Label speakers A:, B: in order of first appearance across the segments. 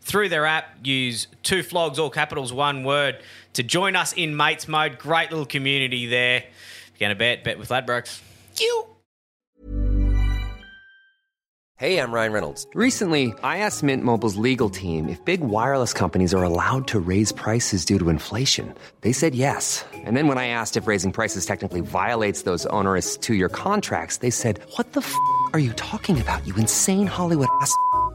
A: through their app. Use two flogs, all capitals, one word, to join us in Mates Mode. Great little community there. If you're going to bet, bet with Ladbrokes. You.
B: Hey, I'm Ryan Reynolds. Recently, I asked Mint Mobile's legal team if big wireless companies are allowed to raise prices due to inflation. They said yes. And then when I asked if raising prices technically violates those onerous two year contracts, they said, What the f are you talking about, you insane Hollywood ass? f-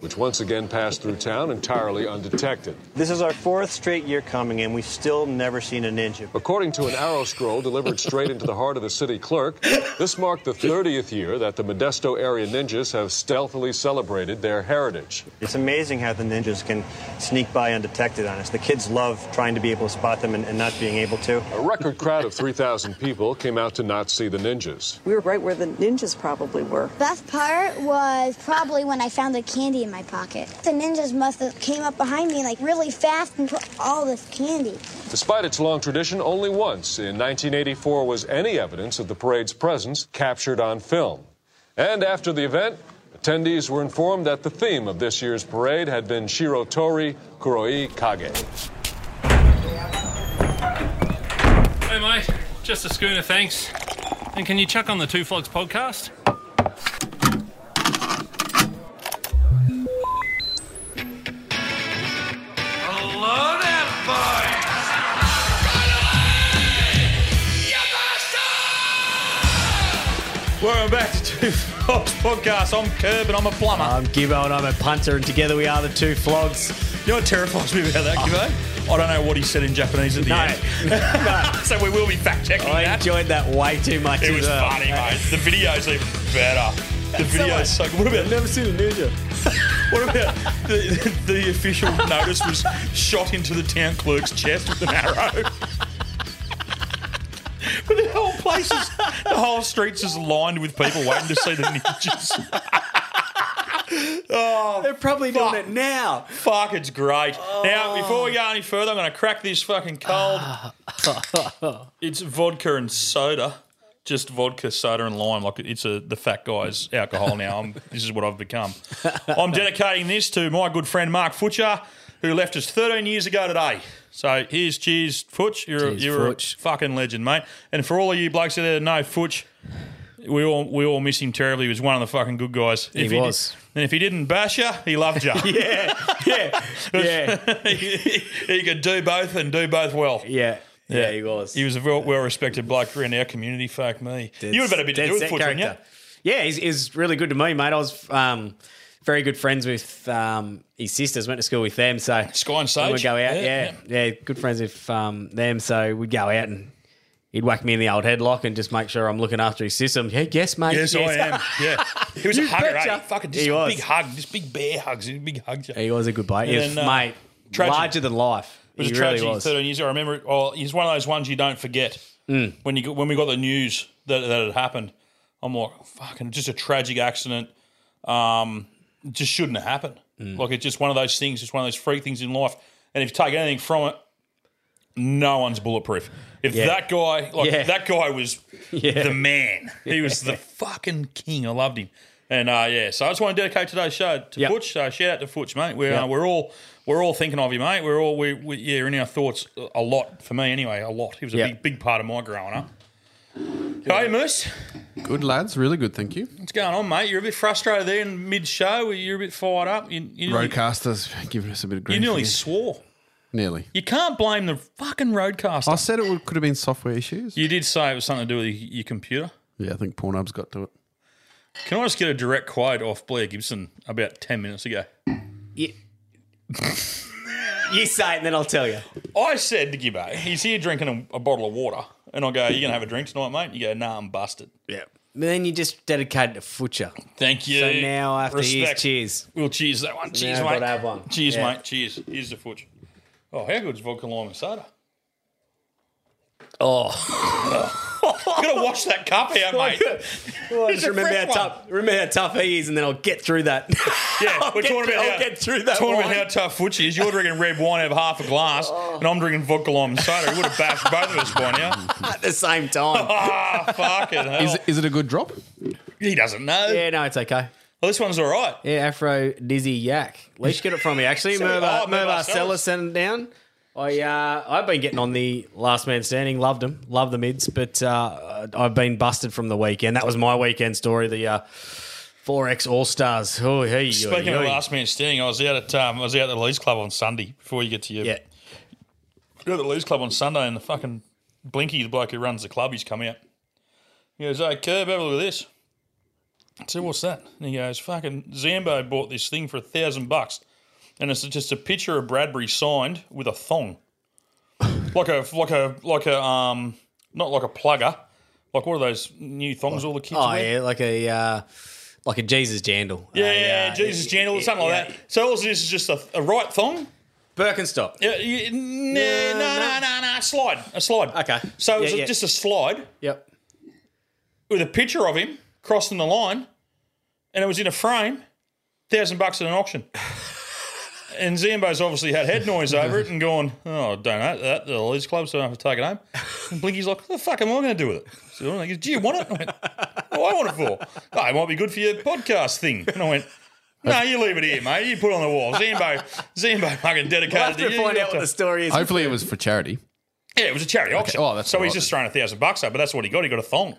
C: which once again passed through town entirely undetected.
D: This is our fourth straight year coming, and we've still never seen a ninja.
C: According to an arrow scroll delivered straight into the heart of the city clerk, this marked the 30th year that the Modesto area ninjas have stealthily celebrated their heritage.
D: It's amazing how the ninjas can sneak by undetected on us. The kids love trying to be able to spot them and, and not being able to.
C: A record crowd of 3,000 people came out to not see the ninjas.
E: We were right where the ninjas probably were.
F: Best part was probably when I found the candy in my pocket. The ninjas must have came up behind me like really fast and put all this candy.
C: Despite its long tradition, only once in 1984 was any evidence of the parade's presence captured on film. And after the event, attendees were informed that the theme of this year's parade had been Shirotori Kuroi Kage.
G: Hey, mate. Just a schooner, thanks. And can you chuck on the Two Flogs podcast?
H: Hello there, boys!
I: Welcome back to Two Flogs Podcast. I'm Curb and I'm a plumber.
J: I'm Gibbo and I'm a punter, and together we are the two flogs.
I: You know what terrifies me about that, Gibbo? I don't know what he said in Japanese at the
J: Ah. No.
I: end. so we will be fact checking
J: I
I: that.
J: enjoyed that way too much.
I: It
J: as
I: was
J: well.
I: funny, mate. The video's even better. The video's uh, so good. What about
J: never seen a ninja.
I: What about the, the, the official notice was shot into the town clerk's chest with an arrow? But the whole place is, the whole streets is lined with people waiting to see the ninjas. oh,
J: They're probably doing
I: Fuck.
J: it now.
I: fuck, it's great. Now, before we go any further, I'm going to crack this fucking cold. it's vodka and soda. Just vodka, soda, and lime. Like it's a the fat guy's alcohol now. I'm, this is what I've become. I'm dedicating this to my good friend Mark Futcher, who left us 13 years ago today. So here's cheers, Futch. You're,
J: Cheers,
I: you're
J: Futch.
I: a fucking legend, mate. And for all of you blokes out there that know Futch, we all we all miss him terribly. He was one of the fucking good guys. If di-
J: was.
I: and if he didn't bash you, he loved you.
J: Yeah, yeah, yeah,
I: he, he could do both and do both well.
J: yeah. Yeah, he was.
I: He was a well, respected bloke in our community. Fuck me. you would have had a bit to
J: Dead
I: do with
J: set
I: Foots, wouldn't you?
J: character. Yeah, he's, he's really good to me, mate. I was um, very good friends with um, his sisters. Went to school with them, so
I: Sky and
J: When
I: Sage.
J: we'd go out,
I: Yeah,
J: yeah, yeah, good friends with um, them. So we'd go out and he'd whack me in the old headlock and just make sure I'm looking after his system. Yeah, yes, mate.
I: Yes, I am. Yeah. He was a
J: You
I: hugger,
J: betcha.
I: eh? Fucking just
J: He was.
I: big hug, just big bear hugs, he big hugs.
J: He was a good bloke. He
I: And
J: was,
I: then, uh,
J: mate,
I: tragedy.
J: larger than life.
I: It was
J: he
I: a
J: really
I: tragedy
J: was.
I: 13 years ago. I remember it. Oh, he's one of those ones you don't forget.
J: Mm.
I: when you got- when we got the news that that had happened. I'm like, fucking, just a tragic accident. Um, it just shouldn't have happened.
J: Mm.
I: Like it's just one of those things. It's one of those freak things in life. And if you take anything from it, no one's bulletproof. If
G: Yeah.
I: that guy, like
G: Yeah.
I: that guy, was
G: Yeah.
I: the man. He was the
G: Yeah.
I: fucking king. I loved him. And uh, yeah, so I just want to dedicate today's show to Futch. Uh, shout out to Futch, mate. We're uh,
G: Yep.
I: we're all we're all thinking of you, mate. We're all we, we yeah, in our thoughts a lot for me anyway. A lot. He was a
K: Yep.
I: big big part of my growing up. Hey, Moose,
K: Good lads, really good, thank you.
I: what's going on, mate? You're a bit frustrated there in mid show. You're a bit fired up. You, you, nearly-
K: Roadcaster's giving us a bit of grief.
I: you nearly
K: again.
I: swore.
K: nearly.
I: You can't blame the fucking roadcaster.
K: I said it would- could have been software issues.
I: You did say it was something to do with your your computer.
K: Yeah, I think Pornhub's got to it.
I: Can I just get a direct quote off Blair Gibson about 10 minutes ago?
A: You say it and then I'll tell you.
I: I said to Gibbo, he's here drinking a, a bottle of water. And I go, you going to have a drink tonight, mate? You go, nah, I'm busted.
A: Yeah. Then you just dedicated to Futcher.
I: Thank you.
A: So now after
I: Respect.
A: his cheers.
I: We'll cheers that one. Cheers,
A: Now I've
I: mate.
A: gotta have one.
I: Cheers,
A: Yeah.
I: mate. Cheers. Here's the footage. Oh, how good's vodka lime and soda?
A: Oh.
I: Gotta wash that cup out, mate.
A: Well, I
I: It's
A: just
I: a
A: remember how
I: fresh one.
A: tough remember how tough he is and then I'll get through that.
I: Yeah,
A: I'll
I: we're talking
A: get
I: about
A: through- I'll
I: how,
A: get through that
I: talking about
A: wine. Oh.
I: how tough Futchie is. You're drinking red wine over half a glass, and I'm drinking vodka lime and soda. It would have bashed both of us by now.
A: At the same time.
I: ah, fuck it.
K: Is it, is it a good drop?
I: He doesn't know.
A: Yeah, no, it's okay.
I: Well, this one's all right.
A: Yeah, Afro Dizzy Yak. Let's get it from me, actually.
I: So-
A: Mervar
I: oh,
A: Mervar
I: Mervar
A: Seller
I: Sellers.
A: sent it down. I, uh, I've been getting on the Last Man Standing. Loved them. Love the mids, but uh, I've been busted from the weekend. That was my weekend story, the uh, 4X All-Stars. Oh, hey,
I: Speaking of last man standing, I was out at um, I was out at the Leeds Club on Sunday. Before you get to your yeah, out at the Leeds Club on Sunday, and the fucking Blinky, the bloke who runs the club, he's come out. He goes, "Hey, Curb, have a look at this." I said, "What's that?" And he goes, "Fucking Zambo bought this thing for a thousand bucks, and it's just a picture of Bradbury signed with a thong, like a like a like a um, not like a plugger, like what are those new thongs all the kids
A: Oh,
I: wear?"
A: yeah, like a, uh, like a Jesus Jandal.
I: Yeah, yeah, yeah, Jesus Jandal, something like that. So all this is just a, a right thong.
A: Birkenstock.
I: Yeah, yeah, nah, no, no, no, no, slide, a slide. Okay. So it was
A: Yeah,
I: a-
A: yeah.
I: just a slide.
A: Yep.
I: With a picture of him crossing the line, and it was in a frame, thousand bucks at an auction. and Zambo's obviously had head noise over it and gone, oh, I don't know that the Leeds club, so I have to take it home. And Blinky's like, what the fuck am I going to do with it? So I went, do you want it? I went, what do I want it for? Oh, it might be good for your podcast thing. And I went. No, you leave it here, mate. You put it on the wall. Zambo, Zambo, fucking dedicated
A: We'll have to
I: you.
A: find
I: You
A: out
I: have
A: what the story is.
K: Hopefully, it was for charity.
I: yeah, it was a charity auction.
K: Oh, that's
I: so
K: all
I: he's
K: right
I: just throwing a thousand bucks up, but that's what he got. He got a thong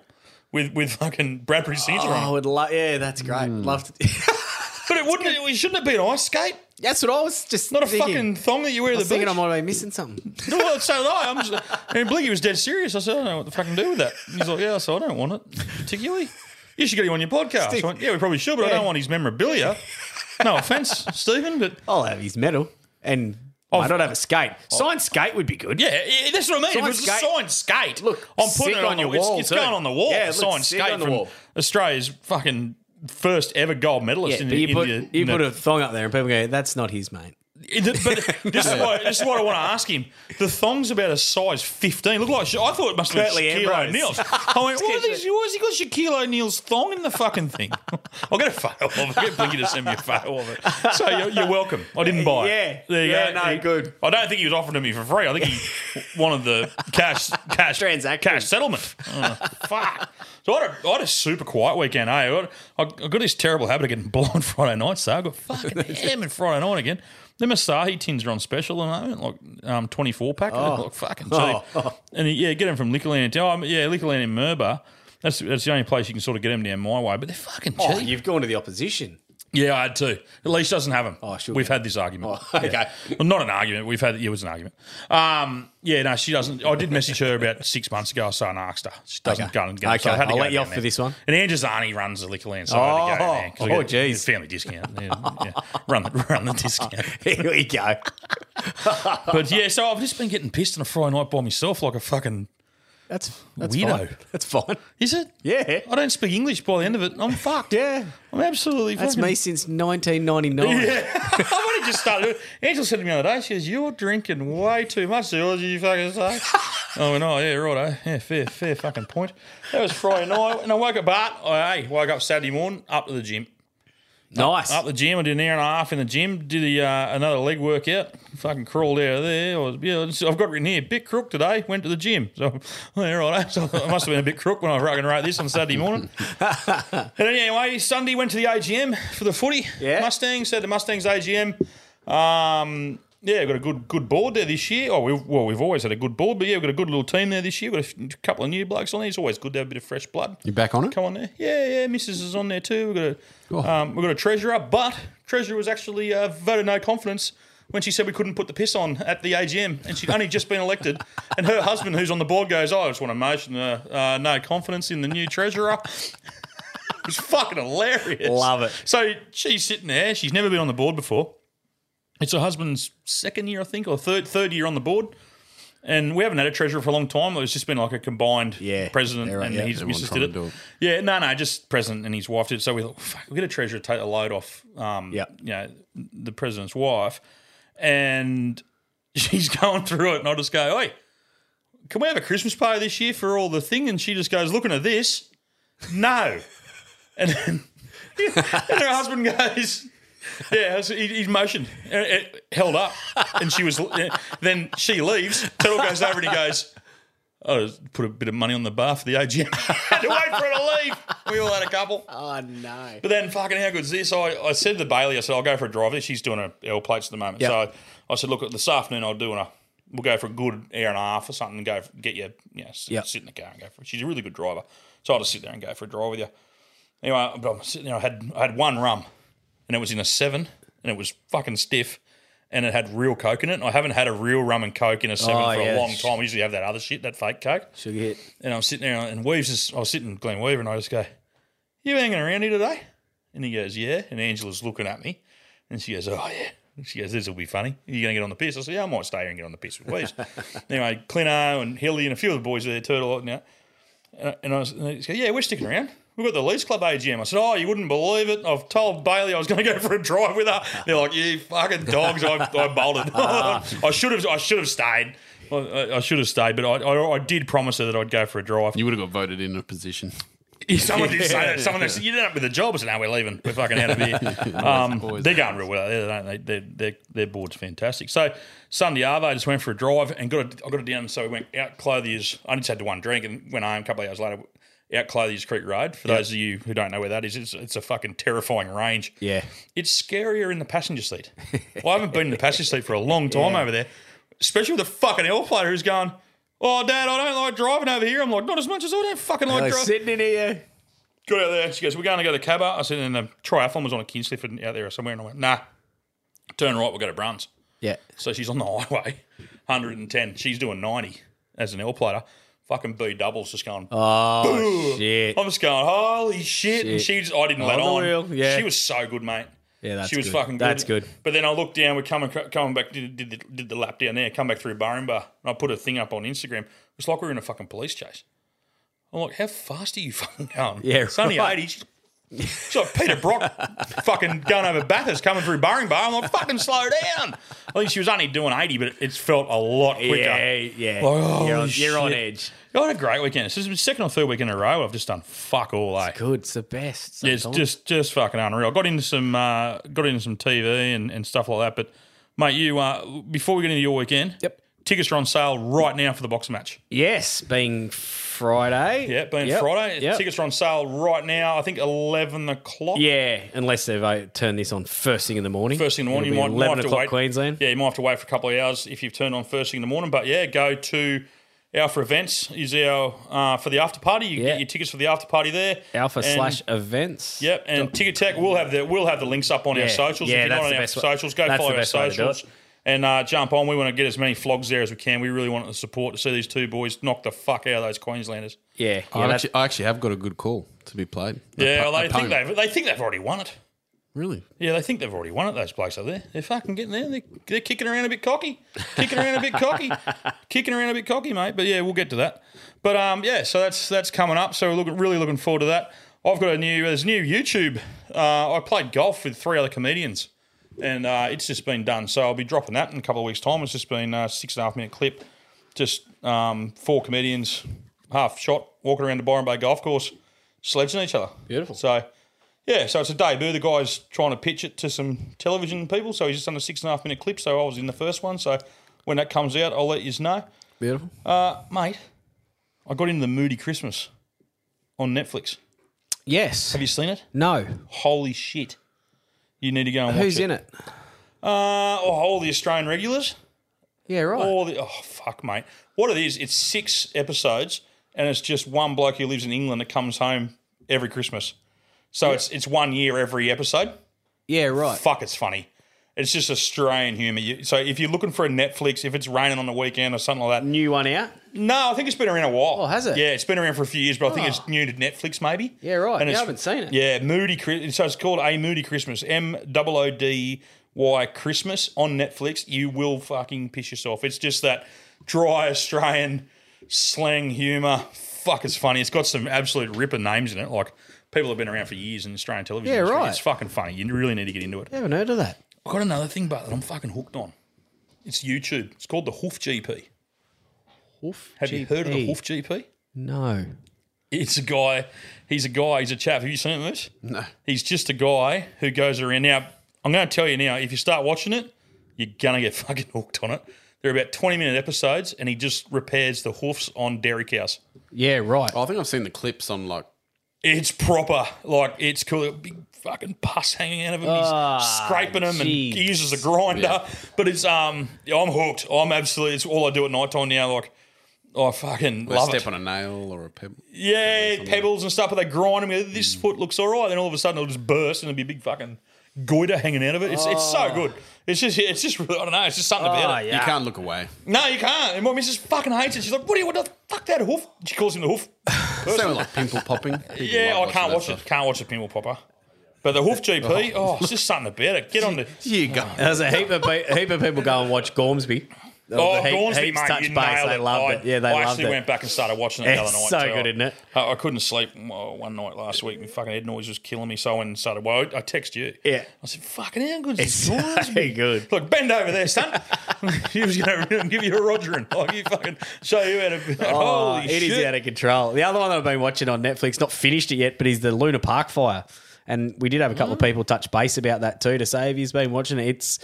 I: with with fucking Bradbury Caesar
A: Oh,
I: on
A: I
I: it.
A: would love. Yeah, that's great.
K: Hmm.
A: Love to.
I: But it wouldn't. It shouldn't have been ice skate.
A: That's what I was just.
I: Not a
A: thinking.
I: fucking thong that you wear
A: I
I: to
A: was
I: the beach.
A: thinking I might be missing something.
I: No, well, so did I. I'm just, and Blinky was dead serious. I said, I don't know what the fuck to do with that. And he's like, yeah, so I don't want it particularly. You should get him on your podcast.
A: Steve-
I: I went, yeah, we probably should, but I
A: Yeah.
I: don't want his memorabilia. No offense, Stephen, but
A: I'll have his medal, and I don't have a skate. Signed skate would be good.
I: Oh. Yeah, yeah, that's what I mean. If it was a signed skate. Look, I'm putting
A: sick
I: it
A: on
I: on, the
A: your
I: wall. It's,
A: wall
I: it's
A: too.
I: going on the wall.
A: Yeah, it
I: a signed
A: looks sick
I: skate
A: on the
I: from
A: wall.
I: Australia's fucking first ever gold medalist
A: Yeah,
I: in
A: but
I: the
A: you
I: in
A: put,
I: the-
A: you
I: in the-
A: put a thong up there, and people go, "That's not his, mate."
I: Is it- but this is what this is what I want to ask him. The thong's about a size fifteen. Look like I thought it must be
A: Curtly
I: Shaquille
A: Ambrose.
I: O'Neal. I went, what is he why's he got Shaquille O'Neal's thong in the fucking thing? I'll get a photo of it. Get Blinky to send me a photo of it. So you're, you're welcome. I didn't buy.
A: Yeah.
I: it. there you
A: Yeah,
I: go.
A: no,
I: He- I don't think he was offering to me for free. I think he wanted the cash cash transaction cash settlement. Oh, fuck. So I had, a, I had a super quiet weekend. Hey, I, I got this terrible habit of getting blown Friday night, so I got fucking hammered Friday night again. The Asahi tins are on special at the moment, like um, twenty four pack.
G: Oh.
I: They're Like fucking cheap.
G: Oh.
I: And yeah, get them from Liquorland. Oh, yeah, Liquorland in Merba. That's that's the only place you can sort of get them down my way. But they're fucking cheap.
A: Oh, you've gone to the opposition.
I: Yeah, I had two. At least doesn't have them. Oh, sure. We've had this argument.
A: okay.
I: Yeah. Well, not an argument. We've had yeah, it was an argument. Um, yeah, no, she doesn't. I did message her about six months ago. So I asked her. She doesn't
A: Okay.
I: go and go. so I
A: Okay,
I: had to
A: I'll
I: go
A: let you
I: down
A: off for
I: there.
A: this one.
I: And Angerzani runs the liquor land. So I had to go
A: Oh,
I: down there 'cause I
A: oh,
I: got-
A: geez.
I: family discount. Yeah, yeah. Run the run the discount.
A: Here we go.
I: but yeah, so I've just been getting pissed on a Friday night by myself, like a fucking
A: That's that's
I: weirdo.
A: Fine. That's fine.
I: Is it?
A: Yeah.
I: I don't speak English by the end of it. I'm fucked.
A: Yeah.
I: I'm absolutely.
A: That's
I: fucking-
A: me since 1999.
I: Yeah. I want should just start. doing- Angela said to me the other day, she goes, "You're drinking way too much, the Aussie, you fucking say." oh no, yeah, righto, yeah, fair, fair fucking point. That was Friday night, and I woke up. But I hey, woke up Saturday morning, up to the gym.
L: Nice.
I: Up, up the gym. I did an hour and a half in the gym. Did the, uh, another leg workout. Fucking crawled out of there. I was, yeah, it's- I've got written here. Bit crook today. Went to the gym. So, yeah, right. So I must have been a bit crook when I fucking wrote this on Saturday morning. and anyway, Sunday went to the AGM for the footy. Yeah. Mustangs. Had the Mustangs AGM. Um, yeah, we've got a good good board there this year. Oh, we've, well, we've always had a good board, but yeah, we've got a good little team there this year. We've got a f- couple of new blokes on there. It's always good to have a bit of fresh blood.
K: You back on it?
I: Come on there. Yeah, yeah. Mrs. is on there too. We've got a
A: Oh.
I: um, we've got a treasurer, but treasurer was actually uh, voted no confidence when she said we couldn't put the piss on at the AGM, and she'd only just been elected. And her husband, who's on the board, goes, "Oh, "I just want a motion, uh, uh, no confidence in the new treasurer." It's fucking hilarious.
A: Love it.
I: So she's sitting there. She's never been on the board before. It's her husband's second year, I think, or third third year on the board. And we haven't had a treasurer for a long time. It's just been like a combined president
K: They're right,
I: and
K: yeah.
I: his
K: Everyone
I: missus
K: trying
I: did it.
K: to do it.
I: Yeah, no, no, just president and his wife did. it. So we thought, fuck, we get a treasurer to take a load off. Um, you know, the president's wife, and she's going through it, and I just go, "Hey, can we have a Christmas party this year for all the thing?" And she just goes, "Looking at this, no." And then and her husband goes, yeah, so he, he motioned, it, it uh, held up, and she was. Then she leaves. Turtle goes over and he goes, "Oh, put a bit of money on the bar for the AGM." had to wait for her to leave. We all had a couple.
A: Oh no!
I: But then, fucking, how good's this? I, I said to Bailey, I said, I'll go for a drive. She's doing her L plates at the moment.
A: Yep.
I: So I, I said, look, this afternoon I'll do a, we'll go for a good hour and a half or something and go for, get you, you know, sit,
A: Yep.
I: sit in the car and go for it. She's a really good driver. So I'll just sit there and go for a drive with you. Anyway, I'm I'm sitting there, I had, I had one rum and it was in a seven and it was fucking stiff and it had real coke in it. And I haven't had a real rum and coke in a seven
A: Oh,
I: for
A: yeah.
I: a long time. I usually have that other shit, that fake coke. Sugar hit. And I'm sitting there and Weaves is, I was sitting with Glenn Weaver and I just go, you hanging around here today? And he goes, yeah. And Angela's looking at me. And she goes, oh, yeah. And she goes, this will be funny. Are you going to get on the piss? I said, yeah, I might stay here and get on the piss with Wes. anyway, Clino and Hilly and a few of the boys there, Turtle, you know. And I- And I was, and he said, yeah, we're sticking around. We've got the Leeds Club AGM. I said, oh, you wouldn't believe it. I've told Bailey I was going to go for a drive with her. They're like, you fucking dogs. I, I bolted. I should have. I should have stayed. I, I- I should have stayed, but I, I, I did promise her that I'd go for a drive. You would have got voted in a position. Someone did say that. Someone said, you ended up with a job. I said, no, we're leaving. We're fucking out of here. Um, they're going real well. They're, they? They're, they're, their board's fantastic. So Sunday Arvo just went for a drive and got a, I got it down. So we went out Clothiers. I just had one drink and went home a couple of hours later. Out Clothiers Creek Road. For
A: Yep.
I: those of you who don't know where that is, it's, it's a fucking terrifying range.
A: Yeah.
I: It's scarier in the passenger seat. well, I haven't been in the passenger seat for a long time
A: Yeah.
I: over there, especially with a fucking L player who's going, "Oh, Dad, I don't like driving over here." I'm like, "Not as much as I don't fucking like
A: Like
I: driving."
A: sitting in here.
I: Got out there. She goes, "We're going to go to Cabba." I said, "And the triathlon was on a Kingsliffe and out there or somewhere." And I went, "Nah, turn right. We'll go to Bruns."
A: Yeah.
I: So she's on the highway, 110. She's doing 90 as an L plater. Fucking B doubles just going.
A: Oh
I: "Boo."
A: shit!
I: I'm just going, holy shit! And she just, I didn't let
A: On
I: on.
A: the wheel, yeah.
I: She was so good, mate.
A: Yeah, that's
I: she was
A: good.
I: fucking good.
A: That's good.
I: But then I looked down. We're coming, coming back. Did, did, the, did the lap down there? Come back through Burrimba, and I put a thing up on Instagram. It's like we were in a fucking police chase. I'm like, how fast are you fucking going?
A: Yeah,
I: it's only
A: right.
I: 80. It's like Peter Brock fucking going over Bathurst coming through Burringbar. I'm like, fucking slow down. I think she was only doing 80, but it, it's felt a lot quicker.
A: Yeah, yeah.
I: Like, holy
A: You're on- you're on
I: shit.
A: edge.
I: I had a great weekend. This is the second or third weekend in a row. I've just done fuck all. It's
A: good. It's the best.
I: Yeah, it's
A: sometimes.
I: just just fucking unreal. I got into some uh, got into some TV and, and stuff like that. But mate, you uh, before we get into your weekend, yep, tickets are on sale right now for the box match.
A: Yes, being Friday.
I: Yeah, being
A: Yep,
I: Friday,
A: yep.
I: tickets are on sale right now. I think eleven o'clock.
A: Yeah, unless they've uh, turned this on first thing in the morning.
I: First thing in the morning, you
A: It'll
I: might,
A: be
I: might
A: eleven
I: have to
A: o'clock
I: wait.
A: Queensland.
I: Yeah, you might have to wait for a couple of hours if you've turned on first thing in the morning. But yeah, go to Alpha Events is our uh, for the after party. You get your tickets for the after party there.
A: Alpha
I: And-
A: slash events.
I: Yep, and Ticket Tech, we'll have the we'll have the links up on
A: Yeah.
I: our socials.
A: Yeah,
I: if you're
A: that's
I: not on
A: the
I: our
A: best way-
I: socials, go
A: that's
I: follow
A: the
I: our
A: best way to do it.
I: socials and uh, jump on. We want to get as many flogs there as we can. We really want the support to see these two boys knock the fuck out of those Queenslanders.
A: Yeah,
K: I, actually, I actually have got a good call to be played.
I: yeah.
K: Oppo-
I: well, they think
K: opponent.
I: they've they think they've already won it.
K: Really?
I: Yeah, they think they've already won it. Those blokes over there, they're fucking getting there. They're, they're kicking around a bit cocky, kicking around a bit cocky, kicking around a bit cocky, mate. But yeah, we'll get to that. But um, yeah, so that's that's coming up. So we're looking, really looking forward to that. I've got a new there's a new YouTube. Uh, I played golf with three other comedians and uh, it's just been done. So I'll be dropping that in a couple of weeks' time. It's just been a six and a half minute clip, just um, four comedians, half shot, walking around the Byron Bay Golf Course, sledging each other. Beautiful. So, yeah, so it's a debut. The guy's trying to pitch it to some television people, so he's just done a six and a half minute clip. So I was in the first one. So when that comes out, I'll let you know.
K: Beautiful.
I: Uh, mate, I got into the Moody Christmas on Netflix.
A: Yes. Have
I: you seen it?
A: No.
I: Holy shit. You need to go and watch
A: Who's
I: it.
A: in it?
I: Uh, oh, all the Australian regulars.
A: Yeah, right.
I: All the, oh, fuck, mate. What it is, it's six episodes and it's just one bloke who lives in England that comes home every Christmas. So it's it's one year every episode.
A: Yeah, right.
I: Fuck, it's funny. It's just Australian humour. You- So if you're looking for a Netflix, if it's raining on the weekend or something like that.
A: New one out?
I: No, I think it's been around a while. Oh,
A: has it?
I: Yeah, it's been around for a few years, but I think
A: Oh.
I: it's new to Netflix maybe.
A: Yeah, right.
I: And
A: yeah,
I: it's-
A: I haven't seen it.
I: Yeah, Moody Christmas. So it's called A Moody Christmas. M O O D Y Christmas on Netflix. You will fucking piss yourself. It's just that dry Australian slang humour. Fuck, it's funny. It's got some absolute ripper names in it. Like people have been around for years in Australian television.
A: Yeah,
I: industry.
A: right.
I: It's fucking funny. You really need to get into it.
A: I haven't heard of that.
I: I've got another thing, but that I'm fucking hooked on. It's YouTube. It's called the Hoof GP.
A: Hoof
I: Have you heard of the
A: GP?
I: Hoof GP?
A: No.
I: It's a guy. He's a guy. He's a chap. Have you seen this? No. He's just a guy who goes around. Now, I'm going to tell you now. If you start watching it, you're going to get fucking hooked on it. They're about 20 minute episodes, and he just repairs the hoofs on dairy cows.
A: Yeah, right.
K: I think I've seen the clips on like
I: It's proper. Like it's cool. Big fucking pus hanging out of him. He's
K: Ah,
I: scraping them, and
K: jeez.
I: he uses a grinder.
K: Yeah.
I: But it's um, yeah, I'm hooked. I'm absolutely. It's all I do at night time now. Like I fucking
K: they
I: love
K: step
I: it.
K: on a nail or a pebble.
I: Yeah, pebbles and stuff, but they grind them.
K: Mm.
I: This foot looks all right. Then all of a sudden it'll just burst and it'll be a big fucking goiter hanging out of it. It's, it's so
K: Oh.
I: good. It's just, it's just, I don't know. It's just something
A: Oh,
I: about it.
K: You can't look away.
I: No, you can't. And my missus fucking hates it. She's like, what do you, what the fuck that hoof? She calls him the hoof.
K: Sound like pimple popping. People
I: yeah,
K: love
I: I can't
K: watching
I: watch
K: that
I: it. Can't watch a pimple popper. But the hoof GP, oh, it's just something about it. Get on the.
K: You go.
A: There's a heap of, pe- heap of people go and watch Gormsby.
I: Oh,
A: The heap-
I: Gornsby,
A: heaps
I: mate,
A: touch
I: you
A: base,
I: nailed
A: They
I: it.
A: loved
I: I,
A: it. Yeah, they
I: I
A: loved
I: actually
A: it.
I: went back and started watching it the
A: It's
I: other night.
A: so
I: too.
A: good, isn't it?
I: I, I couldn't sleep well, one night last week. My fucking head noise was killing me, so I went and started. Well, I, I text you.
A: Yeah.
I: I said, "Fucking how good
A: It's
I: is
A: so
I: Gornsby?
A: good.
I: Look, bend over there, son. he was going to give you a Rodgerin. Like you fucking show you how to.
A: Oh,
I: holy
A: it
I: shit!
A: is out of control. The other one that I've been watching on Netflix, not finished it yet, but is the Luna Park fire. And we did have a couple of people touch base about that too to say if he's been watching it. It's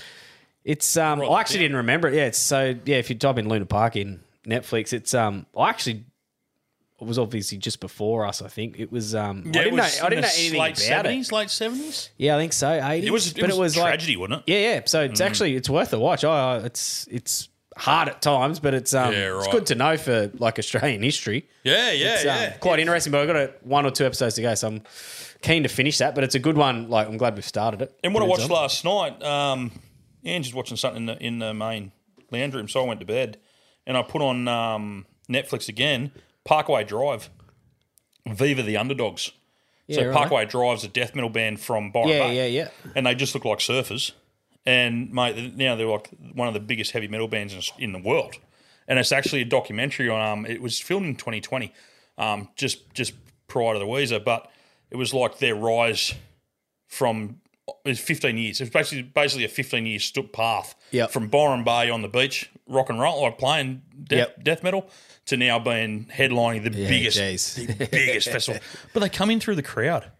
A: it's um I actually didn't remember it. Yeah, it's so yeah, if you type in Luna Park in Netflix, it's um I actually it was obviously just before us, I think. It was um
I: Yeah,
A: I
I: it was
A: didn't know I
I: in
A: didn't
I: the
A: know anything
I: late
A: about it.
I: 70s, Late seventies.
A: Yeah, I think so. 80s.
I: It was- it
A: but
I: was
A: it was
I: tragedy,
A: like,
I: wasn't
A: it? Yeah, yeah. So it's
I: Mm.
A: actually it's worth a watch. I, I it's it's hard at times, but it's um
I: Yeah,
A: it's
I: right.
A: good to know for like Australian history.
I: Yeah, yeah,
A: It's, um,
I: yeah.
A: Quite interesting, but I've got a, one or two episodes to go, so I'm keen to finish that. But it's a good one. Like I'm glad we've started it.
I: And what I
A: Good
I: watched last
A: job.
I: night, um, Angie's watching something in the, in the main lounge room, so I went to bed and I put on um, Netflix again Parkway Drive, Viva the Underdogs. so
A: Yeah, right.
I: Parkway Drive's a death metal band from Byron
A: Yeah,
I: Bay,
A: yeah, yeah.
I: and they just look like surfers. And mate, now they're like one of the biggest heavy metal bands in, in the world. And it's actually a documentary on. Um, it was filmed in 2020, um, just just prior to the Weezer, but it was like their rise from uh, it was 15 years. It's basically basically a 15 year stu- path from Byron Bay on the beach, rock and roll, like playing death, death metal, to now being headlining the
A: Yeah,
I: biggest,
A: jeez.
I: the biggest festival. But they come in through the crowd.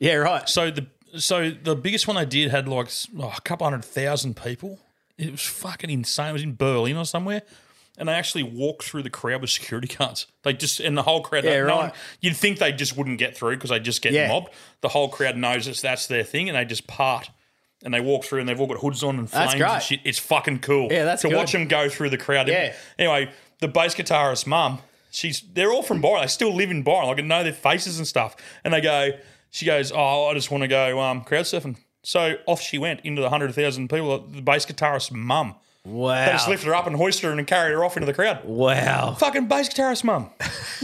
A: Yeah, right.
I: So the so the biggest one they did had like oh, a couple hundred thousand people. It was fucking insane. It was in Berlin or somewhere. And they actually walked through the crowd with security guards. They just and the whole crowd.
A: Yeah,
I: no one-
A: right.
I: you'd think they just wouldn't get through because they just get
A: Yeah.
I: mobbed. The whole crowd knows it's that's their thing, and they just part and they walk through and they've all got hoods on and
A: That's
I: flames
A: great.
I: and shit. It's fucking cool.
A: Yeah, that's
I: to
A: good.
I: watch them go through the crowd.
A: Yeah.
I: Anyway, the bass guitarist's mum, she's they're all from Byron. They still live in Byron. I can know their faces and stuff. And they go, she goes, oh, I just want to go um, crowd surfing. So off she went into the hundred thousand people. The bass guitarist's mum.
A: Wow.
I: They just lifted her up and hoisted her and carried her off into the crowd.
A: Wow.
I: Fucking bass guitarist mum.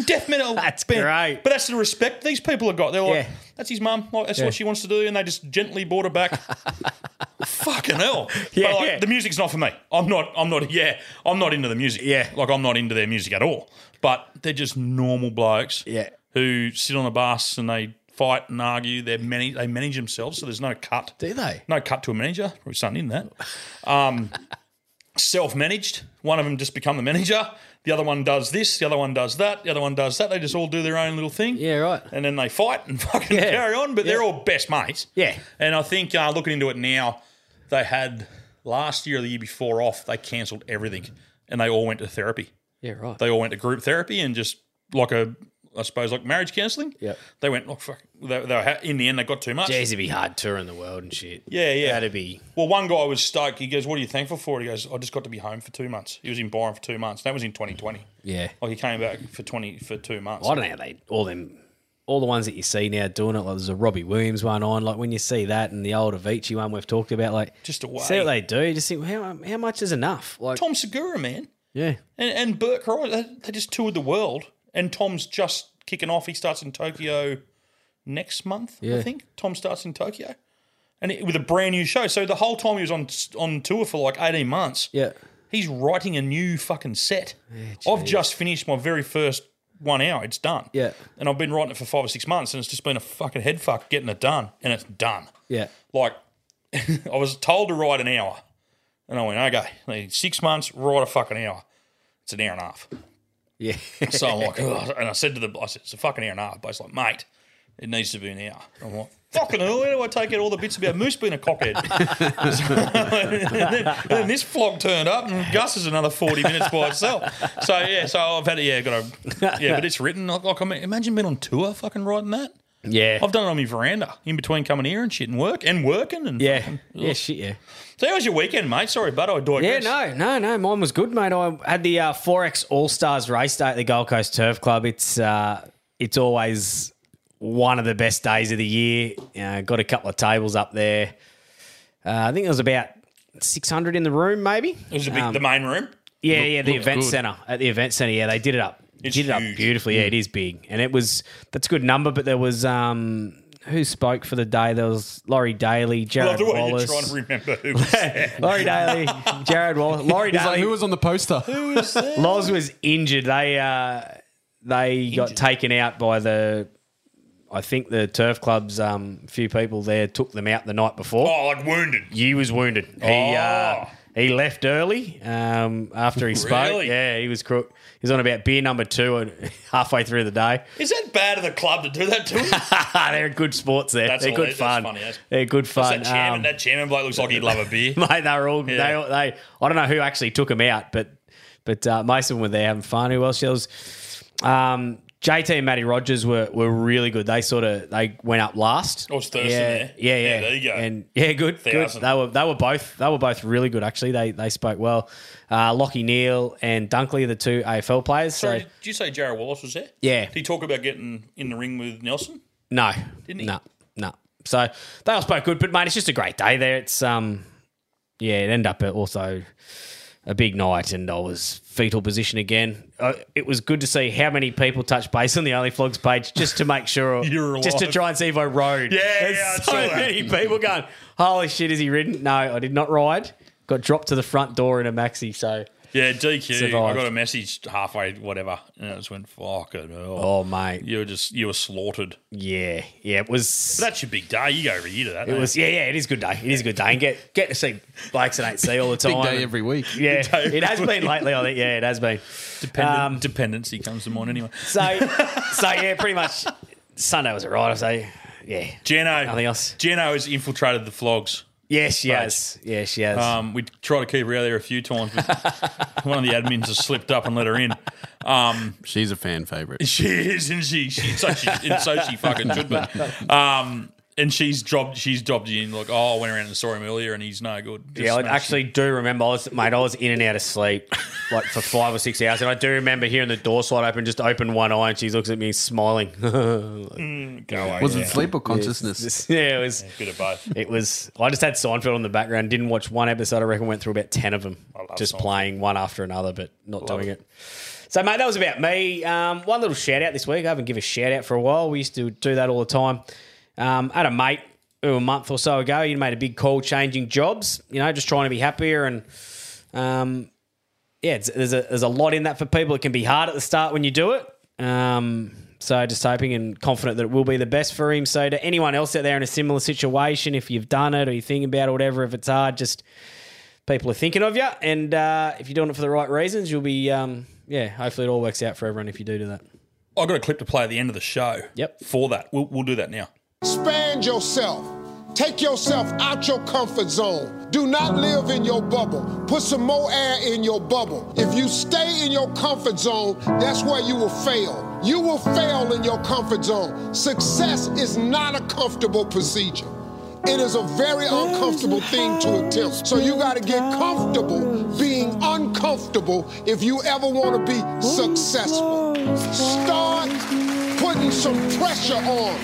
I: Death metal. that's great. But that's the respect these people have got. They're like,
A: Yeah.
I: that's his mum. Like, that's
A: Yeah.
I: what she wants to do. And they just gently brought her back. Fucking hell.
A: Yeah,
I: but like,
A: yeah.
I: the music's not for me. I'm not, I'm not, yeah, I'm not into the music. Yeah. Like, I'm not into their music at all. But they're just normal blokes. Yeah. Who sit on a bus and they fight and argue. They manage they manage themselves, so there's no cut. Do
M: they?
I: No cut to a manager. Probably something in that. Um, self managed. One of them just become the manager. The other one does this. The other one does that. The other one does that. They just all do their own little thing. Yeah, right. And then they fight and fucking
A: Yeah.
I: carry on. But they're
A: Yeah.
I: all best mates.
A: Yeah.
I: And I think uh, looking into it now, they had last year or the year before off. They cancelled everything, and they all went to therapy.
M: Yeah, right.
I: They all went to group therapy and just like a, I suppose like marriage counselling. Yeah. They went like fuck. They, they were ha- in the end they got too much.
A: Jeez, it'd be hard touring the world and shit.
I: Yeah, yeah.
A: That'd be.
I: Well, one guy was stoked. He goes, "What are you thankful for?" He goes, "I just got to be home for two months." He was in Byron for two months. That was in 2020.
A: Yeah.
I: Like he came back for 20 for two months.
A: I don't know how they all them all the ones that you see now doing it. Like there's a Robbie Williams one on. Like when you see that and the old Avicii one we've talked about, like
I: just a
A: See
I: way.
A: what they do. You just think how how much is enough? Like
I: Tom Segura, man,
A: yeah,
I: and and Burt Kreischer, they, they just toured the world, and Tom's just kicking off. He starts in Tokyo next month, I
A: Yeah.
I: think. Tom starts in Tokyo, and it, with a brand new show. So the whole time he was on on tour for like 18 months.
A: Yeah.
I: He's writing a new fucking set. I've just finished my very first one hour. It's done.
A: yeah,
I: and I've been writing it for five or six months, and it's just been a fucking head fuck getting it done, and it's done.
A: yeah.
I: Like, I was told to write an hour, and I went, okay, need six months, write a fucking hour. It's an hour and a half.
A: Yeah.
I: So I'm like, "Ugh." and I said to the, I said, it's a fucking hour and a half. But it's like, mate, it needs to be an hour. I'm like, fucking hell, where do I take out all the bits about Moose being a cockhead? and, then, and then this flog turned up, and Gus is another 40 minutes by itself. So, yeah, so I've had it, yeah, got a, yeah, but it's written. Like, like I mean, imagine being on tour fucking writing that.
A: Yeah.
I: I've done it on my veranda in between coming here and shit and work and working and yeah,
A: yeah, shit, yeah.
I: So how was your weekend, mate? Sorry, but I digress.
A: Yeah, no, no, no. Mine was good, mate. I had the uh, Forex All Stars race day at the Gold Coast Turf Club. It's uh, it's always one of the best days of the year. Uh, got a couple of tables up there. Uh, I think there was about six hundred in the room, maybe. It
I: was a big- the main room.
A: Yeah,
I: Look-
A: yeah, the
I: looked
A: event
I: good.
A: centre at the event centre. Yeah, they did it up. did it up beautifully. Yeah, it is big, and it was that's a good number. But there was um, who spoke for the day? There was Laurie Daly, Jared
I: Love the way
A: Wallace.
I: you're trying to remember who was there.
A: Laurie Daly, Jared Wallace, Laurie
K: He's
A: Daly.
K: like, who was on the poster? Who
I: was there?
A: Loz was injured. They uh, they got taken out by the. I think the turf club's um, few people there took them out the night before.
I: Oh, like wounded. Oh.
A: He was wounded. He uh, he left early um, after he spoke.
I: Really?
A: Yeah, he was crook. He was on about beer number two and halfway through the day.
I: Is that bad of the club to do that to him?
A: They're good sports there.
I: That's
A: They're
I: all-
A: good
I: that's
A: fun.
I: funny, eh? that's-
A: They're good
I: What's
A: fun.
I: that chairman,
A: Um,
I: that chairman bloke looks like he'd love a beer.
A: Mate, they were all
I: Yeah.
A: they all they. I don't know who actually took them out, but but uh, most of them were there having fun. Who else? There was um, JT and Matty Rogers were were really good. They sort of they went up last.
I: Or was Oh, Thurston
A: yeah,
I: there.
A: Yeah, yeah,
I: Yeah, there you go.
A: And yeah, good, good.
I: Thousand.
A: They were they were both they were both really good actually. They they spoke well. Uh, Lockie Neal and Dunkley, are the two AFL players.
I: Sorry,
A: So
I: did you say Jared Wallace was there?
A: Yeah.
I: Did he talk about getting in the ring with Nelson?
A: No,
I: Didn't he?
A: No, no. So they all spoke good, but mate, it's just a great day there. It's um, yeah, it ended up also a big night, and I was fetal position again. Uh, it was good to see how many people touched base on the Only Flogs page just to make sure,
I: You're
A: just to
I: alive.
A: try and see if I rode.
I: Yeah,
A: There's
I: yeah, I
A: so
I: saw that.
A: many people going, "Holy shit, is he ridden?" No, I did not ride. Got dropped to the front door in a maxi. So
I: Yeah, DQ. I
A: Survived.
I: got a message halfway, whatever, and it just went fucking hell.
A: Oh, mate.
I: you were just you were slaughtered.
A: Yeah, yeah, it was.
I: that's your big day. You go every year to that.
A: It
I: eh?
A: was yeah, yeah. It is a good day. It is a good day, and get get to see blokes that ain't see all the time.
K: Big day
A: And-
K: every week.
A: Yeah,
I: Big day every
A: it has
I: week.
A: been lately. I think yeah, it has been. Um,
I: Dependent, dependency comes to mind anyway.
A: So so yeah, pretty much Sunday was alright. I say yeah.
I: Jeno,
A: Nothing else.
I: Jeno has infiltrated the flogs.
A: Yes, she has. Yes, she has.
I: Um, we tried to keep her out there a few times, but one of the admins has slipped up and let her in. Um,
K: She's a fan favorite.
I: She is, and she, she, so she and so she fucking should be. Um, and she's dropped she's dropped you in like, oh, I went around and saw him earlier, and he's no good. Just
A: yeah, I
I: no
A: actually do remember. I was, mate, I was in and out of sleep like for five or six hours, and I do remember hearing the door slide open, just open one eye, and she looks at me smiling.
I: go away.
K: Was it sleep or consciousness?
A: Yeah, it was
I: a bit of both.
A: It was. I just had Seinfeld on the background. Didn't watch one episode. I reckon went through about ten of them,
I: love
A: just
I: Seinfeld.
A: playing one after another, but not
I: Love
A: doing it. So, mate, that was about me. Um, one little shout out this week. I haven't given a shout out for a while. We used to do that all the time. Um, I had a mate who a month or so ago, he made a big call changing jobs. You know, just trying to be happier and. Um, yeah, it's, there's a there's a lot in that for people. It can be hard at the start when you do it. Um, So just hoping and confident that it will be the best for him. So to anyone else out there in a similar situation, if you've done it or you're thinking about it, or whatever, if it's hard, just people are thinking of you, and uh, if you're doing it for the right reasons, you'll be um, yeah. Hopefully, it all works out for everyone if you do do that.
I: I've got a clip to play at the end of the show. Yep. For that. We'll, we'll do that now.
M: Expand yourself. Take yourself out your comfort zone. Do not live in your bubble. Put some more air in your bubble. If you stay in your comfort zone, that's where you will fail. You will fail in your comfort zone. Success is not a comfortable procedure. It is a very uncomfortable thing to attempt. So you got to get comfortable being uncomfortable if you ever want to be successful. Start putting some pressure on.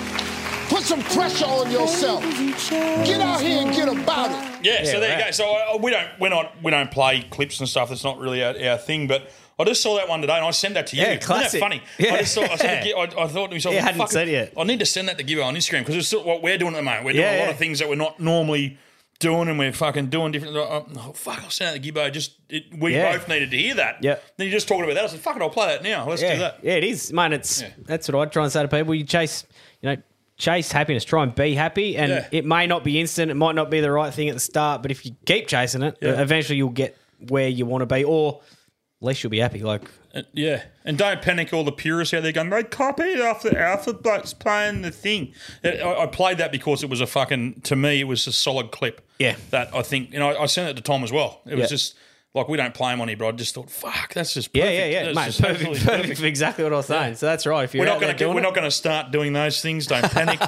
M: Put some pressure on yourself. Get out here and get about it.
I: Yeah, so there you go. So I, I- we don't we're not we don't play clips and stuff. That's not really our, our thing. But I just saw that one today, and I sent that to you.
A: Yeah,
I: Isn't
A: classic.
I: that funny?
A: Yeah.
I: I just saw, I, saw the gi- I, I thought to myself,
A: Yeah, I hadn't
I: "Fucking-
A: said yet.
I: I need to send that to Gibbo on Instagram because it's still what we're doing at the moment. We're doing
A: Yeah,
I: a lot
A: yeah.
I: of things that we're not normally doing, and we're fucking doing different. Oh, oh, fuck! I'll send that to Gibbo. Just it, we
A: Yeah.
I: both needed to hear that.
A: Yep.
I: Then you're just talking about that. I said, "Fuck it, I'll play that now. Let's
A: yeah.
I: do that."
A: Yeah, it is, man. It's that's what I try and say to people. You chase, you know, chase happiness. Try and be happy, and
I: Yeah.
A: it may not be instant. It might not be the right thing at the start, but if you keep chasing it,
I: Yeah.
A: eventually you'll get where you want to be, or at least you'll be happy. Like
I: Uh, yeah, and don't panic. All the purists out there going, they copied off the Alpha Blokes playing the thing. I, I- I played that because it was a fucking to me, it was a solid clip. Yeah, that I think, and I, I sent it to Tom as well. It was
A: Yeah.
I: just like we don't play him on here, but I just thought, fuck, that's just
A: yeah,
I: perfect.
A: yeah, yeah,
I: That's
A: mate,
I: just
A: perfect,
I: absolutely
A: perfect, for exactly what I was saying. So that's right. If you're
I: We're not
A: out there
I: going to
A: doing
I: we're
A: it-
I: not going to start doing those things. Don't panic.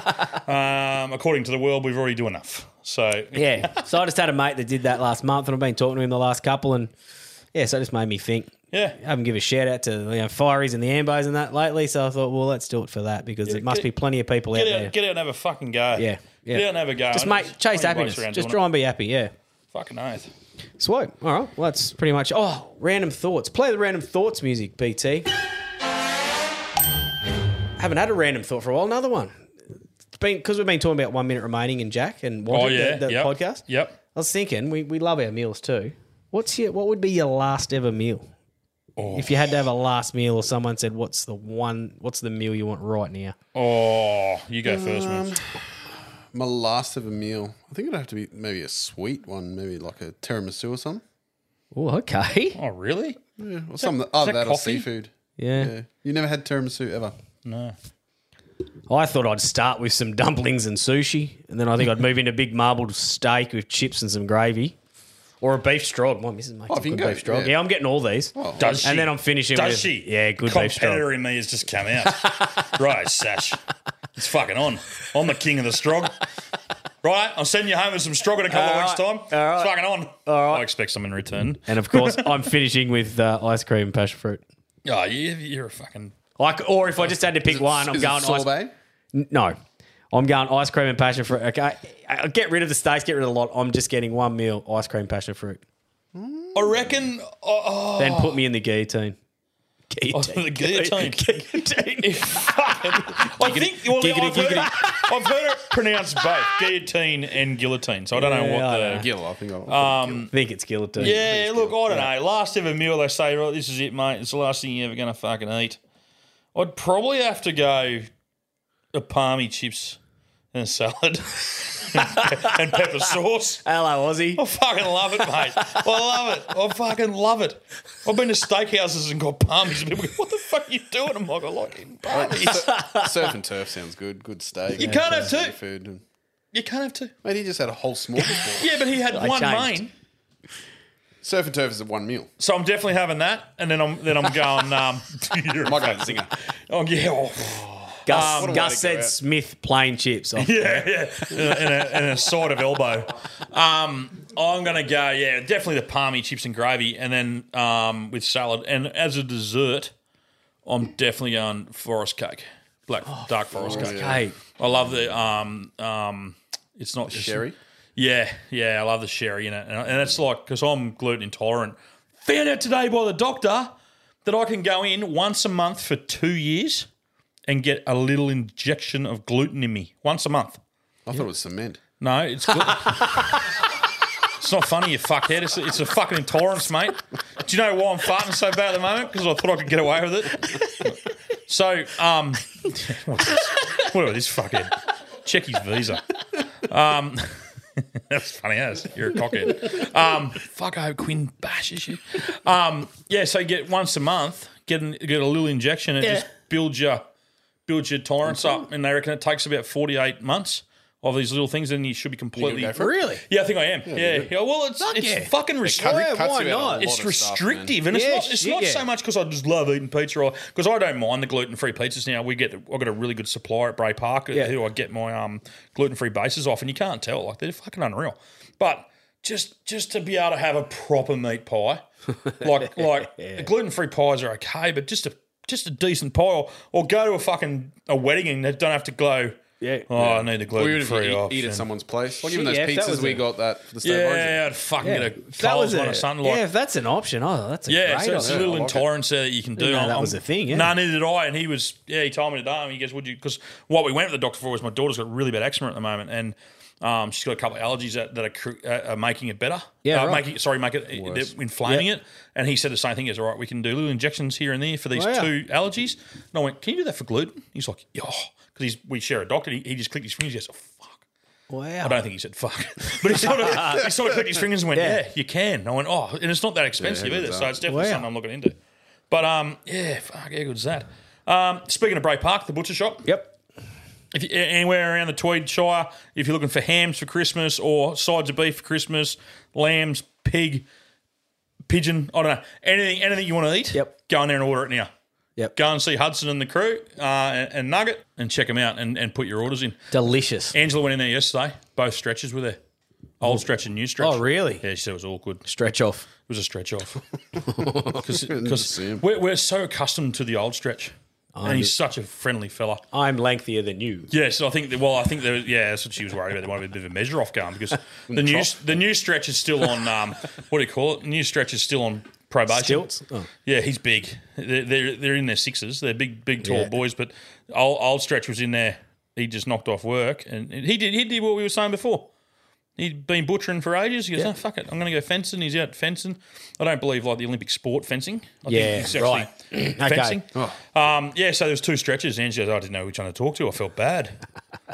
I: um, according to the world, we've already do enough. So
A: yeah. So I just had a mate that did that last month, and I've been talking to him the last couple, and yeah, so it just made me think.
I: Yeah,
A: I haven't give a shout out to you know fireys and the ambos and that lately, so I thought, well, let's do it for that because it must
I: get-
A: be plenty of people out
I: get
A: there.
I: out, get out and have a fucking go.
A: Yeah, yeah.
I: get out and have a go.
A: Just
I: And
A: make
I: there's
A: chase
I: plenty of blokes
A: happiness.
I: around
A: Just
I: doing
A: try
I: it.
A: and be happy. Yeah.
I: Fucking oath.
A: Swope. All right. Well, that's pretty much. Oh, random thoughts. Play the random thoughts music, BT. Haven't had a random thought for a while. Another one. It's been because we've been talking about one minute remaining and Jack and
I: Oh
A: wanted
I: yeah,
A: the, the
I: yep,
A: podcast.
I: Yep.
A: I was thinking we, we love our meals too. What's your what would be your last ever meal? If you had to have a last meal, or someone said, "What's the one? What's the meal you want right now?"
I: Oh, you go first,
K: Um,
I: man.
K: My last ever meal. I think it'd have to be maybe a sweet one, maybe like a tiramisu or something.
A: Oh, okay.
I: Oh, really?
K: Yeah, or
A: Is
K: something.
A: that-
K: that, oh,
A: is that
K: that, or
A: coffee?
K: seafood.
A: Yeah.
K: You never had tiramisu ever?
I: No.
A: I thought I'd start with some dumplings and sushi, and then I think I'd move into big marbled steak with chips and some gravy, or a beef strog. My missus makes
I: Oh,
A: a
I: if you
A: good
I: can go,
A: beef strog.
I: yeah.
A: Yeah. I'm getting all these.
I: Does she?
A: And then I'm finishing.
I: Does
A: with,
I: she?
A: Yeah, good beef
I: Competitor
A: strog.
I: in me has just come out. right, Sash. It's fucking on. I'm the king of the strog. Right, I'm sending you home with some strog in a couple
A: All
I: of weeks'
A: right,
I: time.
A: all
I: It's
A: right.
I: fucking on. All right. I expect some in return.
A: And of course, I'm finishing with uh, ice cream and passion fruit.
I: Oh, you, you're a fucking.
A: Like, or if I just had to pick
I: Is it-
A: one, I'm
I: is it
A: going
I: sorbet?
A: Ice, N- no, I'm going ice cream and passion fruit. Okay, I, I get rid of the steaks, get rid of a lot. I'm just getting one meal: ice cream, passion fruit.
I: I reckon. Oh, oh.
A: Then put me in the guillotine. Guillotine.
I: the guillotine.
A: guillotine.
I: I think well,
A: Giggity,
I: I've, heard, I've heard it pronounced both guillotine and guillotine, so I don't know what
A: Yeah, I
I: the
A: know. Gill, I think I- I think
I: um,
A: think it's guillotine.
I: Yeah, look, I don't know. Last ever meal, they say, right, this is it, mate. It's the last thing you're ever going to fucking eat. I'd probably have to go a palmy chips and a salad and pepper sauce.
A: Hello, Aussie.
I: I fucking love it, mate. I love it. I fucking love it. I've been to steakhouses and got palmies. and People go, what the fuck are you doing? I'm like, I like eating palmies.
K: Surf and turf sounds good. Good steak.
I: You can't have two.
K: Food. And...
I: You can't have two.
K: Mate, he just had a whole smorgasbord.
I: yeah, but he had one main.
K: Surf and turf is one meal.
I: So I'm definitely having that, and then I'm then I'm going. Um, you're
K: My guy, singer.
I: Oh yeah. Oh.
A: Gus,
I: Um,
A: Gus said Smith plain chips. Oh, Off
I: Yeah, yeah, and a, and a sort of elbow. Um, I'm gonna go. Yeah, definitely the palmy chips and gravy, and then um, with salad. And as a dessert, I'm definitely going forest cake, black dark forest,
A: Oh, forest
I: cake.
A: cake.
I: I love the um um. It's not it's-
K: sherry?
I: Yeah, yeah, I love the sherry in it, and, and it's like because I'm gluten intolerant. Found out today by the doctor that I can go in once a month for two years and get a little injection of gluten in me once a month.
K: I thought it was cement.
I: No, it's gluten. it's not funny, you fuckhead. It's a, it's a fucking intolerance, mate. Do you know why I'm farting so bad at the moment? Because I thought I could get away with it. So, um, what's this? what about this fucking? Check his visa. Um, that's funny as you're a cockhead. Um, fuck, I hope Quinn bashes you. Um, yeah, so you get once a month, get an, get a little injection, and it
N: Yeah.
I: just builds your builds your tolerance up, and they reckon it takes about forty eight months of these little things, and you should be completely
K: go for it? Really?
I: Yeah, I think I am.
K: Yeah,
I: Yeah,
K: you do.
I: Yeah, well, it's
K: Fuck
I: it's
K: yeah.
I: fucking
K: It
I: restrictive.
K: cut- cuts you out on a lot
I: It's
K: of stuff, man.
I: restrictive, and it's
K: Yeah,
I: not it's
K: shit,
I: not
K: yeah.
I: so much because I just love eating pizza, or because I don't mind the gluten free pizzas now. We get I got a really good supplier at Bray Park who I get my um gluten free bases off, and you can't tell like they're fucking unreal. But just just to be able to have a proper meat pie, like like gluten free pies are okay, but just a just a decent pie, or, or go to a fucking a wedding and they don't have to go. Yeah. Oh, I need a
K: Or even
I: gluten
K: if you
I: free
K: eat,
I: option.
K: eat at someone's place. Like
I: Shit,
K: even those
I: yeah, if that
K: pizzas
I: was
K: we
I: a-
K: got that for the state
I: Yeah,
K: of origin.
I: I'd fucking get a
A: If that was
I: Coles one or something like
A: Yeah, if that's an option, oh, that's a
I: yeah,
A: great
I: so it's a
A: option.
I: little intolerance there that you can do.
A: Didn't know
I: I'm-
A: that
I: I'm-
A: was a thing, yeah.
I: No, neither did I. And he was, yeah, he told me today. And he goes, "Would you?" Because what we went to the doctor for was my daughter's got really bad eczema at the moment, and um, she's got a couple of allergies that, that are, cr- uh, are making it better.
A: Yeah,
I: Uh,
A: right.
I: making sorry, make it they're inflaming it. And he said the same thing. Is all right. We can do little injections here and there for these
A: Oh, yeah.
I: two allergies. And I went, "Can you do that for gluten?" He's like, "Yeah," because we share a doctor. He, he just clicked his fingers. He goes,
A: Wow.
I: I don't think he said fuck, but he sort of he sort of clicked his fingers and went,
A: Yeah.
I: "Yeah, you can." And I went, "Oh," and it's not that expensive
A: Yeah,
I: either,
A: that's
I: so
A: up.
I: it's definitely
A: Wow.
I: something I'm looking into. But um, yeah, fuck, how good's that? Um, speaking of Bray Park, the butcher shop.
A: Yep.
I: If you, anywhere around the Tweed Shire, if you're looking for hams for Christmas or sides of beef for Christmas, lambs, pig, pigeon, I don't know anything, anything you want to eat. Yep. Go in there and order it now.
A: Yep.
I: Go and see Hudson and the crew uh, and, and Nugget and check them out and, and put your orders in.
A: Delicious.
I: Angela went in there yesterday. Both stretches were there. Old stretch and new stretch. Oh,
A: really?
I: Yeah, she said it was awkward.
A: Stretch off.
I: It was a stretch off. Because we're, we're so accustomed to the old stretch.
A: I'm-
I: and he's such a friendly fella.
A: I'm lengthier than you.
I: Yes, I think. That, well, I think there. Yeah, that's what she was worried about. There might be a bit of a measure off going because the new the new stretch is still on. Um, what do you call it? The new stretch is still on probation.
A: Stilts? Oh.
I: Yeah, he's big. They're, they're they're in their sixes. They're big, big, tall
A: Yeah.
I: boys. But old, old stretch was in there. He just knocked off work, and and he did he did what we were saying before. He'd been butchering for ages. He goes,
A: Yeah.
I: "No, fuck it. I'm going to go fencing." He's out fencing. I don't believe like the Olympic sport fencing. I
A: Yeah,
I: think
A: right. Okay.
I: fencing.
A: Oh.
I: Um, yeah, so there was two stretches, and she goes, "I didn't know which one to talk to. I felt bad."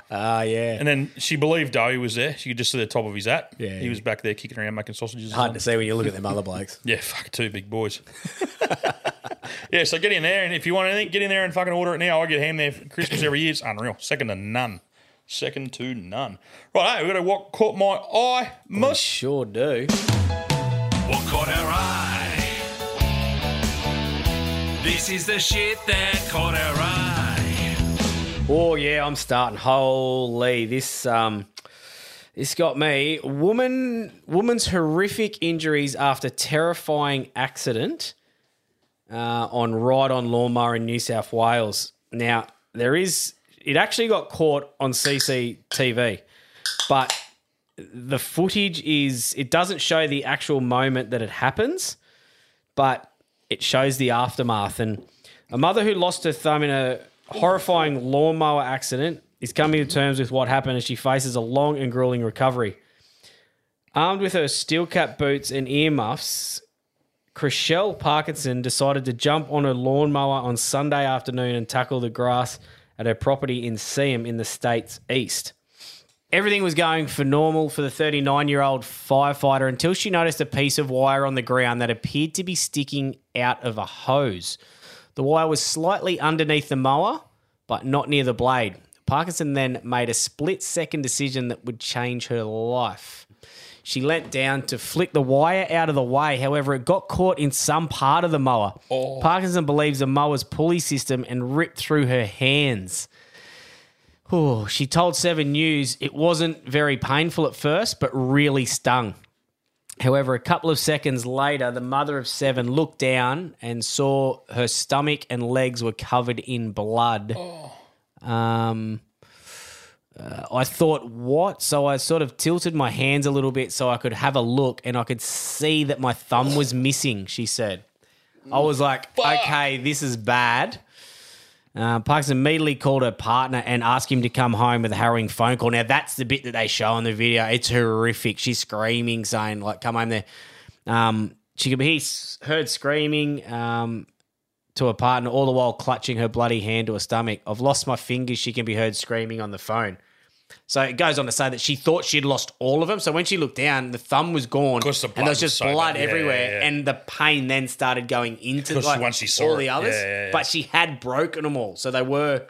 A: Ah, yeah.
I: And then she believed Dowie was there. She could just see the top of his hat.
A: Yeah.
I: he was back there kicking around making sausages.
A: Hard to see when you look at them other blokes.
I: Yeah, fuck two big boys. yeah, so get in there, and if you want anything, get in there and fucking order it now. I get ham there for Christmas every year. It's unreal. Second to none. Second to none. Right, hey, we got to what caught my eye. Must
A: sure do.
C: What caught our eye? This is the shit that caught our eye.
A: Oh yeah, I'm starting. Holy, this um, this got me. Woman, woman's horrific injuries after terrifying accident uh, on ride on lawnmower in New South Wales. Now there is, it actually got caught on CCTV, but the footage is it doesn't show the actual moment that it happens, but it shows the aftermath. And a mother who lost her thumb in a horrifying lawnmower accident is coming to terms with what happened as she faces a long and grueling recovery. Armed with her steel cap boots and earmuffs, Chriselle Parkinson decided to jump on her lawnmower on Sunday afternoon and tackle the grass at her property in Seam in the state's east. Everything was going for normal for the 39 year old firefighter until she noticed a piece of wire on the ground that appeared to be sticking out of a hose. The wire was slightly underneath the mower, but not near the blade. Parkinson then made a split second decision that would change her life. She leant down to flick the wire out of the way. However, it got caught in some part of the mower. Parkinson believes the mower's pulley system and ripped through her hands. Oh, she told Seven News it wasn't very painful at first, but really stung. However, a couple of seconds later, the mother of seven looked down and saw her stomach and legs were covered in blood. Um, uh, I thought, what? So I sort of tilted my hands a little bit so I could have a look and I could see that my thumb was missing, she said. I was like, okay, this is bad. Uh, Parks immediately called her partner and asked him to come home with a harrowing phone call. Now that's the bit that they show in the video. It's horrific. She's screaming, saying like, "Come home there." Um, she could be he's heard screaming. Um, to her partner, all the while clutching her bloody hand to her stomach. I've lost my fingers. She can be heard screaming on the phone. So it goes on to say that she thought she'd lost all of them. So when she looked down, the thumb was gone,
I: blood
A: and there was
I: was
A: just
I: so bad.
A: blood
I: Yeah, yeah,
A: everywhere,
I: yeah.
A: and the pain then started going into
I: Because
A: like,
I: once she saw
A: all
I: it.
A: the others.
I: Yeah, yeah, yeah.
A: But she had broken them all, so they were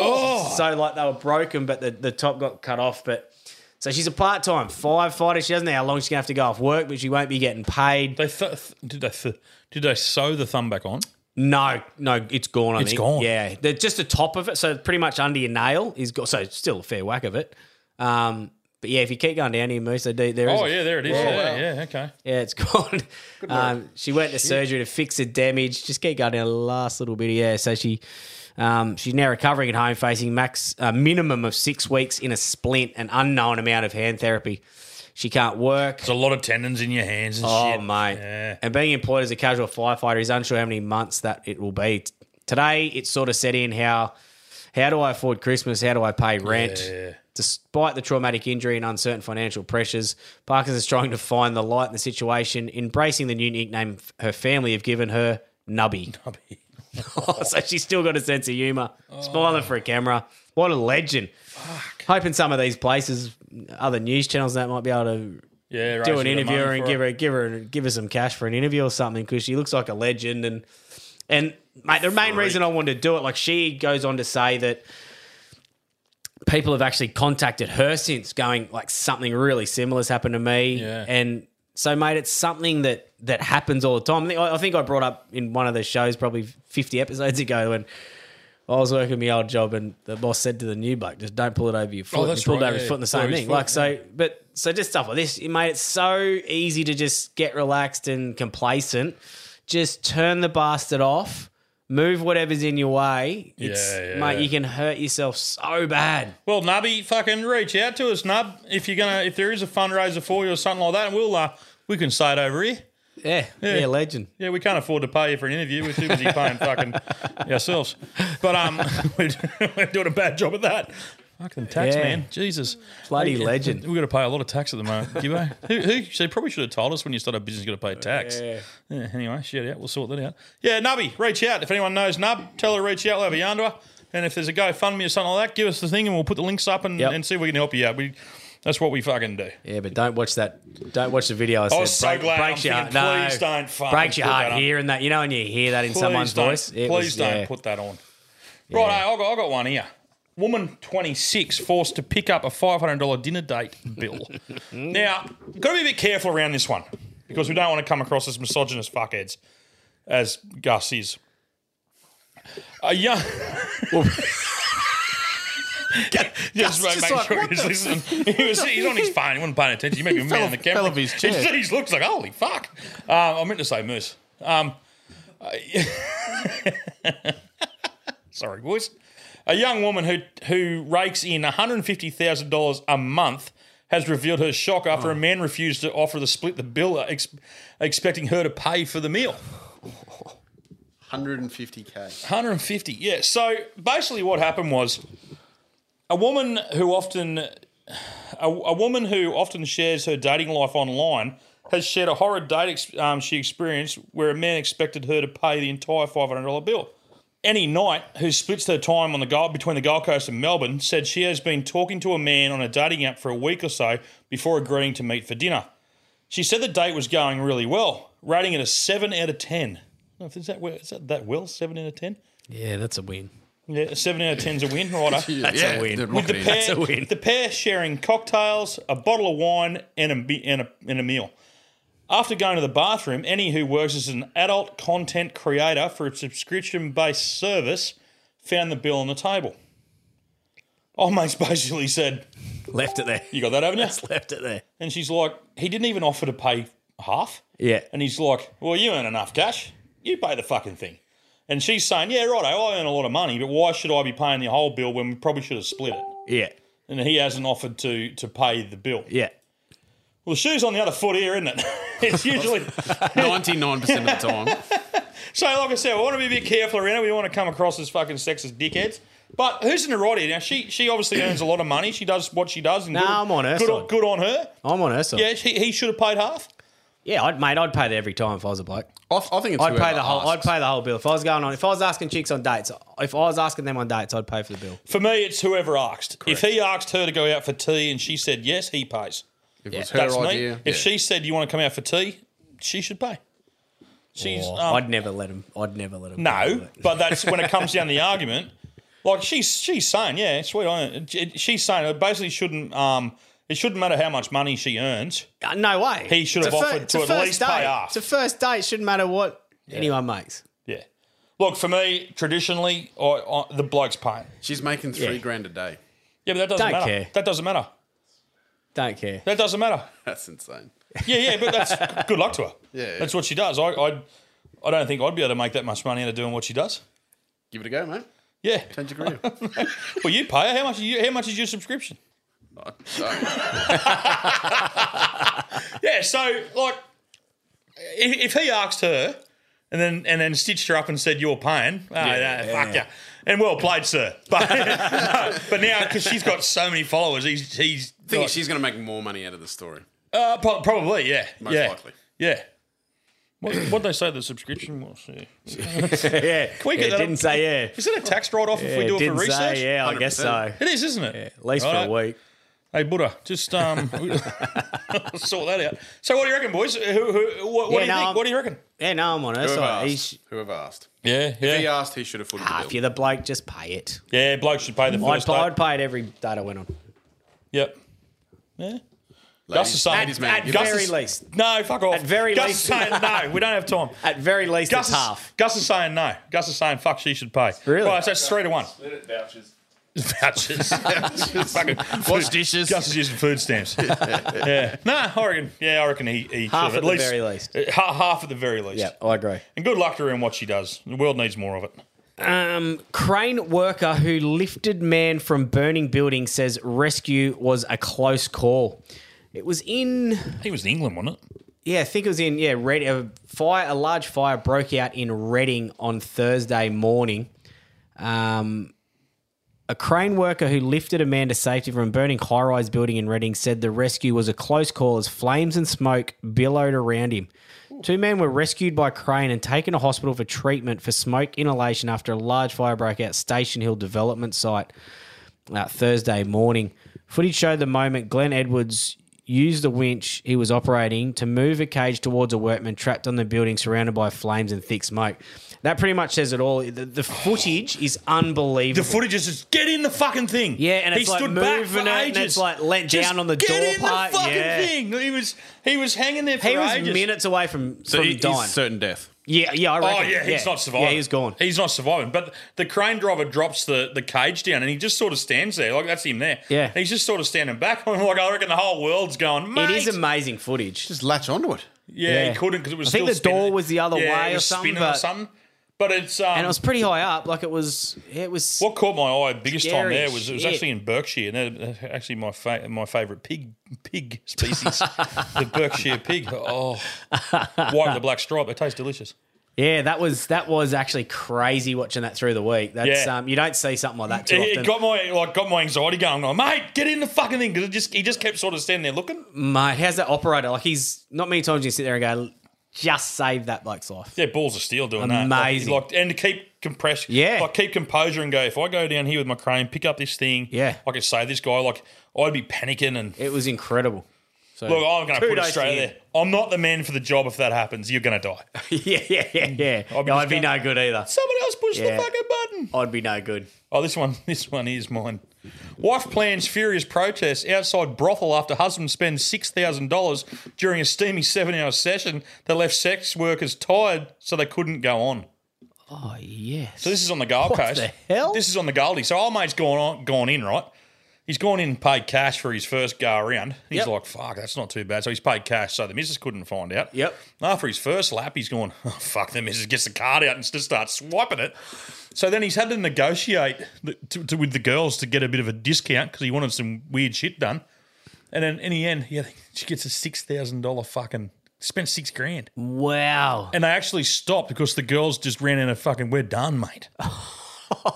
I: Oh.
A: so like they were broken, but the, the top got cut off. But so she's a part time firefighter. She doesn't know how long she's gonna have to go off work, but she won't be getting paid.
I: They th- did they th- did they sew the thumb back on?
A: No, no, it's gone. I
I: It's
A: think.
I: gone.
A: Yeah, the, just the top of it. So pretty much under your nail is got. So still a fair whack of it. Um, but yeah, if you keep going down here, Moose, they do, there is.
I: oh yeah, there it is.
A: Whoa.
I: yeah, yeah, okay.
A: Yeah, it's gone.
I: Good
A: Um, she went to surgery to fix the damage. Just keep going down the last little bit. Yeah, so she um, she's now recovering at home, facing max a minimum of six weeks in a splint, an unknown amount of hand therapy. She can't work. There's
I: a lot of tendons in your hands and
A: oh,
I: shit.
A: mate. And being employed as a casual firefighter is unsure how many months that it will be. T- Today, it sort of set in how how do I afford Christmas? How do I pay rent?
I: Yeah.
A: Despite the traumatic injury and uncertain financial pressures, Parkins is trying to find the light in the situation, embracing the new nickname f- her family have given her, Nubby. Nubby. so she's still got a sense of humour. Smiling for a camera. What a legend. Hoping some of these places, other news channels, that might be able to
I: Yeah, raise
A: do
I: a
A: an
I: bit of
A: interview
I: money
A: her and
I: for
A: give
I: it.
A: her give her give her some cash for an interview or something because she looks like a legend and and mate the main reason I wanted to do it like she goes on to say that people have actually contacted her since going like something really similar's happened to me and so mate it's something that that happens all the time I think- I I think I brought up in one of the shows probably 50 episodes ago when I was working my old job and the boss said to the new buck just don't pull it over your foot
L: Oh,
A: And
L: that's
A: he pulled
L: right,
A: over his
L: yeah,
A: foot in the
L: yeah.
A: same
L: Over his
A: thing
L: foot,
A: like so but so just stuff like this mate it's so easy to just get relaxed and complacent just turn the bastard off move whatever's in your way it's
I: Yeah, yeah.
A: mate you can hurt yourself so bad
I: Well, Nubby, fucking reach out to us, Nub. If you're gonna, if there is a fundraiser for you or something like that, and we'll uh, we can say it over here.
A: Yeah, yeah, legend.
I: Yeah, we can't afford to pay you for an interview. We're too busy paying fucking ourselves. But um, we're, we're doing a bad job at that. Fucking tax
A: Yeah.
I: man, Jesus,
A: Bloody legend.
I: We've got to pay a lot of tax at the moment, Gibbo. who, who? She probably should have told us when you start a business, you got to pay tax.
A: Yeah.
I: Yeah, anyway, shit out. We'll sort that out. Yeah, Nubby, reach out. If anyone knows Nub, tell her to reach out. We'll have a yarn to her. And if there's a GoFundMe or something like that, give us the thing and we'll put the links up and,
A: Yep.
I: and see if we can help you out. We, that's what we fucking do.
A: yeah but don't watch that don't watch the video I,
I: I
A: said
I: was Oh, so
A: Break-
I: glad. I'm
A: breaks your
I: thinking,
A: heart.
I: please
A: no,
I: don't fucking
A: breaks your
I: put
A: heart
I: that on.
A: hearing that you know when you hear that in
I: Please
A: someone's
I: don't-
A: voice it
I: Please
A: was-
I: don't
A: yeah.
I: put that on. Right, I got, I got one here. Woman 26 forced to pick up a $500 dinner date bill. now, got to be a bit careful around this one because we don't want to come across as misogynist fuckheads, as Gus is. A young. just
C: just
I: make
C: like,
I: sure
C: what
I: he's
C: the-
I: listening. He was, he's on his phone. He wasn't paying attention. He might be
C: He
I: man on the
C: fell-
I: camera.
C: fell off his chair.
I: He, he looks like, holy fuck. Um, I meant to say moose. Um, Sorry, boys. A young woman who who rakes in one hundred fifty thousand dollars a month has revealed her shock after a man refused to offer to split the bill, uh, ex- expecting her to pay for the meal.
K: 150k.
I: 150. Yeah. So basically, what happened was a woman who often a, a woman who often shares her dating life online has shared a horrid date ex- um, she experienced where a man expected her to pay the entire $500 bill. Any night who splits her time on the Gold, between the Gold Coast and Melbourne said she has been talking to a man on a dating app for a week or so before agreeing to meet for dinner. She said the date was going really well, rating it a 7 out of 10. I don't know if- Is that, where- is that that well? 7 out of 10?
A: yeah that's a win
I: Yeah, a seven out of ten's a win, right?
A: That's a win.
I: With the pair,
A: That's a win.
I: The pair sharing cocktails, a bottle of wine, and a, be- and a, and a meal. After going to the bathroom, any who works as an adult content creator for a subscription based service found the bill on the table. Oh, mate's basically said,
A: Left it there.
I: You got that, haven't you? Just
A: left it there.
I: And she's like, He didn't even offer to pay half.
A: yeah
I: And he's like, Well, you earn enough cash. You pay the fucking thing. And she's saying, Yeah, right, I earn a lot of money, but why should I be paying the whole bill when we probably should have split it?
A: yeah
I: And he hasn't offered to to pay the bill.
A: yeah
I: Well, the shoe's on the other foot here, isn't it? It's usually
K: 99% of the time.
I: So, like I said, we want to be a bit careful around it. We want to come across as fucking sexist dickheads. But who's in the right here? Now, she she obviously earns a lot of money. She does what she does. And
A: No,
I: good,
A: I'm on her
I: good,
A: side.
I: good on her.
A: I'm on her side
I: Yeah, she, he should have paid half.
A: Yeah, I'd, mate, I'd pay it every time if I was a bloke.
K: I, I think it's
A: I'd pay
K: whoever
A: the whole. I'd
K: asks.
A: pay the whole bill if I was going on. If I was asking chicks on dates, if I was asking them on dates, I'd pay for the bill.
I: For me, it's whoever asked. If he asked her to go out for tea and she said yes, he pays.
K: If
A: it was her idea,
I: If
A: yeah.
I: she said you want to come out for tea, she should pay. She's
A: Or
I: um,
A: I'd never let him. I'd never let him.
I: No, but that's when it comes down to the argument. Like she's she's saying, yeah, sweet. I, she's saying it basically shouldn't. Um, it shouldn't matter how much money she earns.
A: no way.
I: He should have
A: It's a fir-
I: offered
A: it's a
I: to at
A: first
I: least
A: date.
I: pay half.
A: It's a first date. Shouldn't matter what anyone makes.
I: Yeah. Look, for me, traditionally, I, I, the bloke's paying.
K: She's making three grand a day.
I: Yeah, but that doesn't
K: Don't
I: matter.
K: care.
I: That doesn't matter.
A: Don't care.
I: That doesn't matter.
K: That's insane.
I: Yeah, yeah, but that's good luck to her.
K: Yeah, yeah.
I: that's what she does. I, I, I don't think I'd be able to make that much money out of doing what she does.
K: Give it a go, mate.
I: Yeah.
K: Change your career.
I: Well, you pay her. How much? Are you, how much is your subscription? yeah. So, like, if, if he asked her and then and then stitched her up and said you're paying, oh,
C: Yeah,
I: no,
C: yeah.
I: fuck yeah. And well played, sir. But but now because she's got so many followers, he's he's
K: I think
I: like-
K: she's going to make more money out of the story.
I: Uh, pro- probably, yeah.
K: Most
I: yeah.
K: likely.
I: Yeah. What what they say the subscription was? Yeah.
A: yeah.
I: Can we get
A: Yeah,
I: that
A: didn't
I: up?
A: say yeah.
I: Is it a tax write off if
A: Yeah,
I: we do it for
A: didn't say,
I: research?
A: yeah, I guess so.
I: It is, isn't it? Yeah, at
A: least for a week.
I: Hey Buddha, just um, sort that out. So what do you reckon, boys? Who, who, what, what do you
A: Yeah, no,
I: think?
A: I'm-
I: What do you reckon?
A: Yeah, no, I'm on it.
K: Whoever
A: So
K: asked,
A: he's,
K: whoever asked.
I: Yeah, yeah.
K: If he asked, he should have footed the
A: if you're the bloke, just pay it.
I: Yeah, bloke should pay the
A: I'd,
I: first
A: pay,
I: date.
A: I'd pay it every date I went on.
I: Yep. Yeah. Gus
A: Ladies-
I: is saying,
A: Ladies, man,
I: At
A: you-
I: Gus
A: very
I: is-
A: least.
I: No, fuck off.
A: At very
I: Gus
A: least.
I: is saying no. We don't have time.
A: At very least,
I: Gus
A: it's
I: is,
A: half.
I: Gus is saying no. Gus is saying fuck. She should pay. Really? Right, so it's three to one.
C: Split it vouchers.
I: Vouchers. Fucking
C: Wash
I: food- Gus is using food stamps. yeah. Nah, I reckon. Yeah, I reckon he, he
A: Half
I: should.
A: at the very least.
I: Uh, ha- half at the very least.
A: Yeah, I agree.
I: And good luck to her in what she does. The world needs more of it.
A: Um, crane worker who lifted man from burning building says rescue was a close call. It was in.
I: He was in England, wasn't it?
A: Yeah, I think it was in. Yeah, Red, a fire, a large fire broke out in Reading on Thursday morning. Um, a crane worker who lifted a man to safety from a burning high rise building in Reading said the rescue was a close call as flames and smoke billowed around him. Two men were rescued by crane and taken to hospital for treatment for smoke inhalation after a large fire broke out Station Hill development site uh, Thursday morning. Footage showed the moment Glenn Edwards used the winch he was operating to move a cage towards a workman trapped on the building surrounded by flames and thick smoke. That pretty much says it all. The, the footage is unbelievable.
I: The footage is just get in the fucking thing.
A: Yeah, and
I: he
A: it's like
I: stood
A: moving
I: back for
A: it, and
I: ages.
A: it's like let
I: Just
A: down on the
I: get
A: door
I: in
A: part.
I: The fucking
A: yeah.
I: thing. He was he was hanging there for
A: He was
I: ages.
A: minutes away from, from dying.
K: certain death.
A: yeah, yeah, I reckon.
I: Oh yeah, he's not surviving.
A: Yeah, he's gone.
I: He's not surviving. But the crane driver drops the, the cage down, and he just sort of stands there. Like that's him there.
A: Yeah.
I: he's just sort of standing back. I'm like, I reckon the whole world's going. Mate.
A: It is amazing footage. Just
K: latch onto it.
I: Yeah, he couldn't because it was.
A: I think
I: still
A: the
I: spinning.
A: door was the other
I: Yeah,
A: way
I: it
A: or
I: was
A: something.
I: spinning
A: But,
I: or something. But it's um,
A: and it was pretty high up. Like it was. It was.
I: What caught my eye biggest time
A: Scary
I: there was it was
A: shit.
I: actually in Berkshire, and they're they're actually my fa- my favourite pig pig species, the Berkshire pig. Oh, white with the black stripe, they taste delicious.
A: Yeah, that was that was actually crazy watching that through the week. That's
I: Yeah.
A: um, you don't see something like that
I: It,
A: too
I: it
A: often.
I: got my like got my anxiety going. I'm like, mate, get in the fucking thing because just he just kept sort of standing there looking.
A: Mate, how's that operator? Like he's not many times you sit there and go, just save that bloke's life.
I: Yeah, balls of steel doing that.
A: Amazing.
I: Like, like- and to keep compression. Yeah. Like keep composure and go. If I go down here with my crane, pick up this thing. Yeah. I could save this guy. Like I'd be panicking and.
A: It was incredible. So
I: Look, I'm going to put it
A: kudos to
I: straight
A: you.
I: there. I'm not the man for the job. If that happens, you're going to die.
A: yeah, yeah, yeah, yeah. I'd be, no good either.
I: Someone else pushed
A: Yeah.
I: the fucking button.
A: I'd be no good.
I: Oh, this one, this one is mine. Wife plans furious protests outside brothel after husband spends six thousand dollars during a steamy seven-hour session that left sex workers tired, so they couldn't go on.
A: Oh yes.
I: So this is on the Gold
A: What
I: Coast.
A: the hell?
I: This is on the Goldie. So our mate's gone on, gone in, right? He's gone in and paid cash for his first go around. He's like, fuck, that's not too bad. So he's paid cash so the missus couldn't find out. Yep. After his first lap, he's going, oh, fuck, the missus gets the card out and just starts swiping it. So then he's had to negotiate the, to, to, with the girls to get a bit of a discount because he wanted some weird shit done. And then in the end, yeah, she gets a six thousand dollar fucking spent six grand.
A: Wow.
I: And they actually stopped because the girls just ran in a fucking we're done, mate.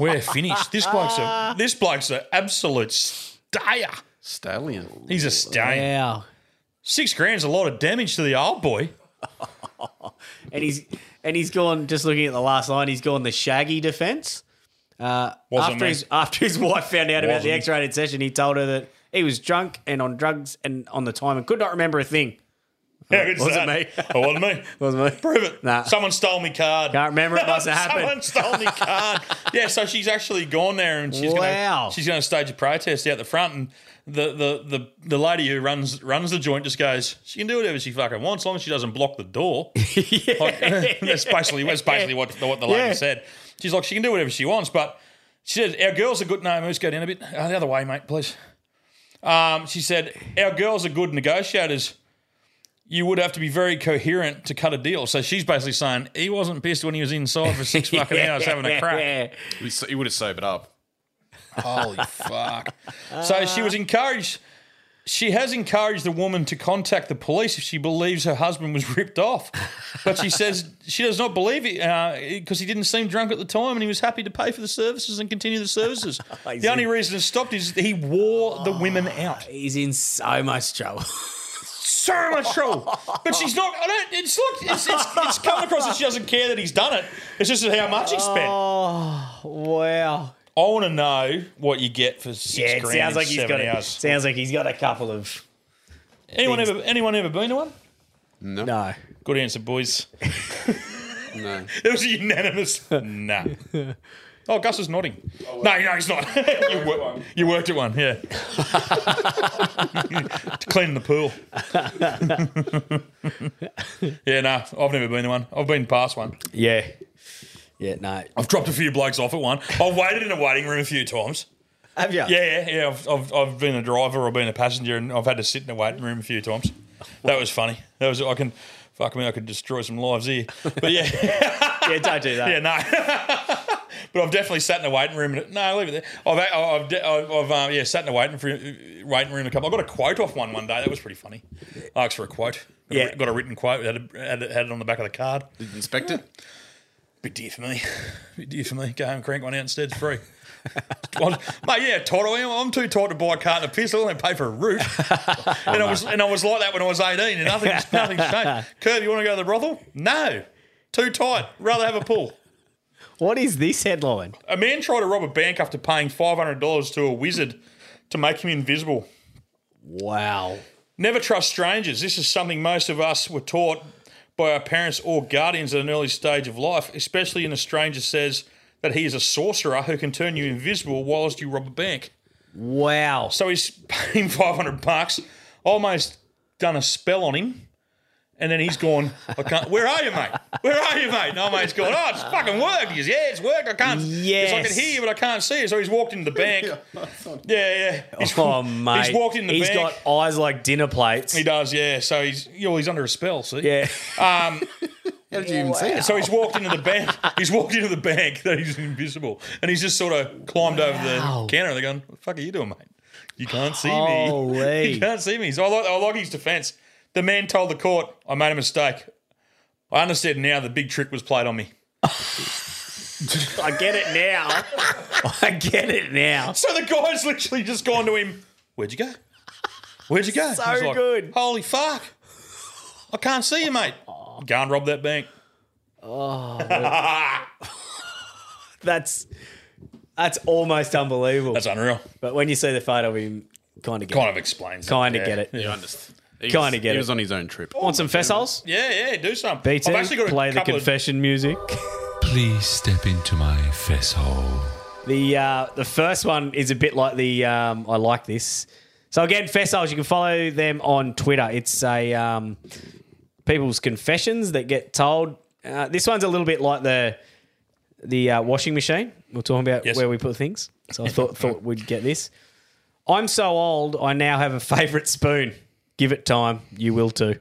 I: we're finished. This bloke's a this bloke's an absolute stayer.
K: Stallion.
I: He's a stallion.
A: Wow.
I: Six grand's a lot of damage to the old boy.
A: and he's and he's gone. Just looking at the last line, he's gone the shaggy defence. Uh,
L: Wasn't
A: after
L: me.
A: his after his wife found out about the
L: Wasn't.
A: X-rated session, he told her that he was drunk and on drugs and on the time and could not remember a thing.
I: How good's
A: wasn't
I: that?
A: me.
I: It wasn't me.
A: wasn't me.
I: Prove it.
A: Nah.
I: Someone stole me card.
A: Can't remember. It must have
I: Someone
A: happened.
I: stole me card. Yeah, so she's actually gone there and she's
A: Wow.
I: gonna she's gonna stage a protest out the front and the, the, the, the lady who runs runs the joint just goes, She can do whatever she fucking wants, as long as she doesn't block the door. Like, that's basically that's basically what the, what the lady
A: Yeah.
I: said. She's like, she can do whatever she wants, but she said, Our girls are good no, Moose, go down a bit. Uh, the other way, mate, please. Um, she said, Our girls are good negotiators. You would have to be very coherent to cut a deal. So she's basically saying he wasn't pissed when he was inside for six fucking hours having a crack.
N: He, s- he would have sobered up.
I: Holy fuck. So she was encouraged. She has encouraged the woman to contact the police if she believes her husband was ripped off. But she says she does not believe it because he didn't seem drunk at the time and he was happy to pay for the services and continue the services. the only reason it stopped is he wore the women out.
A: Oh, He's in so much trouble.
I: so much trouble. But she's not. I don't, it's look. It's, it's, it's coming across that she doesn't care that he's done it. It's just how much he spent.
A: Oh wow!
I: I want to know what you get for six
A: Yeah, it
I: grand.
A: sounds like
I: in
A: he's
I: seven
A: got. A,
I: hours.
A: sounds like he's got a couple of.
I: Anyone ever anyone ever been to one?
K: No.
A: No.
I: Good answer, boys.
K: no.
I: It was a unanimous nah. Oh, Gus is nodding. No, no, he's not. you, wor- you worked at one, yeah. to clean the pool. yeah, no, I've never been to one. I've been past one.
A: Yeah. Yeah, no.
I: I've dropped a few blokes off at one. I've waited in a waiting room a few times.
A: Have you?
I: Yeah, yeah, yeah. I've, I've, I've been a driver or been a passenger, and I've had to sit in a waiting room a few times. That was funny. That was I can. Fuck me, I could destroy some lives here. But yeah,
A: yeah, don't do that.
I: Yeah, no. but I've definitely sat in a waiting room. And, no, leave it there. I've I've, de- I've, I've um, yeah sat in a waiting room, waiting room a couple. I got a quote off one one day. That was pretty funny. I asked for a quote. Got a
A: Yeah.
I: writ- got a written quote. Had, a, had, it, had it on the back of the card. Did you inspect it? Bit dear for me. Bit dear for me. Go home, crank one out instead. It's free. Well, mate, yeah, tight I am. I'm too tight to buy a carton of piss. I don't pay for a root. and I was and I was like that when I was 18, and nothing's nothing's changed. Curb, you want to go to the brothel? No, too tight. Rather have a pool.
A: What is this headline?
I: A man tried to rob a bank after paying five hundred dollars to a wizard to make him invisible.
A: Wow.
I: Never trust strangers. This is something most of us were taught by our parents or guardians at an early stage of life, especially when a stranger says that he is a sorcerer who can turn you invisible whilst you rob a bank.
A: Wow.
I: So he's paying 500 bucks, almost done a spell on him, and then he's gone, I can't, where are you, mate? Where are you, mate? No, mate's gone, oh, it's fucking worked. He goes, yeah, it's worked. I can't, yes. I can
A: Yes.
I: hear you, but I can't see you. So he's walked into the bank. yeah, yeah. He's,
A: oh, mate.
I: He's walked in the
A: He's
I: bank.
A: got eyes like dinner plates.
I: He does, yeah. So he's you know, he's under a spell. See,
A: yeah.
I: Um,
K: How did you even see it?
I: So he's walked into the bank. He's walked into the bank that he's invisible, and he's just sort of climbed over the counter. And they're going, "What the fuck are you doing, mate? You can't see
A: Holy.
I: me. you can't see me." So I like, I like his defense. The man told the court, "I made a mistake. I understand now. The big trick was played on me."
A: I get it now. I get it now.
I: So the guy's literally just gone to him. Where'd you go? Where'd you go?
A: So
I: He's like,
A: good.
I: Holy fuck! I can't see you, mate. Go and rob that bank.
A: Oh, that- that's that's almost unbelievable. That's
I: unreal.
A: But when you see the photo of him, kind of get
I: Kind
A: it.
I: of explains it,
A: Kind
I: yeah.
A: of get it.
I: Yeah.
A: Kind of get it.
K: He was on his Oh, own trip.
A: Want some fessoles?
I: Yeah, yeah, do something.
A: BT,
I: I've actually got a
A: play the
I: couple of-
A: confession music.
C: Please step into my fess hole.
A: The uh, the first one is a bit like the um, I like this. So again, Fessoles, you can follow them on Twitter. It's a um, people's confessions that get told. Uh, this one's a little bit like the the uh, washing machine. We We're talking about where we put things. So I thought thought we'd get this. I'm so old. I now have a favourite spoon. Give it time. You will too.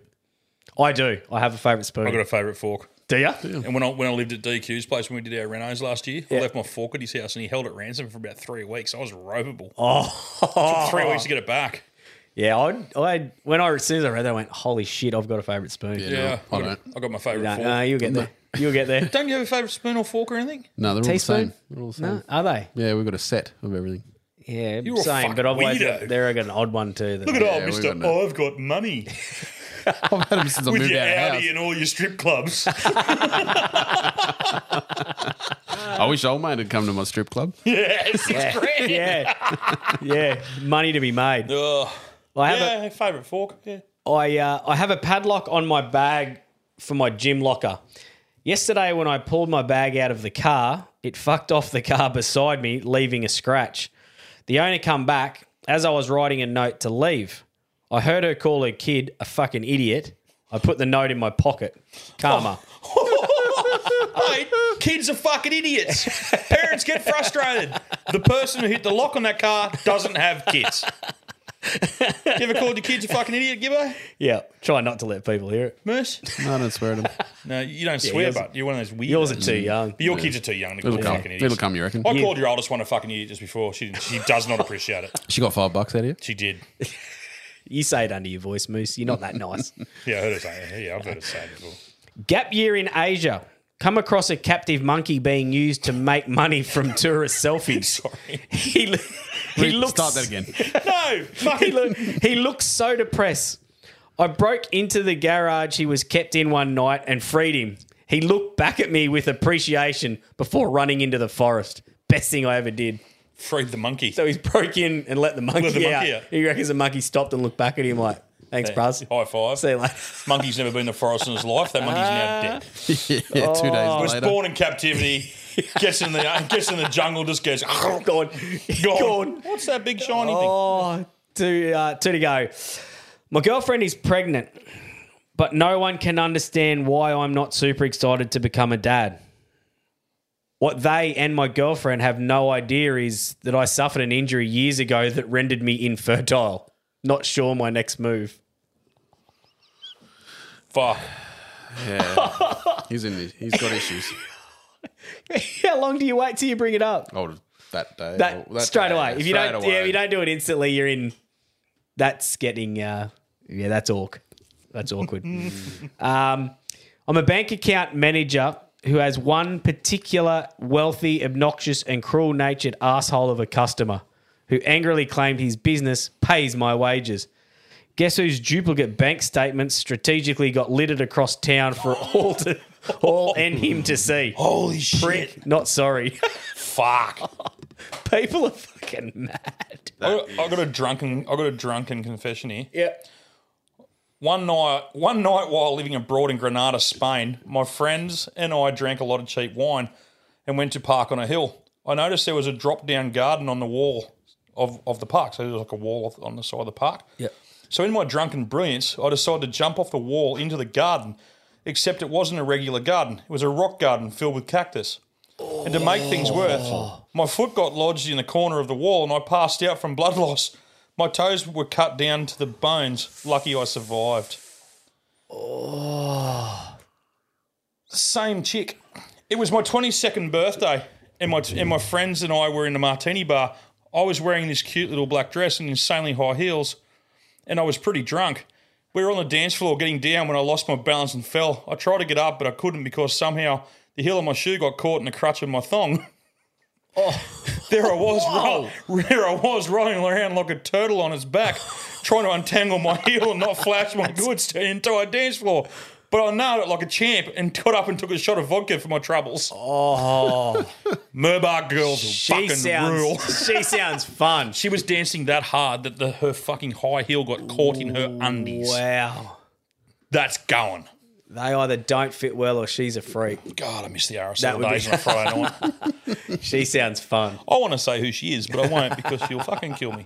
A: I do. I have a favourite spoon.
I: I've got a favourite fork.
A: Do you?
I: And when I when I lived at DQ's place when we did our renos last year, I left my fork at his house and he held it ransom for about three weeks. I was ropeable.
A: Oh.
I: Took three weeks to get it back.
A: Yeah, I, I when I as soon as I read that, I went, "Holy shit! I've got a favourite spoon."
I: Yeah, I, got, I got my favourite
A: No,
I: fork.
A: no, you'll get there. You'll get there.
I: Don't you have a favourite spoon or fork or anything?
K: No, they're all the
A: Teaspoon?
K: same. They're all the same.
A: No, are they?
K: Yeah, we've got a set of everything.
A: Yeah,
I: You're a
A: same.
I: fuck
A: But I've always got,
I: weirdo.
A: there I got an odd one too. that-
I: Look at old Mister. I've got money.
K: I've had them since I
I: With
K: moved
I: your
K: out of house.
I: Audi and all your strip clubs.
K: I wish old mate had come to my strip club.
I: Yes,
A: Yeah.
I: it's great.
A: Yeah. yeah, money to be made. I have
I: yeah, favourite fork. Yeah.
A: a, I, uh, I have a padlock on my bag for my gym locker. Yesterday, when I pulled my bag out of the car, it fucked off the car beside me, leaving a scratch. The owner come back as I was writing a note to leave. I heard her call her kid a fucking idiot. I put the note in my pocket. Karma.
I: Mate, kids are fucking idiots. Parents get frustrated. The person who hit the lock on that car doesn't have kids. you ever called your kids a fucking idiot, Gibbo?
A: Yeah, try not to let people hear it.
I: Merce?
K: No, I don't swear to them.
I: No, you don't
A: Yeah,
I: swear,
A: yours-
I: but you're one of those weird.
A: yours are too young.
I: But your
A: Yeah.
I: kids are too young to
K: It'll
I: call you
K: come.
I: fucking idiots.
K: It'll come, you reckon?
I: I
K: Yeah.
I: called your oldest one a fucking idiot just before. She didn't, she does not appreciate it.
K: She got five bucks out of you.
I: She did.
A: You say it under your voice, Moose. You're not that nice.
I: Yeah, I heard her say. it. Yeah, I've heard her say it before.
A: Gap year in Asia. Come across a captive monkey being used to make money from tourist selfies. Sorry. He, lo- he
K: Wait,
A: looks.
K: start that again.
I: no,
A: he, lo- he looks so depressed. I broke into the garage he was kept in one night and freed him. He looked back at me with appreciation before running into the forest. Best thing I ever did.
I: Freed the monkey.
A: So he's broke in and let the monkey,
I: Let the monkey
A: out.
I: out.
A: He reckons the monkey stopped and looked back at him like, thanks,
I: Yeah,
A: bros.
I: High five.
A: See you later.
I: Monkey's never been in the forest in his life. That monkey's now dead.
K: Yeah, two days
A: Oh.
I: was
K: later.
I: born in captivity. Gets in the gets in the jungle. Just goes gone, gone. What's that big shiny
A: Oh, two, uh, two to go. My girlfriend is pregnant, but no one can understand why I'm not super excited to become a dad. What they and my girlfriend have no idea is that I suffered an injury years ago that rendered me infertile. Not sure my next move.
I: Fuck.
K: Yeah. he's in. The, he's got issues.
A: How long do you wait till you bring it up?
K: Oh, that day.
A: That,
K: oh, that
A: straight
K: day,
A: away. If you
K: straight
A: don't,
K: away.
A: yeah, if you don't do it instantly, you're in. That's getting, uh, yeah, that's awkward. That's awkward. um, I'm a bank account manager who has one particular wealthy, obnoxious, and cruel-natured asshole of a customer who angrily claimed his business pays my wages. Guess whose duplicate bank statements strategically got littered across town for all to all and him to see.
I: Holy
A: shit! Not sorry.
I: Fuck.
A: People are fucking mad.
I: I got, I got a drunken. I got a drunken confession here.
A: Yeah.
I: One night, one night while living abroad in Granada, Spain, my friends and I drank a lot of cheap wine and went to park on a hill. I noticed there was a drop down garden on the wall of, of the park. So there was like a wall off- on the side of the park.
A: Yep.
I: So in my drunken brilliance, I decided to jump off the wall into the garden, except it wasn't a regular garden. It was a rock garden filled with cactus. And to make things worse, my foot got lodged in the corner of the wall and I passed out from blood loss. My toes were cut down to the bones. Lucky I survived.
A: Oh.
I: Same chick. It was my 22nd birthday, and my and my friends and I were in a martini bar. I was wearing this cute little black dress and insanely high heels, and I was pretty drunk. We were on the dance floor getting down when I lost my balance and fell. I tried to get up, but I couldn't because somehow the heel of my shoe got caught in the crutch of my thong. There I was, roll, there I was rolling around like a turtle on its back, trying to untangle my heel and not flash my goods to the entire dance floor. But I nailed it like a champ and got up and took a shot of vodka for my troubles.
A: Oh,
I: Merbach girls
A: She
I: fucking
A: sounds-
I: rule.
A: she sounds fun.
I: She was dancing that hard that the, her fucking high heel got caught in her undies.
A: Wow.
I: That's going.
A: They either don't fit well or she's a freak.
I: God, I miss the RSL
A: That would
I: days
A: be-
I: on a Friday night.
A: she sounds fun.
I: I want to say who she is, but I won't because she'll fucking kill me.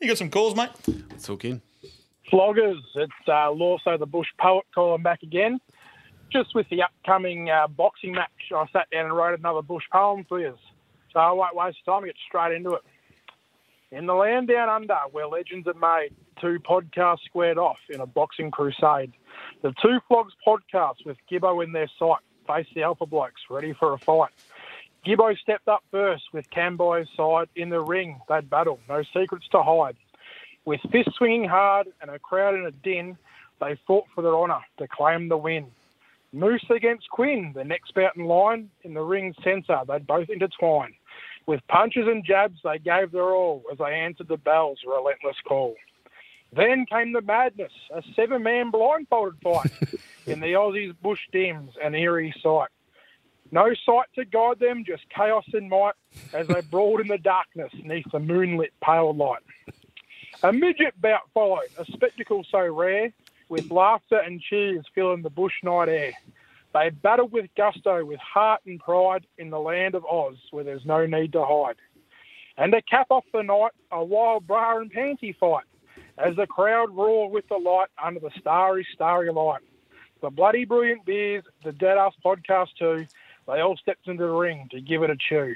I: You got some calls, mate?
K: Let's hook in.
O: Floggers, it's uh, Lawso the Bush Poet calling back again. Just with the upcoming uh, boxing match, I sat down and wrote another Bush poem for you. So I won't waste your time, get straight into it. In the land down under, where legends are made, two podcasts squared off in a boxing crusade. The Two Flogs podcast with Gibbo in their sight face the Alpha Blokes, ready for a fight. Gibbo stepped up first with Camboy's side in the ring. They'd battle, no secrets to hide. With fists swinging hard and a crowd in a din, they fought for their honour to claim the win. Moose against Quinn, the next bout in line, in the ring centre, they'd both intertwine. With punches and jabs, they gave their all as they answered the bell's relentless call. Then came the madness, a seven man blindfolded fight in the Aussies' bush dims, an eerie sight. No sight to guide them, just chaos and might as they brawled in the darkness neath the moonlit pale light. A midget bout followed, a spectacle so rare, with laughter and cheers filling the bush night air. They battled with gusto, with heart and pride in the land of Oz where there's no need to hide. And to cap off the night, a wild bra and panty fight as the crowd roared with delight under the starry, starry light. The Bloody Brilliant Beers, the Dead Ass Podcast too, they all stepped into the ring to give it a chew.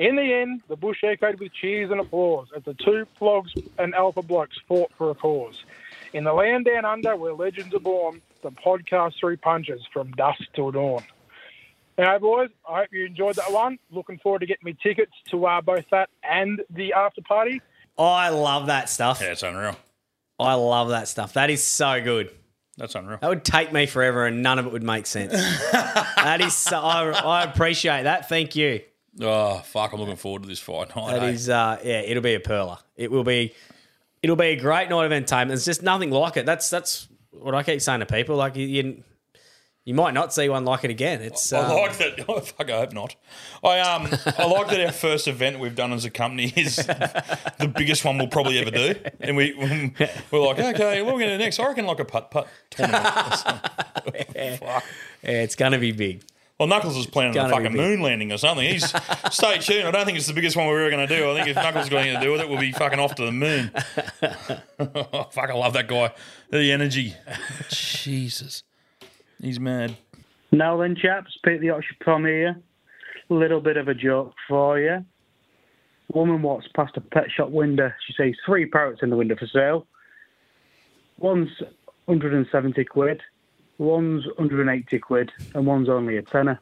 O: In the end, the bush echoed with cheers and applause as the two flogs and alpha blokes fought for a cause. In the land down under where legends are born, the podcast three punches from dusk till dawn. Now, boys, I hope you enjoyed that one. Looking forward to getting me tickets to uh, both that and the after party.
A: Oh, I love that stuff. Yeah,
I: it's unreal.
A: I love that stuff. That is so good.
I: That's unreal.
A: That would take me forever, and none of it would make sense. that is, so, I, I appreciate that. Thank you.
I: Oh fuck! I'm looking forward to this fight night.
A: That
I: eh?
A: is, uh, yeah, it'll be a pearler. It will be, it'll be a great night of entertainment. There's just nothing like it. That's that's what I keep saying to people. Like you, you, you might not see one like it again. It's
I: I
A: um,
I: like that. Oh, fuck, I hope not. I um, I like that our first event we've done as a company is the biggest one we'll probably ever do, and we we're like, okay, what are we going to do next? I reckon like a putt putt tournament. or something. Fuck.
A: yeah, it's gonna be big.
I: Well, Knuckles was planning the
A: Gonna be
I: fucking
A: big.
I: moon landing or something. He's stay tuned. I don't think it's the biggest one we're ever going to do. I think if Knuckles is going to do with it, we'll be fucking off to the moon. Oh, Fuck, I love that guy. The energy. Jesus, he's mad.
P: Now then, chaps, Pete the Yorkshire Prom here. Little bit of a joke for you. Woman walks past a pet shop window. She sees three parrots in the window for sale. One's 170 quid, one's 180 quid, and one's only a tenner.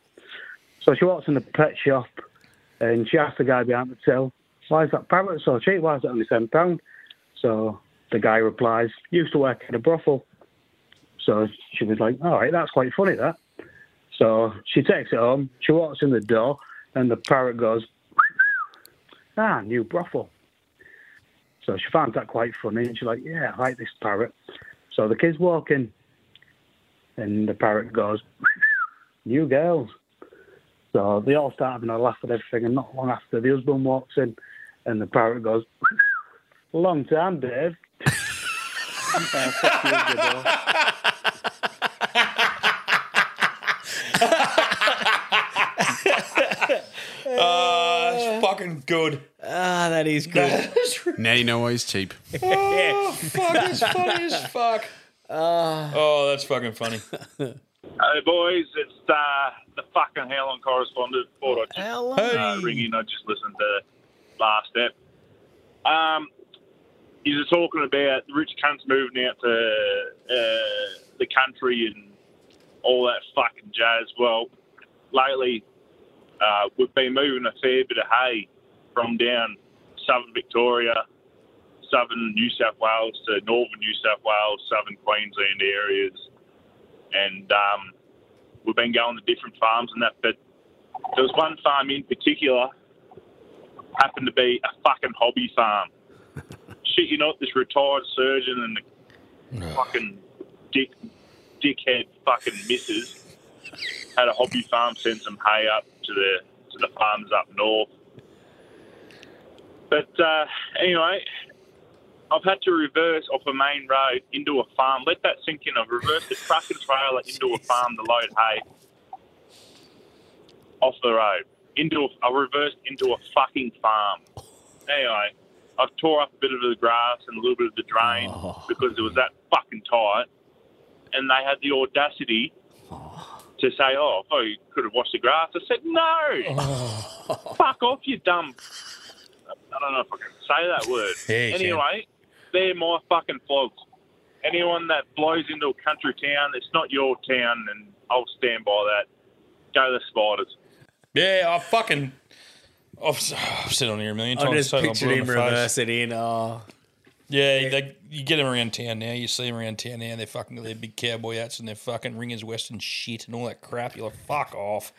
P: So she walks in the pet shop and she asks the guy behind the till, Why is that parrot so cheap? Why is it only £10? So the guy replies, Used to work at a brothel. So she was like, All right, that's quite funny, that. So she takes it home. She walks in the door, and the parrot goes, "Ah, new brothel." So she finds that quite funny, and she's like, "Yeah, I like this parrot." So the kids walk in, and the parrot goes, "New girls." So they all start having a laugh at everything, and not long after, the husband walks in, and the parrot goes, "Long time, Dave." Uh, fuck you, Gibbo.
I: Ah, it's fucking good.
A: Ah, that is good.
K: now you know why he's cheap.
I: Oh, fuck, it's funny as fuck. oh, that's fucking funny.
Q: Hey boys, it's uh, the fucking How Long correspondent. Thought I'd just uh,
I: Hey.
Q: ring in. I just listened to last step. Um, you were talking about the rich cunts moving out to uh, the country and all that fucking jazz. Well, lately uh, we've been moving a fair bit of hay from down southern Victoria, southern New South Wales to northern New South Wales, southern Queensland areas, and um, we've been going to different farms and that. But there was one farm in particular happened to be a fucking hobby farm. Shit, you not this retired surgeon and the fucking dick dickhead fucking missus had a hobby farm, sent some hay up to the to the farms up north. But uh, anyway, I've had to reverse off a main road into a farm. Let that sink in. I've reversed the truck and trailer into a farm to load hay off the road. Into a, I reversed into a fucking farm. Anyway, I've tore up a bit of the grass and a little bit of the drain
C: Oh.
Q: because it was that fucking tight. And they had the audacity to say, "Oh, I thought you could have washed the grass." I said, "No,
C: Oh.
Q: fuck off, you dumb." I don't know if I can say that word.
C: Yeah, you can.
Q: anyway, they're my fucking flogs. Anyone that blows into a country town, it's not your town, and I'll stand by that. Go the spiders.
I: Yeah, I fucking. I've, s- I've said on here a million
A: I
I: times.
A: Oh, just
I: so I'm blue
A: pictured
I: in
A: him
I: the face.
A: reverse it in. Oh.
I: Yeah, They, you get them around town now. You see them around town now. They're fucking got their big cowboy hats and their fucking ringers western shit and all that crap. You're like, fuck off,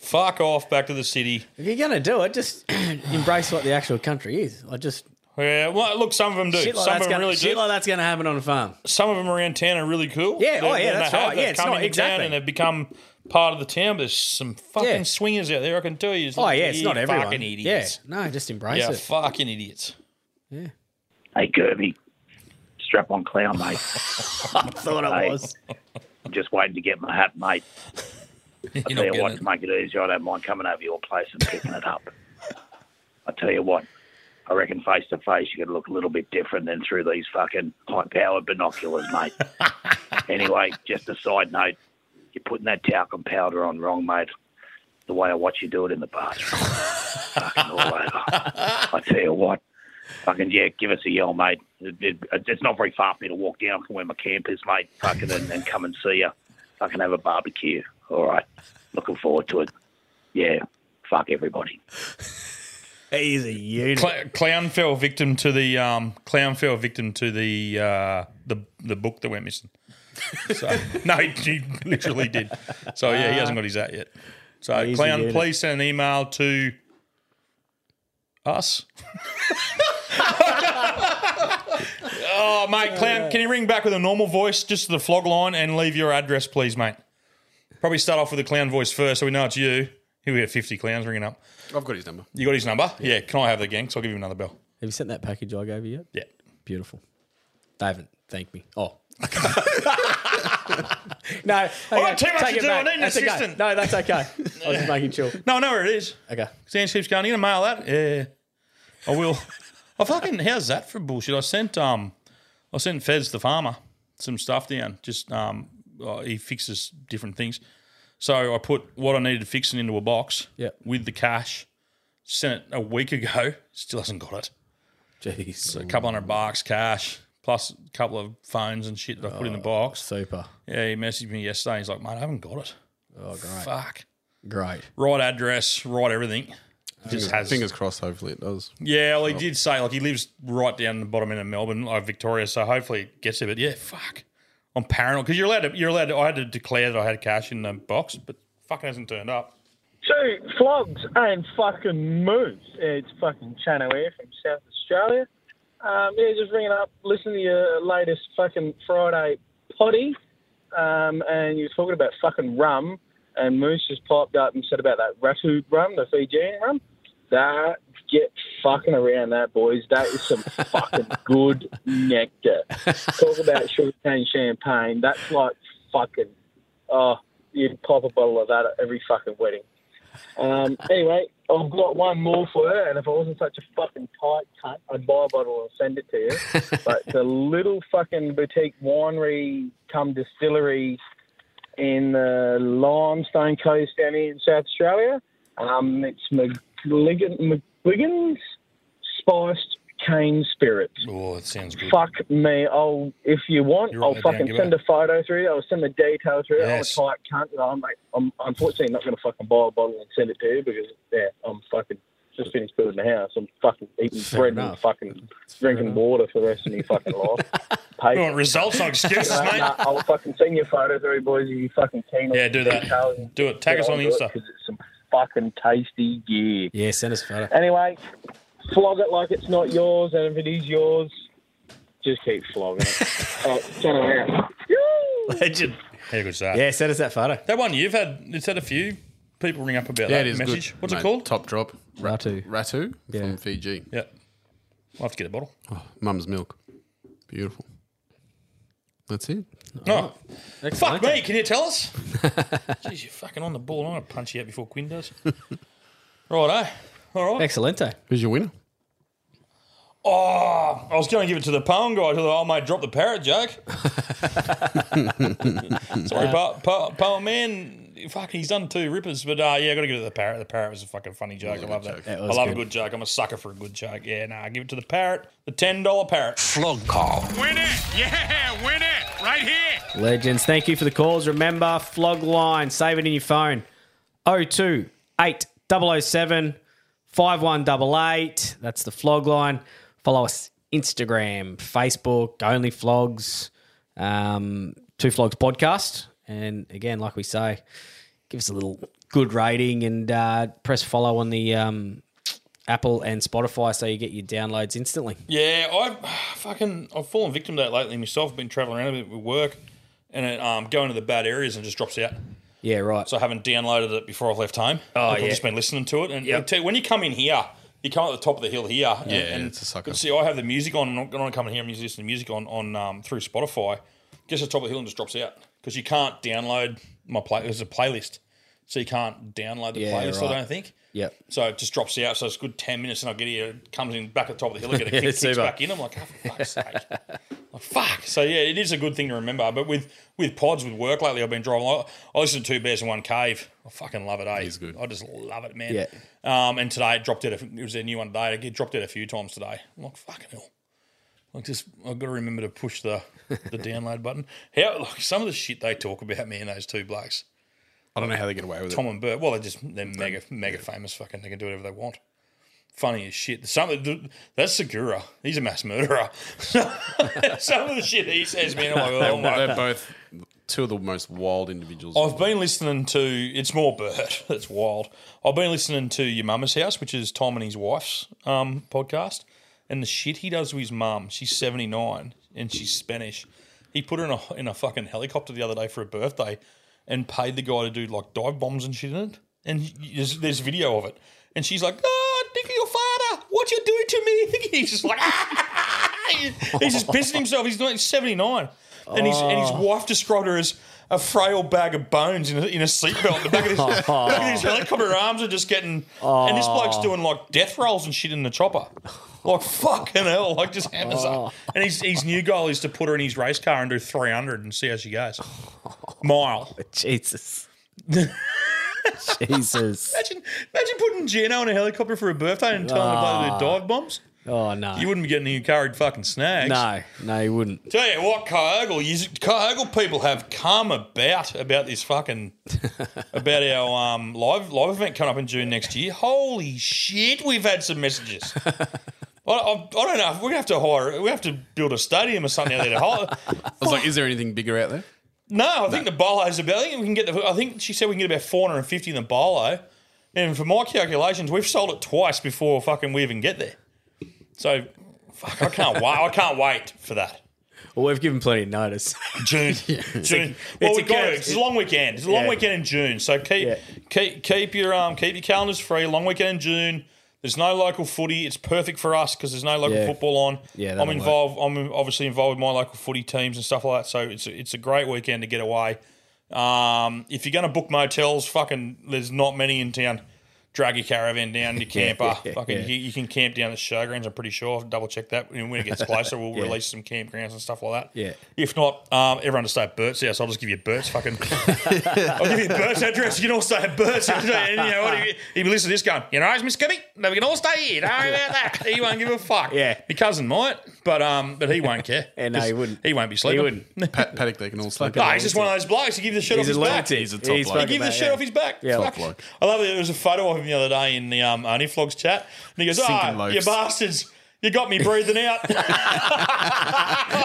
I: fuck off, back to the city.
A: If you're gonna do it, just embrace what the actual country is. I just
I: Yeah, well, look, some of them do.
A: Shit like
I: some of
A: that's
I: them
A: gonna-
I: really
A: shit
I: do.
A: like that's going to happen on a farm.
I: Some of them around town are really cool.
A: Yeah, oh,
I: They-
A: yeah,
I: they have-
A: that's right.
I: they've
A: Yeah, it's
I: come
A: not-
I: into
A: exactly.
I: Town and they've become part of the town. But there's some fucking
A: Yeah.
I: swingers out there. I can tell you. It's
A: Oh
I: like,
A: yeah, it's
I: "You
A: not everyone.
I: Fucking idiots.
A: Yeah, no, just embrace
I: yeah,
A: it.
I: fucking idiots.
R: Hey, Kirby, strap on clown, mate. I thought
A: it
R: was. I'm just waiting to get my hat, mate. I tell you what, to make it easy, I don't mind coming over your place and picking it up. I tell you what, I reckon face to face you could look a little bit different than through these fucking high-powered binoculars, mate. anyway, just a side note, you're putting that talcum powder on wrong, mate. The way I watch you do it in the bathroom, fucking all over. I tell you what, Fucking yeah, give us a yell, mate. It, it, it's not very far for me to walk down from where my camp is, mate. Fucking and, and come and see you. Fucking have a barbecue. All right, looking forward to it. Yeah, fuck everybody.
A: He's a unit.
I: Cl- clown fell victim to the um, clown fell victim to the uh, the the book that went missing. So, no, he, he literally did. So yeah, he hasn't got his hat yet. So
A: He's a
I: clown,
A: unit.
I: please send an email to us. oh mate, clown, can you ring back with a normal voice, just to the flog line, and leave your address, please, mate? Probably start off with a clown voice first, so we know it's you. Here we have fifty clowns ringing up.
K: I've got his number.
I: You got his number? Yeah. Can I have the gang? So I'll give him another bell.
A: Have you sent that package I gave you yet?
I: Yeah.
A: Beautiful. They haven't thanked me. Oh. no. Okay,
I: I've got too much
A: take
I: to
A: it
I: do. I
A: back.
I: need an
A: that's okay.
I: assistant.
A: No, that's okay. I was just making sure.
I: No, I know where it is.
A: Okay.
I: Sam keeps going, you gonna mail that? Yeah. I will. I fucking how's that for bullshit? I sent um I sent Fez the farmer some stuff down. Just um uh, he fixes different things. So I put what I needed fixing into a box
A: Yeah.
I: with the cash. Sent it a week ago. Still hasn't got it.
A: Jeez.
I: So a couple hundred bucks cash, plus a couple of phones and shit that I put in the box.
A: Oh, Super.
I: Yeah, he messaged me yesterday. He's like, mate, I haven't got it. Oh
A: great.
I: Fuck.
A: Great.
I: Right address, right everything.
K: Fingers,
I: Just has
K: fingers crossed. Hopefully it does. Oh.
I: yeah, well, he did say like he lives right down the bottom end of Melbourne, like Victoria. So hopefully it gets there. But yeah, fuck, I'm paranoid because you're allowed to. You're allowed. To, I had to declare that I had cash in the box, but fucking hasn't turned up.
S: Two flogs and fucking moose. It's fucking Chano Air from South Australia. Um, yeah, just ringing up, listening to your latest fucking Friday potty, um, and you're talking about fucking rum, and Moose just piped up and said about that Ratu rum, the Fijian rum. That get fucking around that, boys. That is some fucking good nectar. Talk about sugarcane champagne. That's like fucking oh, you'd pop a bottle of that at every fucking wedding. Um, anyway, I've got one more for her, and if I wasn't such a fucking tight cunt, I'd buy a bottle and send it to you. but it's a little fucking boutique winery, cum distillery in the Limestone Coast down here in South Australia. Um, it's McGuigan, McGuigan's Spiced Cane Spirits.
I: Oh, that sounds good.
S: Fuck me. I'll if you want,
I: You write
S: I'll
I: that down,
S: fucking
I: give
S: send
I: it.
S: a photo through. I'll send the details through.
I: Yes.
S: I'm a tight cunt. and I'm, like, I'm unfortunately not going to fucking buy a bottle and send it to you because yeah, I'm fucking just finished building a house. I'm fucking eating
I: Fair
S: bread and
I: enough.
S: fucking drinking water for the rest of my fucking life. Pay.
I: You want results, not excuses,
S: Nah,
I: mate.
S: nah, I'll fucking send you a photo through, boys. If you fucking keen. on
I: Yeah, do
S: the
I: that.
S: details and
I: Do it. Tag
S: get
I: us on
S: onto it
I: Insta.
S: 'cause it's some fucking tasty gear.
A: Yeah, send us a photo.
S: Anyway, flog it like it's not yours, and if it is yours, just keep flogging it. All right, turn it Oh, around.
A: Legend.
I: How good's that?
A: Yeah, send us that photo.
I: That one you've had, it's had a few people ring up about
K: Yeah,
I: that
K: it is
I: message.
K: good.
I: What's
K: mate.
I: it called?
K: Top drop.
I: Ratu.
K: Ratu from Fiji. Oh,
I: Yeah. I'll have to get a bottle.
K: Mum's milk. Beautiful. That's it.
A: Oh.
I: No. Oh. Fuck
K: Excellent.
I: me. Can you tell us? Jeez, you're fucking on the ball. I'm going to punch you out before Quinn does. Righto. All right.
A: Excellente.
K: Who's your winner?
I: Oh, I was going to give it to the poem guy till the old mate dropped the parrot joke. Sorry, po- po- poem man. Fuck, he's done two rippers, but uh, yeah, I got to give it to the parrot. The parrot was a fucking funny joke. I love that.
C: That
I: I
C: was
I: love a
C: good.
I: good joke. I'm a sucker for a good joke. Yeah, nah, give it to the parrot. The ten dollar parrot. Flog call.
C: Win it! Yeah, win it! Right here!
A: Legends, thank you for the calls. Remember, flog line, save it in your phone. 02 8 007 5188. That's the flog line. Follow us Instagram, Facebook, Only Flogs, um, Two Flogs Podcast. And again, like we say, give us a little good rating and uh, press follow on the um, Apple and Spotify so you get your downloads instantly.
I: Yeah, I've fucking I've fallen victim to that lately myself. I've been traveling around a bit with work, and it, um, going to the bad areas and it just drops out.
A: Yeah, right.
I: So I haven't downloaded it before I've left home.
A: Oh,
I: I've
A: yeah.
I: just been listening to it, and I tell you, when you come in here, you come at the top of the hill here. and-
K: Yeah,
I: and
K: it's a sucker.
I: but See, I have the music on. I'm not going to come in here. I'm just listening to music on on um, through Spotify. Gets to the top of the hill and just drops out because you can't download my play. There's a playlist, so you can't download the
A: Yeah,
I: playlist.
A: right.
I: I don't think.
A: Yep.
I: So it just drops out. So it's a good ten minutes, and I get here, it comes in back at the top of the hill, I get a
A: Yeah,
I: kick, kicks
A: super.
I: back in. I'm like, oh, for fuck's sake. Like, fuck. So yeah, it is a good thing to remember. But with with pods, with work lately, I've been driving. I, I listen to Two Bears in One Cave. I fucking love it. Eh? It's good. I just love it, man.
A: Yeah.
I: Um, and today it dropped out. A, it was a new one today. It dropped out a few times today. I'm like, fucking hell. Like just, I've got to remember to push the the download button. How like some of the shit they talk about, man, those two blokes.
K: I don't know how they get away with it.
I: Tom and Bert. Well, they're just they're mega mega famous. Fucking, they can do whatever they want. Funny as shit. Some of the- that's Segura. He's a mass murderer. Some of the shit he says, man. I'm like, oh my
K: they're, they're both two of the most wild individuals.
I: I've been listening to it's more Bert. That's wild. I've been listening to your mama's house, which is Tom and his wife's um, podcast, and the shit he does with his mum. She's seventy nine and she's Spanish. He put her in a in a fucking helicopter the other day for her birthday, and paid the guy to do like dive bombs and shit in it. And y- there's, there's video of it, and she's like, "Ah, Nicky, your father, what you doing to me?" He's just like, he's just pissing himself. He's not. He's seventy nine, and his and his
C: Oh.
I: wife described her as a frail bag of bones in a, in a seatbelt. The back of his, back of his helicopter arms are just getting, and this bloke's
C: Oh.
I: doing like death rolls and shit in the chopper. Like fucking hell, like just hammers
A: Oh.
I: up. And his, his new goal is to put her in his race car and do 300 and see how she goes. Mile.
A: Jesus. Jesus.
I: Imagine, imagine putting Gino in a helicopter for a birthday and telling her to play
A: Ah.
I: with dive bombs.
A: Oh, no.
I: You wouldn't be getting any carried fucking snags.
A: No, no, you wouldn't.
I: Tell you what, Kyogle, you, Kyogle people have come about about this fucking about our um, live live event coming up in June next year. Holy shit, we've had some messages. I, I, I don't know. if We're gonna have to hire. We have to build a stadium or something out there to hold. I
K: was like, is there anything bigger out there?
I: No, I think the bolo's about. I think we can get the. I think she said we can get about four hundred and fifty in the bolo. And for my calculations, we've sold it twice before fucking we even get there. So, fuck, I can't wait. I can't wait for that.
A: Well, we've given plenty of notice.
I: June. June. Well, we got it. It's a long weekend. It's a long
A: Yeah.
I: weekend in June. So keep keep keep your um keep your calendars free. Long weekend in June. There's no local footy. It's perfect for us because there's no local
A: Yeah.
I: football on.
A: Yeah,
I: I'm
A: that'll
I: involved. I'm obviously involved with my local footy teams and stuff like that. So it's a, it's a great weekend to get away. Um, if you're going to book motels, fucking, there's not many in town. Drag your caravan down, your camper. fucking,
C: Yeah.
I: You, you can camp down at Showgrounds. I'm pretty sure. I'll double check that when it gets closer. We'll
C: Yeah.
I: release some campgrounds and stuff like that.
C: Yeah.
I: If not, um, everyone to stay at Bert's house. I'll just give you Bert's fucking. I'll give you Bert's address. You can all stay at Bert's. And, you know what? If you- if you listen to this going, you know, it's Miss Gibby. No, we can all stay here. Don't worry about that. He won't give a fuck. Yeah. Your cousin might, but um, but he won't care.
A: Yeah, no, he wouldn't.
I: He won't be sleeping.
A: He wouldn't.
K: Pat, Paddock, they can all sleep.
I: No, he's just one of those blokes. He gives the shit
K: He's
I: off his
K: a
I: back.
K: lunatic. He's a top He's bloke.
I: He gives the
K: fucking
I: shit
K: bad,
I: off his back.
K: yeah. Top
I: Fuck.
K: bloke.
I: I love it. There was a photo of him the other day in the um, Only Flogs chat, and he goes,
C: Sinking
I: "Ah,
C: loafs.
I: you bastards." You got me breathing out.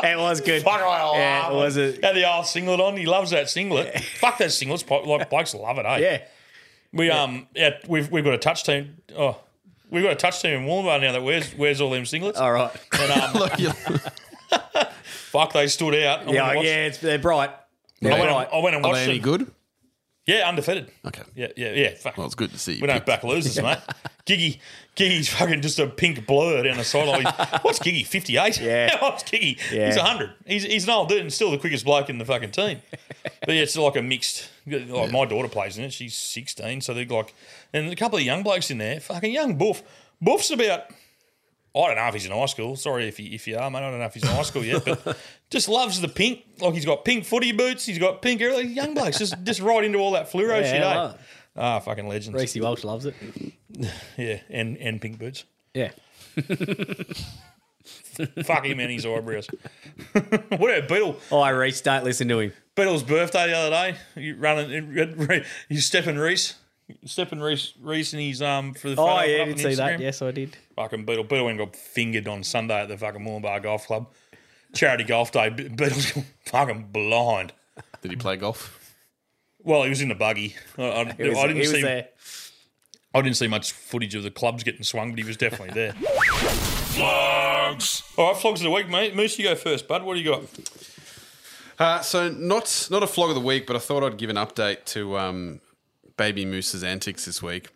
I: it
A: was good.
I: Fuck, I love
A: Yeah, it was a-
I: Had the old singlet on. He loves that singlet. Fuck those singlets. po- Like blokes love it, eh?
A: Yeah.
I: We um, yeah, we've we've got a touch team. Oh, we've got a touch team in Wollumbar now that wears wears all them singlets. All
A: right.
I: And, um, fuck, they stood out. I
A: Yeah,
I: wanna watch-
A: yeah, it's, they're bright.
I: I, went and, I went and
K: Are
I: watched
K: they any
I: them.
K: good?
I: Yeah, undefeated.
K: Okay.
I: Yeah, yeah, yeah. Fuck.
K: Well, it's good to see you.
I: we don't back losers, mate. Giggy, Giggy's fucking just a pink blur down the sideline. He's- What's Giggy? Fifty eight. Yeah. What's Giggy? He's
C: Yeah.
I: hundred. He's, he's an old dude and still the quickest bloke in the fucking team. But yeah, it's like a mixed. Like my daughter plays in it. She's sixteen, so they're like, and a couple of young blokes in there. Fucking young Boof. Boof's about. I don't know if he's in high school. Sorry if you, if you are, mate. I don't know if he's in high school yet, but just loves the pink. Like he's got pink footy boots. He's got pink. early- Young blokes just just right into all that fluoro
A: Yeah,
I: shit.
A: I
I: eh?
A: love it.
I: Ah, fucking legends.
A: Reece Welsh loves it.
I: Yeah, and and pink boots.
A: Yeah.
I: Fuck him and his eyebrows. what about Beetle?
A: Oh, I Reese, don't listen to him.
I: Beetle's birthday the other day. You running, you stepping Reese, stepping Reese, Reese, and he's um for the
A: Oh,
I: photo I put
A: yeah, I
I: up
A: did
I: on
A: see that.
I: Instagram.
A: Yes, I did.
I: Fucking Beetle. Beetle went and got fingered on Sunday at the fucking Moorbar Golf Club. Charity golf day. Be- Beetle's fucking blind.
K: Did he play golf?
I: Well, he was in the buggy. I, I,
A: He was-
I: I didn't
A: he was
I: see.
A: there.
I: I didn't see much footage of the clubs getting swung, but he was definitely there.
C: Vlogs.
I: All right, flogs of the week, mate. Moose, you go first, bud. What do you got?
K: Uh, so not not a flog of the week, but I thought I'd give an update to um, Baby Moose's antics this week.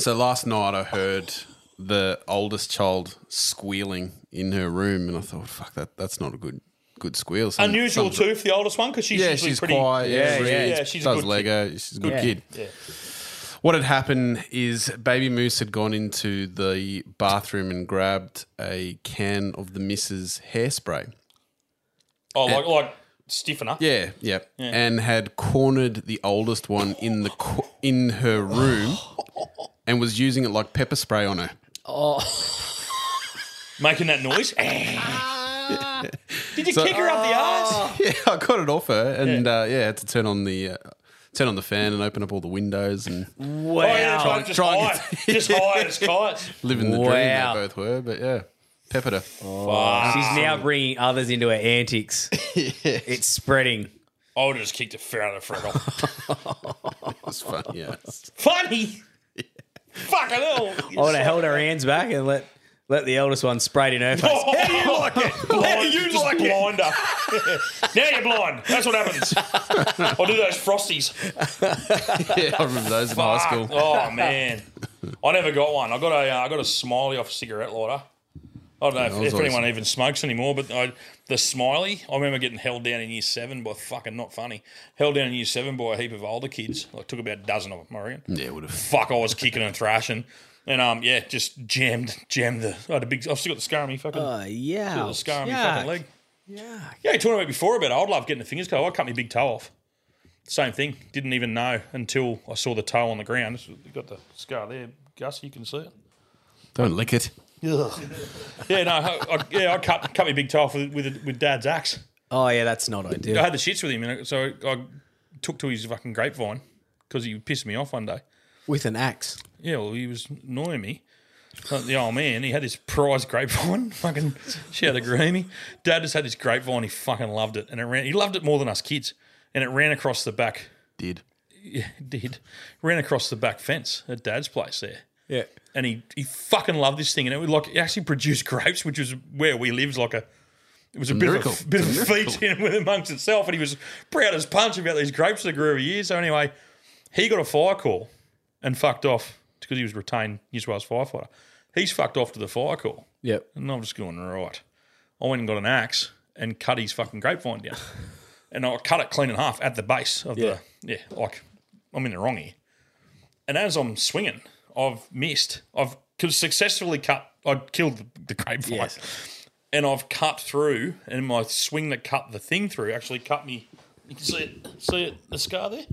K: So last night I heard the oldest child squealing in her room, and I thought, "Fuck that! That's not a good good squeal." Some-
I: Unusual
K: some-
I: too for the oldest one because she's
K: yeah,
I: usually
K: she's
I: pretty
K: quiet. Yeah,
I: she-
K: yeah,
I: yeah,
K: yeah.
I: she's a
K: does
I: good
K: Lego.
I: kid.
K: She's a good
I: Yeah.
K: kid.
I: Yeah.
K: What had happened is Baby Moose had gone into the bathroom and grabbed a can of the missus hairspray.
I: Oh, like like stiffener.
K: Yeah, yeah,
I: Yeah.
K: and had cornered the oldest one in the co- in her room, and was using it like pepper spray on her.
I: Oh. Making that noise. Ah. Did you
K: So-
I: kick her up the arse?
K: Yeah, I got it off her, and yeah, uh, yeah had to turn on the uh, turn on the fan and open up all the windows and
I: Oh, yeah, that's right, just
K: Try
I: high.
K: and-
I: just high as kites.
K: living the dream. They both were, but yeah, peppered her.
I: Fuck.
A: She's now bringing others into her antics. It's spreading.
I: I would have just kicked a fair out of the freckle.
K: That's fun, yeah.
I: Funny. Fucking hell.
A: I would have held her hands back and let let the eldest one spray it in her face.
I: How do you like it? How do you like blind her. now you're blind. That's what happens. I'll do those frosties.
K: yeah, I remember those in high
I: Fuck.
K: school.
I: Oh man, I never got one. I got a uh, I got a smiley off a cigarette lighter. I don't know
K: Yeah, I was
I: if, if
K: always-
I: anyone even smokes anymore, but I, the smiley. I remember getting held down in year seven by fucking not funny. Held down in year seven by a heap of older kids. I took about a dozen of them. I reckon.
K: Yeah, would have.
I: Fuck, I was kicking and thrashing, and um, yeah, just jammed, jammed the. I had a big. I've still got the scar on me fucking.
A: Oh, yeah.
I: still got the scar on me
A: Yuck.
I: fucking leg. Yeah, you talking about before about. it. I'd love getting the fingers cut. I cut my big toe off. Same thing. Didn't even know until I saw the toe on the ground. It's- you got the scar there, Gus. You can see it.
K: Don't lick it.
I: Yeah, no. I, I, yeah, I cut cut my big toe off with with, with Dad's axe.
A: Oh yeah, that's not ideal.
I: I had the shits with him, and I- so I took to his fucking grapevine because he pissed me off one day.
A: With an axe.
I: Yeah, well, he was annoying me. Like the old man, he had this prize grapevine. Fucking shout out to Greamy. Dad just had this grapevine. He fucking loved it, and it ran. He loved it more than us kids, and it ran across the back.
K: Did.
I: Yeah, it did. Ran across the back fence at Dad's place there.
A: Yeah.
I: And he, he fucking loved this thing, and it would like it actually produced grapes, which was where we lived. Like a, it was a,
K: A
I: bit
K: miracle.
I: of a, bit
K: It's
I: of
K: a
I: a feat in, amongst itself. And he was proud as punch about these grapes that grew every year. So anyway, he got a fire call and fucked off because he was retained New South Wales firefighter. He's fucked off to the fire call.
A: Yep.
I: And I'm just going, right. I went and got an axe and cut his fucking grapevine down. and I cut it clean in half at the base of
A: Yeah.
I: the. Yeah, like I'm in the wrong here. And as I'm swinging, I've missed. I've cause successfully cut. I killed the, the grapevine. And I've cut through, and my swing that cut the thing through actually cut me. You can see it, see it, the scar there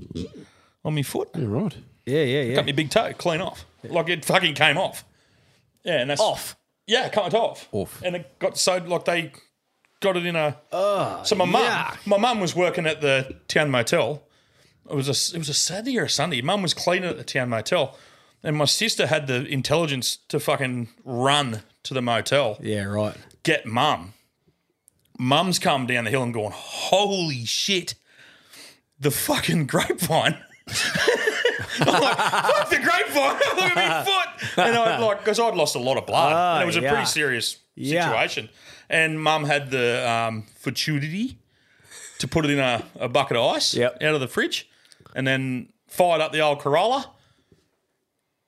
I: on my foot.
K: Yeah, right.
A: Yeah, yeah,
I: Cut my big toe clean off. Like it fucking came off. Yeah, and that's off. Yeah, it cut off.
K: Off.
I: And it got so like they got it in a.
A: Ah,
I: so my mum, my mum was working at the town motel. It was a it was a Saturday or a Sunday. Mum was cleaning at the town motel, and my sister had the intelligence to fucking run to the motel.
A: Yeah, right.
I: Get mum. Mum's come down the hill and gone. Holy shit! The fucking grapevine. I'm like, fuck the grapevine. Look at me foot. And I like because I'd lost a lot of blood.
A: Oh,
I: and it was a
A: yeah.
I: pretty serious
A: Yeah.
I: situation. And Mum had the um, fortuity to put it in a, a bucket of ice out of the fridge, and then fired up the old Corolla.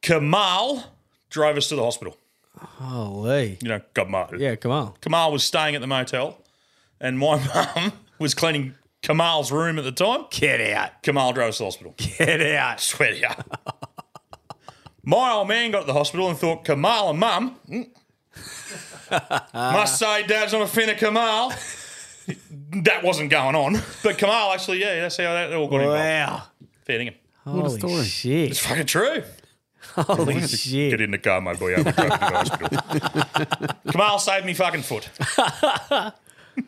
I: Kamal drove us to the hospital.
A: Holy.
I: You know, Kamal.
A: Yeah, come on.
I: Kamal was staying at the motel, and my mum was cleaning Kamal's room at the time.
A: Get out.
I: Kamal drove us to the hospital.
A: Get out.
I: Swear to you. my old man got to the hospital and thought Kamal and mum mm, must say dad's on a fin of Kamal. that wasn't going on, but Kamal actually, yeah, that's how that all got involved.
A: Wow.
I: Fair dinkum.
A: Holy shit.
I: It's fucking true.
A: Holy shit.
I: Get in the car, my boy. I'm driving to the hospital. Kamal saved me fucking foot.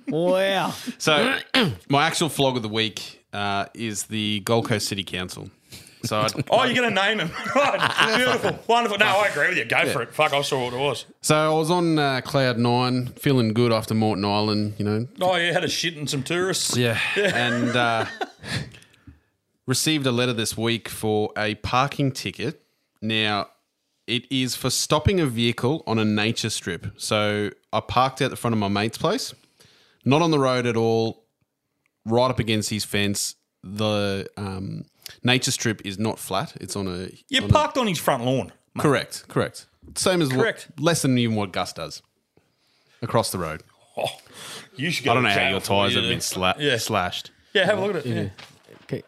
A: Wow.
K: So, my actual flog of the week uh, is the Gold Coast City Council. So, I'd,
I: Oh, you're going to name him. Right. Beautiful. Wonderful. No, I agree with you. Go
K: Yeah.
I: for it. Fuck, I saw what it was.
K: so I was on uh, Cloud Nine, feeling good after Morton Island. You know,
I: Oh, yeah, had a shit and some tourists.
K: Yeah. And uh, received a letter this week for a parking ticket. Now, it is for stopping a vehicle on a nature strip. So I parked out the front of my mate's place, not on the road at all, right up against his fence. The um, nature strip is not flat, it's on a.
I: You
K: on a-
I: parked on his front lawn.
K: Correct, correct. Same as
I: Correct.
K: What, less than even what Gus does across the road.
I: Oh, you should go
K: I don't
I: to
K: know how
I: jail
K: your
I: for what
K: tyres
I: you
K: have
I: do.
K: been sla- slashed.
I: Yeah, have a look at it. Yeah.
A: Okay.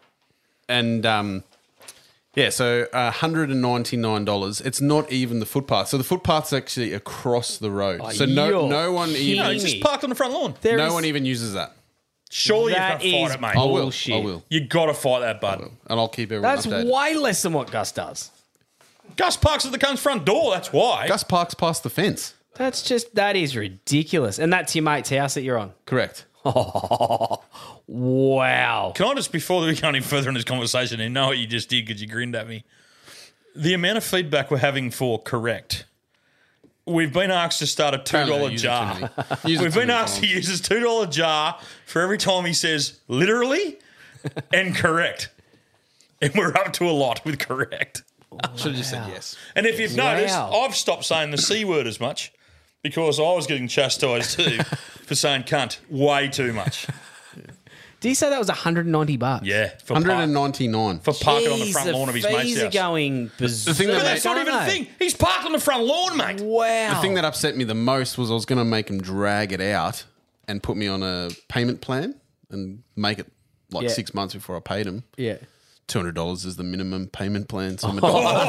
K: And um, yeah, so uh, hundred and ninety nine dollars. It's not even the footpath. So the footpath's actually across the road.
I: Oh,
K: so no,
I: you're
K: no one even
I: No, it's just parked on the front lawn.
K: no one even uses that.
I: Surely
A: That
I: you can
A: is
I: fight it, mate.
K: I will. bullshit. I will.
I: You got to fight that bud.
K: And I'll keep everyone
A: That's
K: updated.
A: way less than what Gus does.
I: Gus parks at the cunt's front door. That's why.
K: Gus parks past the fence.
A: That's just, that is ridiculous. And that's your mate's house that you're on.
K: Correct.
A: wow.
I: Can I just, before we go any further in this conversation, and know what you just did because you grinned at me, the amount of feedback we're having for correct. We've been asked to start a two
K: Apparently,
I: dollar
K: they use it too
I: jar.
K: many- use it
I: We've
K: too
I: been
K: many
I: asked to
K: times.
I: use this two dollar jar for every time he says literally and correct, and we're up to a lot with correct.
K: Should have just said yes.
I: And if you've noticed,
K: Wow.
I: I've stopped saying the C word as much because I was getting chastised too for saying cunt way too much.
A: Did you say that was 190 bucks?
I: Yeah. For
K: Hundred and ninety nine
I: for parking on the front lawn of his mate's
A: fees are
I: house.
A: going
K: The
A: berserk.
K: thing that
I: but that's not even a thing. He's parked on the front lawn, mate.
A: Wow.
K: The thing that upset me the most was I was going to make him drag it out and put me on a payment plan and make it like
A: Yeah.
K: six months before I paid him.
A: Yeah.
K: Two hundred dollars is the minimum payment plan. So I'm a dollar.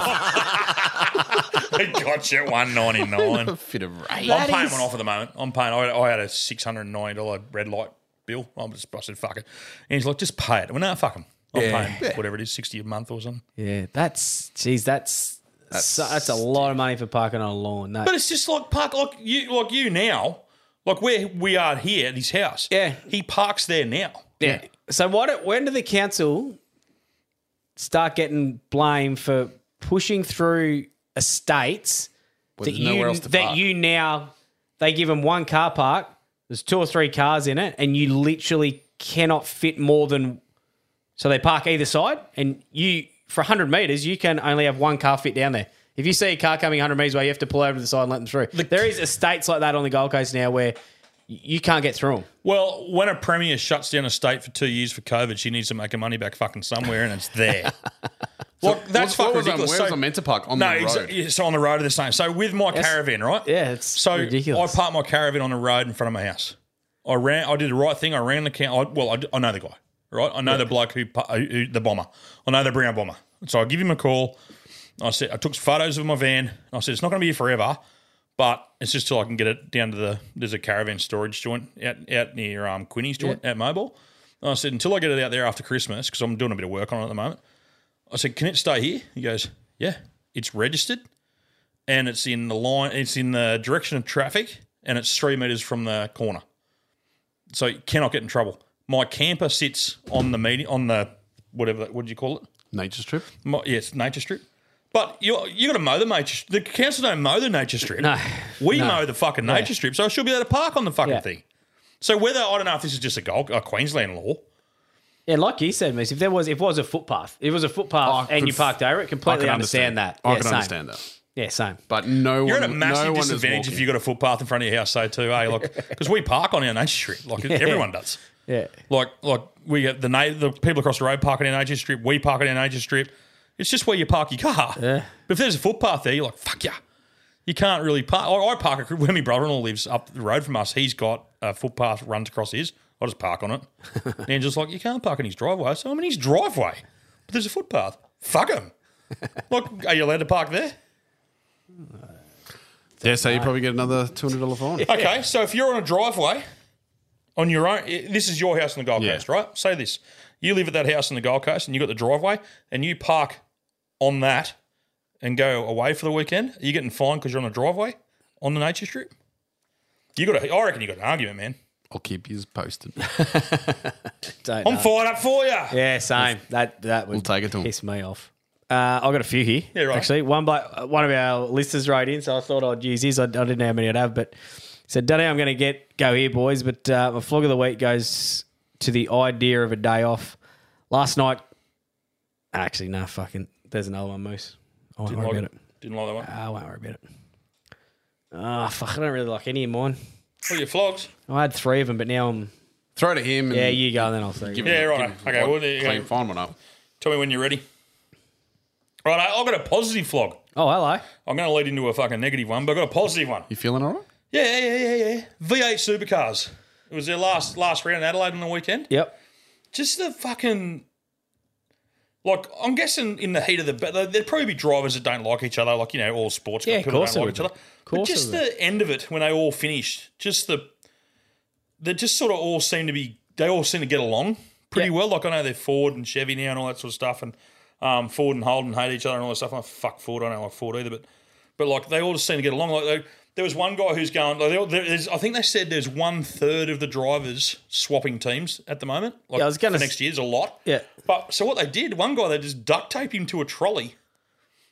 I: He got you at one ninety nine.
K: Fit of rage.
I: I'm
K: That
I: paying
K: is-
I: one off at the moment. I'm paying. I, I had a six hundred and ninety dollar red light bill. I'm just. I said fuck it. And he's like, just pay it. Well, no, fuck him. I'm
A: Yeah.
I: paying whatever it is, sixty a month or something.
A: Yeah, that's geez, that's that's, so, that's a lot of money for parking on a lawn. No.
I: But it's just like park, like you, like you now, like where we are here at his house. Yeah, he parks there now.
A: yeah. So why do, when do the council start getting blamed for pushing through estates
K: Well,
A: that
K: there's nowhere
A: you
K: else to
A: that
K: park.
A: you now they give them one car park, there's two or three cars in it, and you literally cannot fit more than so they park either side, and you for 100 meters you can only have one car fit down there. If you see a car coming 100 meters away, you have to pull over to the side and let them through. there is estates like that on the Gold Coast now where y- you can't get through them.
I: Well, when a premier shuts down a state for two years for COVID, she needs to make her money back fucking somewhere, and it's there. Look, that's
K: what
I: fucking
K: was I-
I: ridiculous.
K: where was I meant to park? On
I: no,
K: the
I: exa-
K: road.
I: yeah, so on the road are the same. So with my caravan, right?
A: Yeah, it's
I: so ridiculous. I parked my caravan on the road in front of my house. I ran. I did the right thing. I ran the count. I, well, I, d- I know the guy, right? I know the bloke who, pa- who- who the bomber. I know the brown bomber. So I give him a call. I said I took photos of my van. I said it's not going to be here forever, but it's just till I can get it down to the. There's a caravan storage joint out out near um, Quinny's joint at Mobile. And I said until I get it out there after Christmas because I'm doing a bit of work on it at the moment. I said, "Can it stay here?" He goes, "Yeah, it's registered, and it's in the line. It's in the direction of traffic, and it's three meters from the corner, so you cannot get in trouble." My camper sits on the media on the whatever. What do you call it?
K: Nature strip.
I: My, yes, nature strip. But you you got to mow the nature. The council don't mow the nature strip. No, we
A: No.
I: mow the fucking
A: Yeah.
I: nature strip, so I should be able to park on the fucking thing. So whether I don't know if this is just a, Gold, a Queensland law,
A: Yeah, like you said, Moose, if there was if it was a footpath, if it was a footpath
K: I
A: and
K: could
A: you parked over it,
K: I
A: completely
K: can
A: understand, that.
K: I
A: yeah,
K: can
A: same.
K: understand that.
A: Yeah, same.
K: But no
I: You're
K: one.
I: at a massive
K: no one is
I: disadvantage if
K: walking.
I: you've got a footpath in front of your house, though, too, eh? Like, because we park on our nature strip, like
K: Yeah.
I: everyone does.
A: Yeah.
I: Like like we get the na- the people across the road parking in Nature Strip. We park it in Nature Strip. It's just where you park your car. Yeah. But if there's a footpath there, you're like fuck yeah. You can't really park. I, I park it where my brother-in-law lives up the road from us. He's got a footpath runs across his. I just park on it. and just like you can't park in his driveway, so I'm in his driveway. But there's a footpath. Fuck him. Look, are you allowed to park there?
K: Yeah, so you probably get another two hundred dollar fine.
I: Okay, so if you're on a driveway on your own, i- this is your house on the Gold Coast, right? Say this: you live at that house on the Gold Coast, and you got the driveway, and you park on that and go away for the weekend. Are you getting fined because you're on a driveway on the nature strip? You got a, I reckon you got an argument, man.
K: I'll keep you posted.
I: I'm fired up for you.
A: Yeah, same. That that would
K: We'll take it to 'em.
A: piss me off. Uh, I've got a few here.
I: Yeah, right.
A: Actually, one by uh, one of our listeners wrote in, so I thought I'd use his. I, I didn't know how many I'd have, but he said, "Don't know how I'm going to get go here, boys." But uh, my flog of the week goes to the idea of a day off. Last night, actually, no, fucking. There's another one, Moose. I won't
I: Didn't
A: worry
I: like
A: about
I: it. Didn't like that one.
A: I won't worry about it. Ah, fuck! I don't really like any of mine.
I: Well, your flogs.
A: I had three of them, but now I'm
K: throw to him.
A: Yeah, you go, and then I'll say.
K: Give
I: yeah,
K: him-
I: right.
K: give him
I: Okay,
K: one
I: well, there you
K: clean
I: go.
K: fine one up.
I: Tell me when you're ready. Right, I- I've got a positive flog.
A: Oh, hello.
I: I'm going to lead into a fucking negative one, but I've got a positive one.
K: You feeling all right?
I: Yeah, yeah, yeah, yeah, yeah. V8 supercars. It was their last last round in Adelaide on the weekend.
A: Yep.
I: Just the fucking. Like, I'm guessing in the heat of the. ba- There'd probably be drivers that don't like each other, like, you know, all sports
A: Yeah, of
I: people
A: course
I: don't
A: there
I: like each
A: would
I: other.
A: be. Course
I: but just
A: there would
I: the end of it when they all finished, just the. They just sort of all seem to be. They all seem to get along pretty well. Like, I know they're Ford and Chevy now and all that sort of stuff, and um, Ford and Holden hate each other and all that stuff. I'm like, fuck Ford. I don't like Ford either, but but like they all just seem to get along. Like they, there was one guy who's going. Like, there- there's, I think they said there's one third of the drivers swapping teams at the moment. Like
A: Yeah, I was gonna
I: for next year's a lot.
A: Yeah.
I: But so what they did, one guy they just duct taped him to a trolley,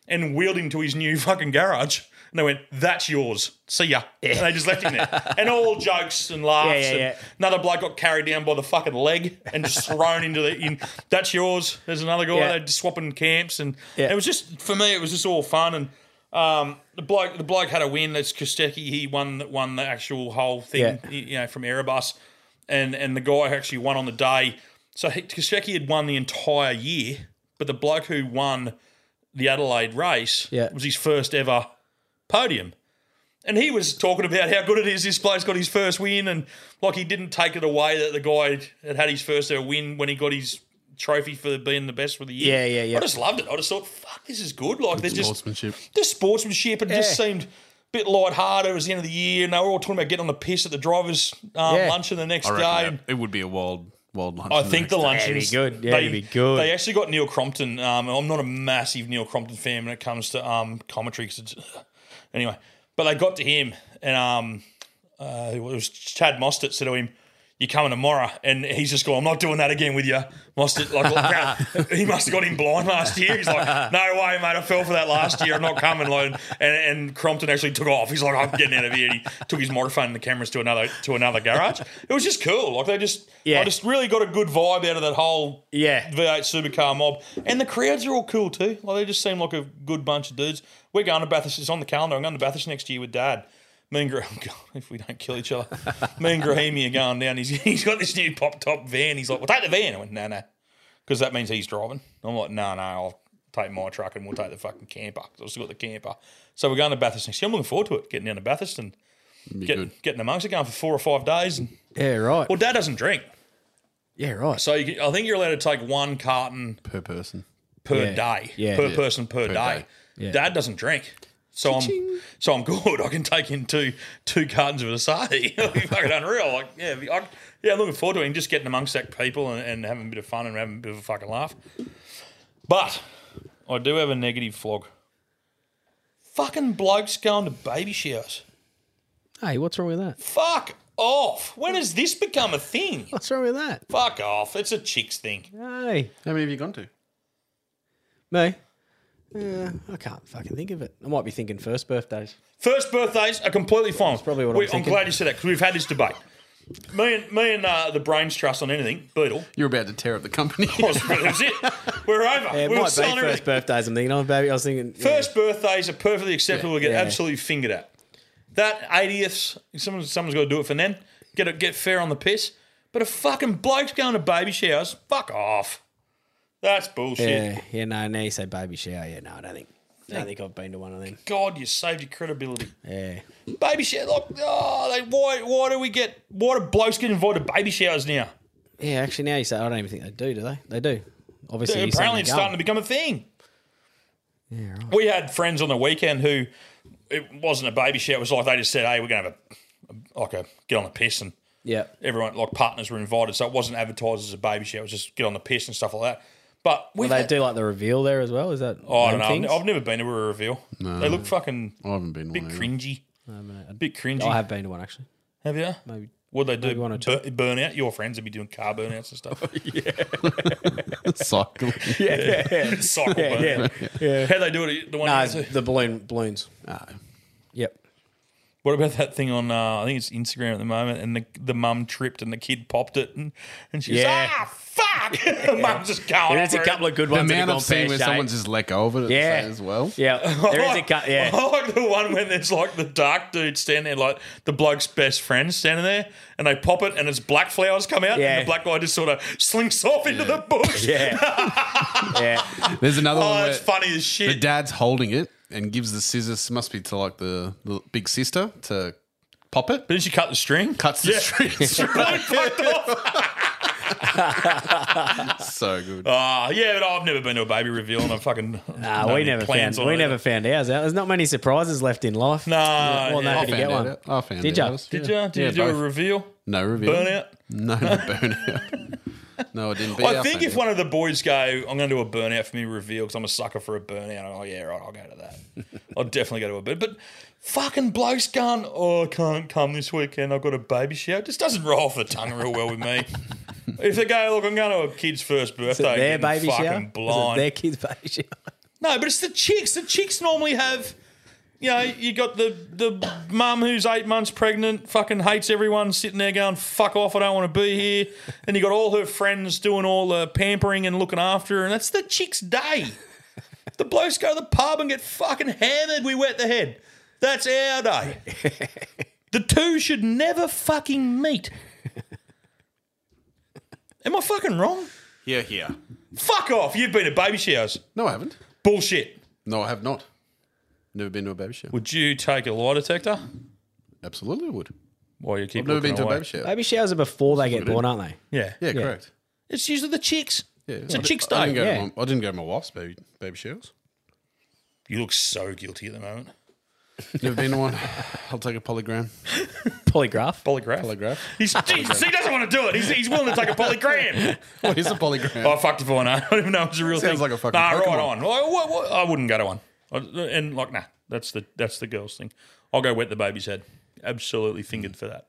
I: and wheeled him to his new fucking garage. And they went, "That's yours. See ya." And they just left him there, and all jokes and laughs.
A: Yeah, yeah,
I: and
A: yeah.
I: Another bloke got carried down by the fucking leg and just thrown into the. In, That's yours. There's another guy.
A: Yeah.
I: They're just swapping camps, and
A: Yeah.
I: it was just for me. It was just all fun, and um, the bloke the bloke had a win. That's Kostecki. He won that won the actual whole thing.
A: Yeah.
I: y- You know, from Erebus, and and the guy who actually won on the day. So he- Kostecki had won the entire year, but the bloke who won the Adelaide race
A: Yeah.
I: was his first ever podium. And he was talking about how good it is this bloke's got his first win, and like he didn't take it away that the guy had had his first ever win when he got his trophy for being the best for the year.
A: Yeah, yeah, yeah.
I: I just loved it. I just thought, fuck, this is good. Like they're just
K: Sportsmanship.
I: the sportsmanship. It just
A: Yeah.
I: seemed a bit lighthearted. It was the end of the year, and they were all talking about getting on the piss at the drivers' um,
K: Yeah.
I: luncheon the next
K: I
I: day.
K: reckon that- it would be a wild, wild lunch.
I: I think the luncheons they- They
K: Yeah,
I: actually got Neil Crompton. Um, I'm not a massive Neil Crompton fan when it comes to um commentary 'cause it's anyway. But they got to him, and um, uh, it was Chad Mostert said to him, "You're coming tomorrow," and he's just going, "I'm not doing that again with you, Mostert." Like he must have got him blind last year. He's like, "No way, mate! I fell for that last year. I'm not coming." Like, and and Crompton actually took off. He's like, "I'm getting out of here." And he took his microphone and the cameras to another to another garage. It was just cool. Like they just,
A: Yeah.
I: I just really got a good vibe out of that whole
A: yeah
I: V8 supercar mob, and the crowds are all cool too. Like they just seem like a good bunch of dudes. We're going to Bathurst. It's on the calendar. I'm going to Bathurst next year with Dad. Me and Graham, God, if we don't kill each other, me and Grahamy are going down. He's, he's got this new pop top van. He's like, "Well, take the van." I went, "No, no," because that means he's driving. I'm like, "No, no, I'll take my truck and we'll take the fucking camper." 'cause I've still got the camper. So we're going to Bathurst next year. I'm looking forward to it. Getting down to Bathurst and getting, getting amongst it, going for four or five days. And
A: Yeah, right.
I: well, Dad doesn't drink.
A: Yeah, right.
I: So you can, I think you're allowed to take one carton
K: per person,
I: per
K: Yeah.
I: day,
K: Yeah.
I: per
K: Yeah.
I: person per, day.
K: Per day. Yeah.
I: Dad doesn't drink, so I'm so I'm good. I can take in two two cartons of Asahi. It'll be fucking unreal. Like yeah, I, yeah. I'm looking forward to it and just getting amongst that people and, and having a bit of fun and having a bit of a fucking laugh. But I do have a negative flog. Fucking blokes going to baby showers.
A: Hey, what's wrong with that?
I: Fuck off. When has this become a thing?
A: What's wrong with that?
I: Fuck off. It's a chicks thing.
A: Hey,
K: how many have you gone to?
A: Me? Uh, I can't fucking think of it. I might be thinking first birthdays.
I: First birthdays are completely fine. That's
A: probably what
I: We-
A: I'm thinking.
I: glad you said that because we've had this debate. Me and me and uh, the brains trust on anything. Beetle.
K: You're about to tear up the company.
I: that was it. We're over.
A: Yeah, it
I: Ah, we were
A: might be
I: selling
A: first
I: everything.
A: birthdays. I'm thinking, oh, baby, I was thinking.
I: First birthdays are perfectly acceptable.
A: Yeah.
I: to get
A: Yeah.
I: absolutely fingered at. That 80th, someone's, someone's got to do it for then. Get it, get fair on the piss. But a fucking bloke's going to baby showers. Fuck off. That's bullshit.
A: Yeah, yeah, no, now you say baby shower. Yeah, no, I don't think. I don't think I've been to one of them.
I: God, you saved your credibility.
A: Yeah.
I: Baby shower. Look, oh, they, why, why do we get? Why do blokes get invited to baby showers now?
A: Yeah, actually, now you say, I don't even think they do, do they? They do. Obviously, you say
I: apparently,
A: they
I: it's
A: go.
I: starting to become a thing. We had friends on the weekend who it wasn't a baby shower. It was like they just said, "Hey, we're gonna have a like a get on the piss," and
A: Yeah.
I: everyone like partners were invited, so it wasn't advertised as a baby shower. It was just get on the piss and stuff like that. But
A: Will
I: we've
A: they
I: had-
A: do like the reveal there as well? Is that?
I: Oh, I don't
A: them
I: know.
A: things?
I: I've never been to a reveal.
A: No.
I: They look fucking.
K: I haven't been.
I: Bit
A: one either.
I: cringy.
A: No, mate, I- Oh,
I: Bit cringy.
A: I have been to one actually.
I: Have you?
A: Maybe.
I: What they do?
A: maybe one or
I: Bur- burn out. Your friends would be doing car burnouts and stuff. yeah.
K: Cycle.
I: Yeah. Cycle
A: Yeah,
I: burnout.
A: yeah, yeah.
I: How they do it? at The one.
A: No,
I: you
A: it's
I: went to?
A: the balloon balloons. Yep.
I: What about that thing on? Uh, I think it's Instagram at the moment, and the the mum tripped and the kid popped it, and and she's
A: Yeah.
I: ah fuck. the mum's just going.
A: And there's a
I: for it.
A: couple of good
K: The
A: ones. that
K: amount
A: have
K: I've
A: gone pear
K: seen where
A: shaped.
K: someone's just let go of it at the
A: Yeah.
K: same as well.
A: Yeah, there is a cut. Yeah,
I: I like the one when there's like the dark dude standing there, like the bloke's best friend standing there, and they pop it, and it's black flowers come out,
K: Yeah.
I: and the black guy just sort of slinks off into the bush.
A: Yeah,
K: yeah. There's another
I: Oh,
K: one.
I: that's
K: where
I: funny as shit.
K: The dad's holding it and gives the scissors. Must be to like the, the big sister to pop it.
I: But did she cut the string?
K: Cuts the
I: Yeah.
K: string.
I: It's really fucked up.
K: so good.
I: Ah, yeah, but I've never been to a baby reveal, and I fucking
A: Nah,
I: no
A: Uh, we never found
I: plans on
A: we
I: it.
A: never found ours out. There's not many surprises left in life. No, well,
I: yeah.
A: happy to
I: I
A: get
I: found
A: one.
I: out. I found
A: Did
I: out.
A: you?
I: Did ya? Did you do a reveal?
K: No reveal.
I: Burnout?
K: No, no burnout. no, I didn't.
I: I think if one of the boys go, I'm going to do a burnout for me reveal because I'm a sucker for a burnout. I'm like, yeah, right, I'll go to that. I'll definitely go to a burnout. But fucking bloke's gone, oh, I can't come this weekend. I've got a baby shower. It just doesn't roll off the tongue real well with me. if they go, look, I'm going to a kid's first birthday.
A: Is it their
I: getting
A: baby
I: fucking
A: shower? Is
I: Blind.
A: it their kids' baby shower?
I: No, but it's the chicks. The chicks normally have, you know, you got the the mum who's eight months pregnant, fucking hates everyone, sitting there going, "Fuck off, I don't want to be here." And you got all her friends doing all the pampering and looking after her, and that's the chick's day. The blokes go to the pub and get fucking hammered. We wet the head. That's our day. the two should never fucking meet. Am I fucking wrong?
K: Yeah, yeah.
I: Fuck off. You've been to baby showers.
K: No, I haven't.
I: Bullshit.
K: No, I have not. Never been to a baby shower.
I: Would you take a lie detector?
K: Absolutely would.
I: Why you keep
K: I've never
I: looking
K: been to a
I: away.
K: baby shower.
A: Baby showers are before they get born, aren't they?
I: Yeah.
K: Yeah, correct.
I: It's usually the chicks.
K: Yeah,
I: It's a
K: I di-
I: chick's
K: I
I: day.
K: didn't, go
I: Yeah.
K: to my, I didn't go to my wife's baby baby showers.
I: You look so guilty at the moment.
K: Never been to one. I'll take a polygram.
A: Polygraph.
I: Polygraph.
K: Polygraph.
I: He's, Jesus, he doesn't want to do it. He's, he's willing to take a polygram.
K: What is a polygram?
I: Oh, fucked if I know. I don't even know it's a real
K: Sounds
I: thing.
K: like a fucking
I: Nah, right
K: Pokemon.
I: on. Well, what- what- I wouldn't go to one. I, and like, nah, that's the that's the girl's thing. I'll go wet the baby's head. Absolutely fingered for that.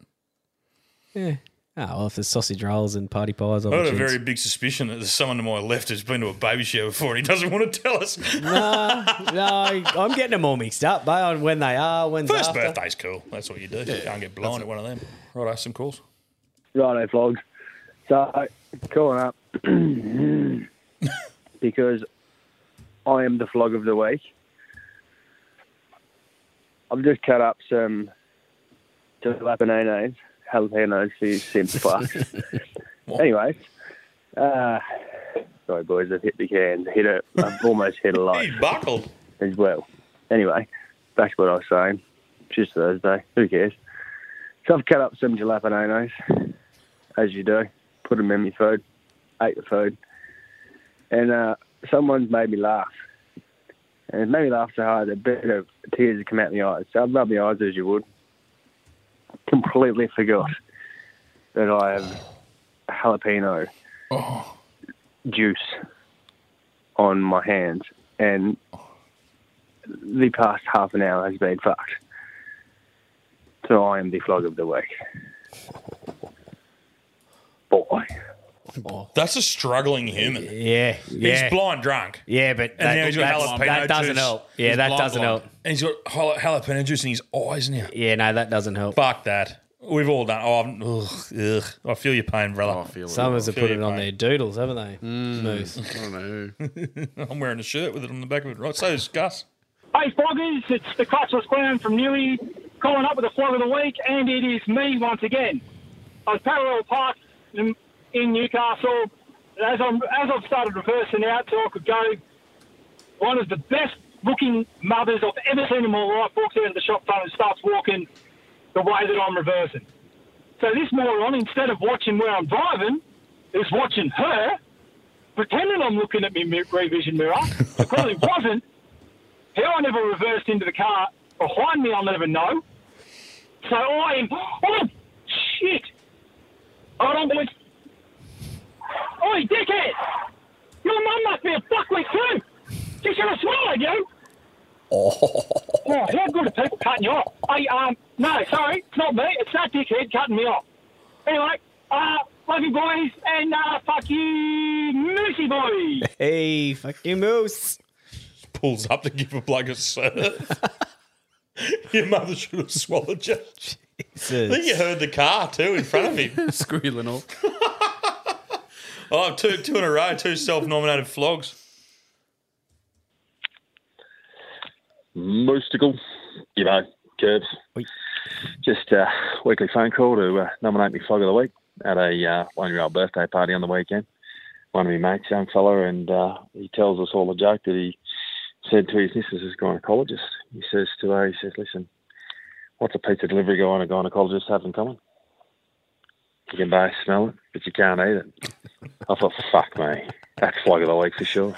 A: Yeah. Oh, well, if there's sausage rolls and party pies,
I: I
A: I'll
I: had a very big suspicion that there's someone to my left who's been to a baby shower before and he doesn't want to tell us.
A: no, no, I'm getting them all mixed up, but on when they are, when
I: First
A: after.
I: birthday's cool. That's what you do. you can't get blown at one of them. Right, I have some calls.
J: Righto, vlogs. So, calling up because I am the flog of the week. I've just cut up some jalapenos, jalapenos, you simp fuck. Anyways, uh, sorry boys, I've hit the cans. Hit it. I've almost hit a light.
I: He buckled.
J: As well. Anyway, back to what I was saying. It's just Thursday. Who cares? So I've cut up some jalapenos, as you do. Put them in my food. Ate the food. And uh, someone's made me laugh. And it made me laugh so hard, a bit of tears have come out my eyes. So I'd rub my eyes as you would. Completely forgot that I have jalapeno juice on my hands. And the past half an hour has been fucked. So I am the flog of the week. Boy.
I: That's a struggling human.
A: Yeah, yeah.
I: He's blind drunk.
A: Yeah, but
I: And now
A: that,
I: he's got
A: that's-
I: jalapeno
A: that doesn't
I: juice.
A: help. Yeah,
I: He's
A: that
I: blind
A: doesn't
I: blind.
A: help.
I: And he's got jala- jalapeno juice in his eyes now.
A: Yeah, no, that doesn't help.
I: Fuck that. We've all done. Oh, I'm- ugh, ugh. I feel your pain, brother. I feel
A: Some of us have put
I: your
A: it on
I: pain.
A: their doodles, haven't they? Moose.
K: I don't know.
I: I'm wearing a shirt with it on the back of it. Right, so is Gus.
T: Hey, Froggies, it's the Cosmos Clown from Newey calling up with the flog of the week, and it is me once again. I was parallel parked happening in Newcastle. And As, I'm, as I've started reversing out so I could go, one of the best looking mothers I've ever seen in my life walks out of the shop front and starts walking the way that I'm reversing. So this moron, instead of watching where I'm driving, is watching her, pretending I'm looking at my mi- revision mirror. I probably wasn't. How I never reversed into the car behind me, I'll never know. So I am. Oh, shit! I don't believe. Oi, dickhead! Your mum must be a fuckwit too! She should have swallowed you! Oh, how good are people cutting you off? Hey, um, no, sorry, it's not me. It's that dickhead cutting me off. Anyway, uh, love you boys, and uh, fuck you, Moosey boys.
L: Hey, fuck you, Moose.
I: Pulls up to give a bloke a serve. Your mother should have swallowed you. I think you heard the car too in front of him.
K: Squealing off.
I: Oh, two, two in a row, two self nominated flogs.
U: Moostical, you know, Curbs. Just a weekly phone call to uh, nominate me flog of the week at a uh, one-year-old birthday party on the weekend. One of my mates, young fella, and uh, he tells us all a joke that he said to his missus, his gynecologist. He says to her, he says, listen, what's a pizza delivery guy and a gynecologist have in common? You can both smell it, but you can't eat it. I thought, fuck me. That's flog of the week for sure.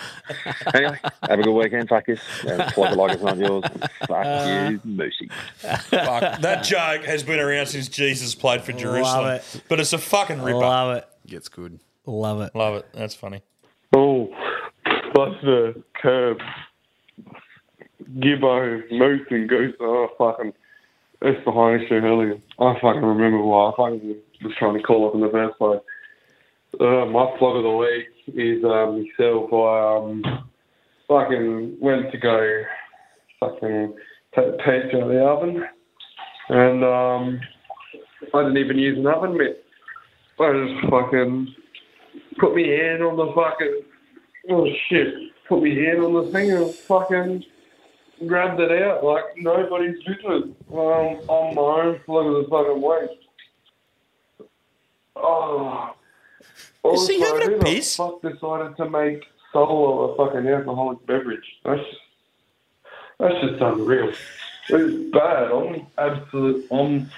U: Anyway, have a good weekend, fuckers. And flog of the week is not yours. Fuck you, Moosey.
I: Fuck. That joke has been around since Jesus played for Jerusalem.
K: it.
I: But it's a fucking ripper.
K: Love
I: it.
K: Gets good.
I: Love it. Love it. That's funny.
V: Oh, plus the curb. Gibbo moots and goose. Oh, fucking. It's behind us too early. I fucking remember why. I fucking was trying to call up in the first place. Uh, my flog of the week is um, myself. I um, fucking went to go fucking take the pants out of the oven. And um, I didn't even use an oven mitt. I just fucking put me hand on the fucking oh shit, put me hand on the thing and fucking grabbed it out like nobody's business. Um, on my own flog of the fucking week. Oh,
I: is he having
V: a piss? Fuck decided to make solo a fucking alcoholic beverage. That's that's just unreal. It's bad. I'm absolute. I'm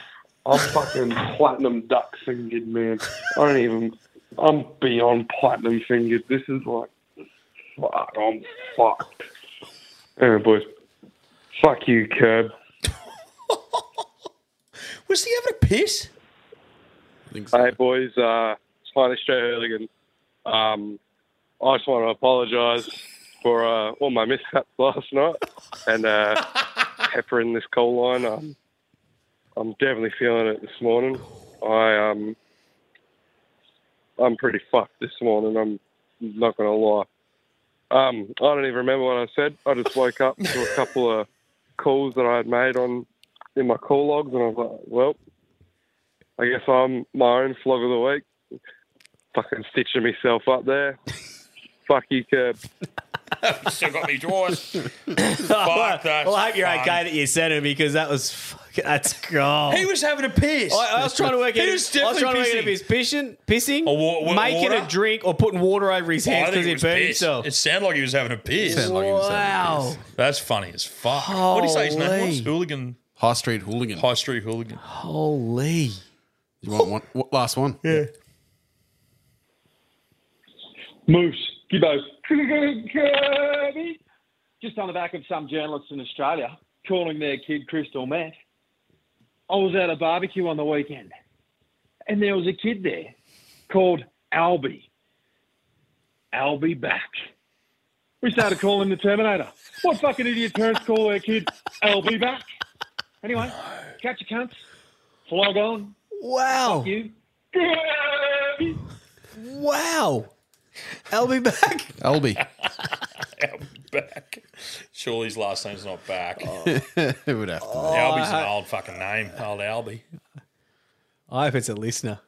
V: I'm fucking platinum duck fingered, man. I don't even. I'm beyond platinum fingered. This is like, fuck. I'm fucked. Anyway, boys. Fuck you, Curb.
I: Was he having a piss?
V: Hey, boys. Uh, it's finally Australia Hurligan. Um, I just want to apologise for uh, all my mishaps last night and uh, peppering this coal line. Um, I'm definitely feeling it this morning. I um, I'm pretty fucked this morning. I'm not going to lie. Um, I don't even remember what I said. I just woke up to a couple of calls that I had made on in my call logs, and I was like, "Well, I guess I'm my own flog of the week." Fucking stitching myself up there. Fuck you, Curb.
I: Still got me drawers.
A: well,
I: Fuck that.
A: I hope you're okay that you said it because that was fucking, that's gone.
I: He was having a piss.
A: I, I was trying to work
I: He
A: out.
I: was
A: I was
I: definitely
A: trying to work out
I: pissing.
A: if he was pissing, pissing, or
I: wa-
A: making
I: water?
A: a drink, or putting water over his
I: Oh, I
A: hands
I: think
A: because
I: he
A: he
I: was
A: burned
I: pissed.
A: himself.
I: It sounded like he was having a piss.
A: It sounded like he was having a piss.
I: That's funny as fuck. What do you say his name was?
K: Holy.
I: Hooligan.
K: High Street Hooligan.
I: High Street Hooligan.
K: Holy. You want one? What, last one? Yeah.
V: Moose. Gibbo.
T: Kirby. Just on the back of some journalists in Australia calling their kid crystal meth. I was at a barbecue on the weekend, and there was a kid there called Albie. Albie back. We started calling him the Terminator. What fucking idiot parents call their kid Albie back? Anyway, catch your cunts. Flog on.
A: Wow.
T: Fuck you. Kirby.
A: Wow. I'll be back.
K: Albie.
I: Back. Surely his last name's not back.
A: Oh.
K: it would have to be.
I: Albie's an old fucking name. Old Albie.
A: I hope it's a listener.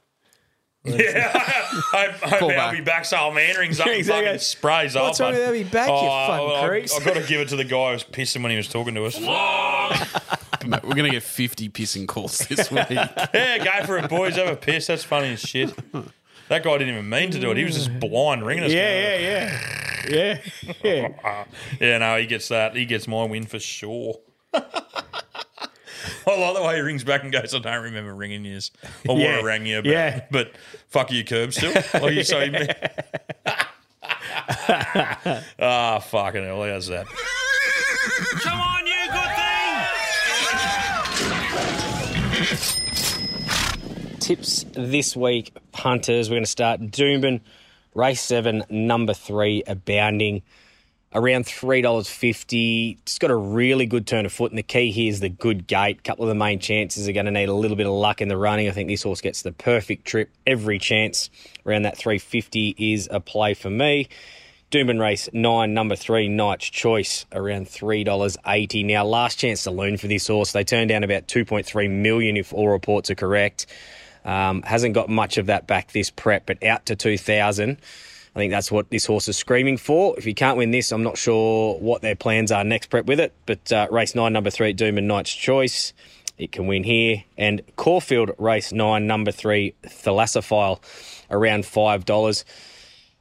I: Yeah. I hope,
A: Call
I: hope
A: back.
I: Albie backs old man rings up
A: Exactly.
I: and fucking sprays
A: What's
I: off. Oh,
A: wrong with Albie back, you fucking creeps?
I: I've got to give it to the guy who was pissing when he was talking to us.
K: Mate, we're going to get 50 pissing calls this week.
I: yeah, go for it, boys. Have a piss. That's funny as shit. That guy didn't even mean to do it. He was just blind ringing us.
A: Yeah, yeah, yeah, yeah,
I: yeah. Uh, yeah, no, he gets that. He gets my win for sure. I like the way he rings back and goes, "I don't remember ringing you. I would
A: Yeah.
I: have rang you, but,
A: Yeah.
I: but fuck you, curb still." Like you say, me- ah, fucking hell, how's that?
C: Come on, you good thing!
A: Tips this week, punters. We're going to start Doomben, race seven, number three, abounding. Around $3.50. It's got a really good turn of foot, and the key here is the good gate. A couple of the main chances are going to need a little bit of luck in the running. I think this horse gets the perfect trip every chance. Around that 350 is a play for me. Doomben race nine, number three, Knight's Choice, around three dollars eighty. Now, last chance saloon for this horse. They turned down about two point three million, if all reports are correct. Um, hasn't got much of that back this prep, but out to two thousand. I think that's what this horse is screaming for. If you can't win this, I'm not sure what their plans are next prep with it. But uh, race nine, number three, Doomben Knight's Choice. It can win here. And Caulfield, race nine, number three, Thalassophile, around $5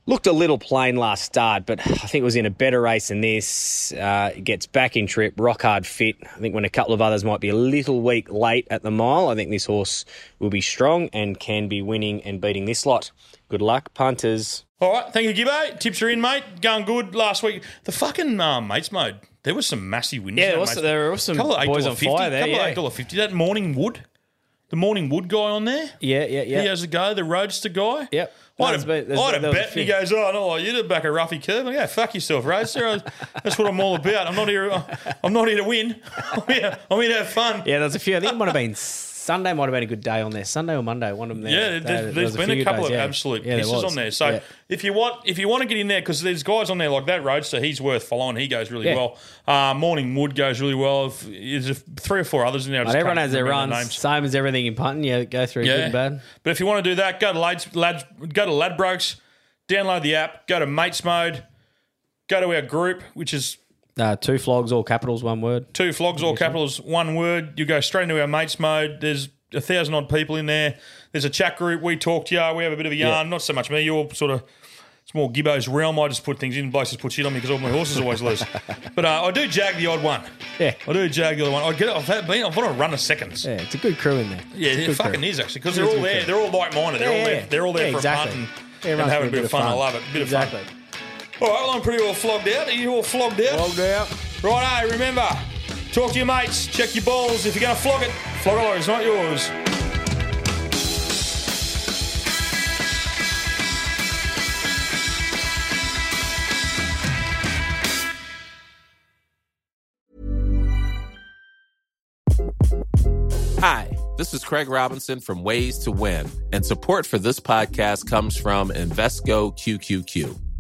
A: looked a little plain last start, but I think was in a better race than this. Uh, gets back in trip, rock hard fit. I think when a couple of others might be a little weak late at the mile, I think this horse will be strong and can be winning and beating this lot. Good luck, punters.
I: All right, thank you, Gibbo. Tips are in, mate. Going good last week. The fucking uh, mates mode. There was some massive wins.
A: Yeah,
I: there,
A: there was-
I: mates.
A: there were some
I: Couple of
A: boys on
I: $8.50,
A: fire there,
I: Couple
A: yeah.
I: of eight dollar fifty. That morning wood, the morning wood guy on there.
A: Yeah, yeah, yeah.
I: He has a go. The roadster guy. Yep. I'd
A: There's
I: have,
A: been- there's
I: I'd
A: been-
I: have
A: there was a
I: bet, and he
A: few.
I: goes, "Oh no, you did back a roughy curve." I go, "Fuck yourself, roadster. I- That's what I'm all about. I'm not here. I'm not here to win. I'm here, I'm here to have fun."
A: Yeah, there's a few. I think it might have been Sunday. Might have been a good day on there. Sunday or Monday, one of them. There.
I: Yeah,
A: There-
I: there's,
A: there
I: there's
A: was
I: been
A: few
I: a
A: good
I: couple
A: days,
I: of
A: yeah.
I: absolute
A: Yeah, there
I: pieces
A: was.
I: on there. So
A: Yeah.
I: if you want if you want to get in there, because there's guys on there like that roadster, he's worth following. He goes really
A: Yeah.
I: well. Uh, Morning Wood goes really well. If, there's a- three or four others in there. I
A: But
I: just
A: everyone
I: can't
A: has their
I: remember
A: runs, same as everything in punting. Yeah, go through good and bad.
I: But if you want to do that, go to lads, lads go to Ladbrokes, download the app, go to Mates Mode, go to our group, which is
A: Uh, two flogs, all capitals, one word.
I: Two flogs, all capitals, one word. You go straight into our mates mode. There's a thousand odd people in there. There's a chat group. We talk to you. We have a bit of a yarn. Not so much me. You're sort of. It's more Gibbo's realm. I just put things in. Blokes just put shit on me because all my horses always lose. But uh, I do jag the odd one.
A: Yeah.
I: I do jag the other one. I get. I've had been. I've got a run of seconds.
A: Yeah, it's a good crew in there.
I: Yeah,
A: It's a
I: it
A: good
I: fucking
A: crew.
I: is actually because
A: It
I: they're
A: is
I: all
A: a good
I: there.
A: crew.
I: They're all like minded. They're
A: Yeah,
I: all there.
A: yeah.
I: They're all there
A: Yeah,
I: for
A: exactly.
I: a punt and,
A: Everyone's
I: and having a
A: got
I: bit of fun. I love it. Bit
A: exactly.
I: of fun. All right, well, I'm pretty well flogged out. Are you all flogged out? Flogged
A: out.
I: Right, hey, remember, talk to your mates, check your balls. If you're going to flog it, flog it, like it's not yours.
W: Hi, this is Craig Robinson from Ways to Win, and support for this podcast comes from Invesco QQQ.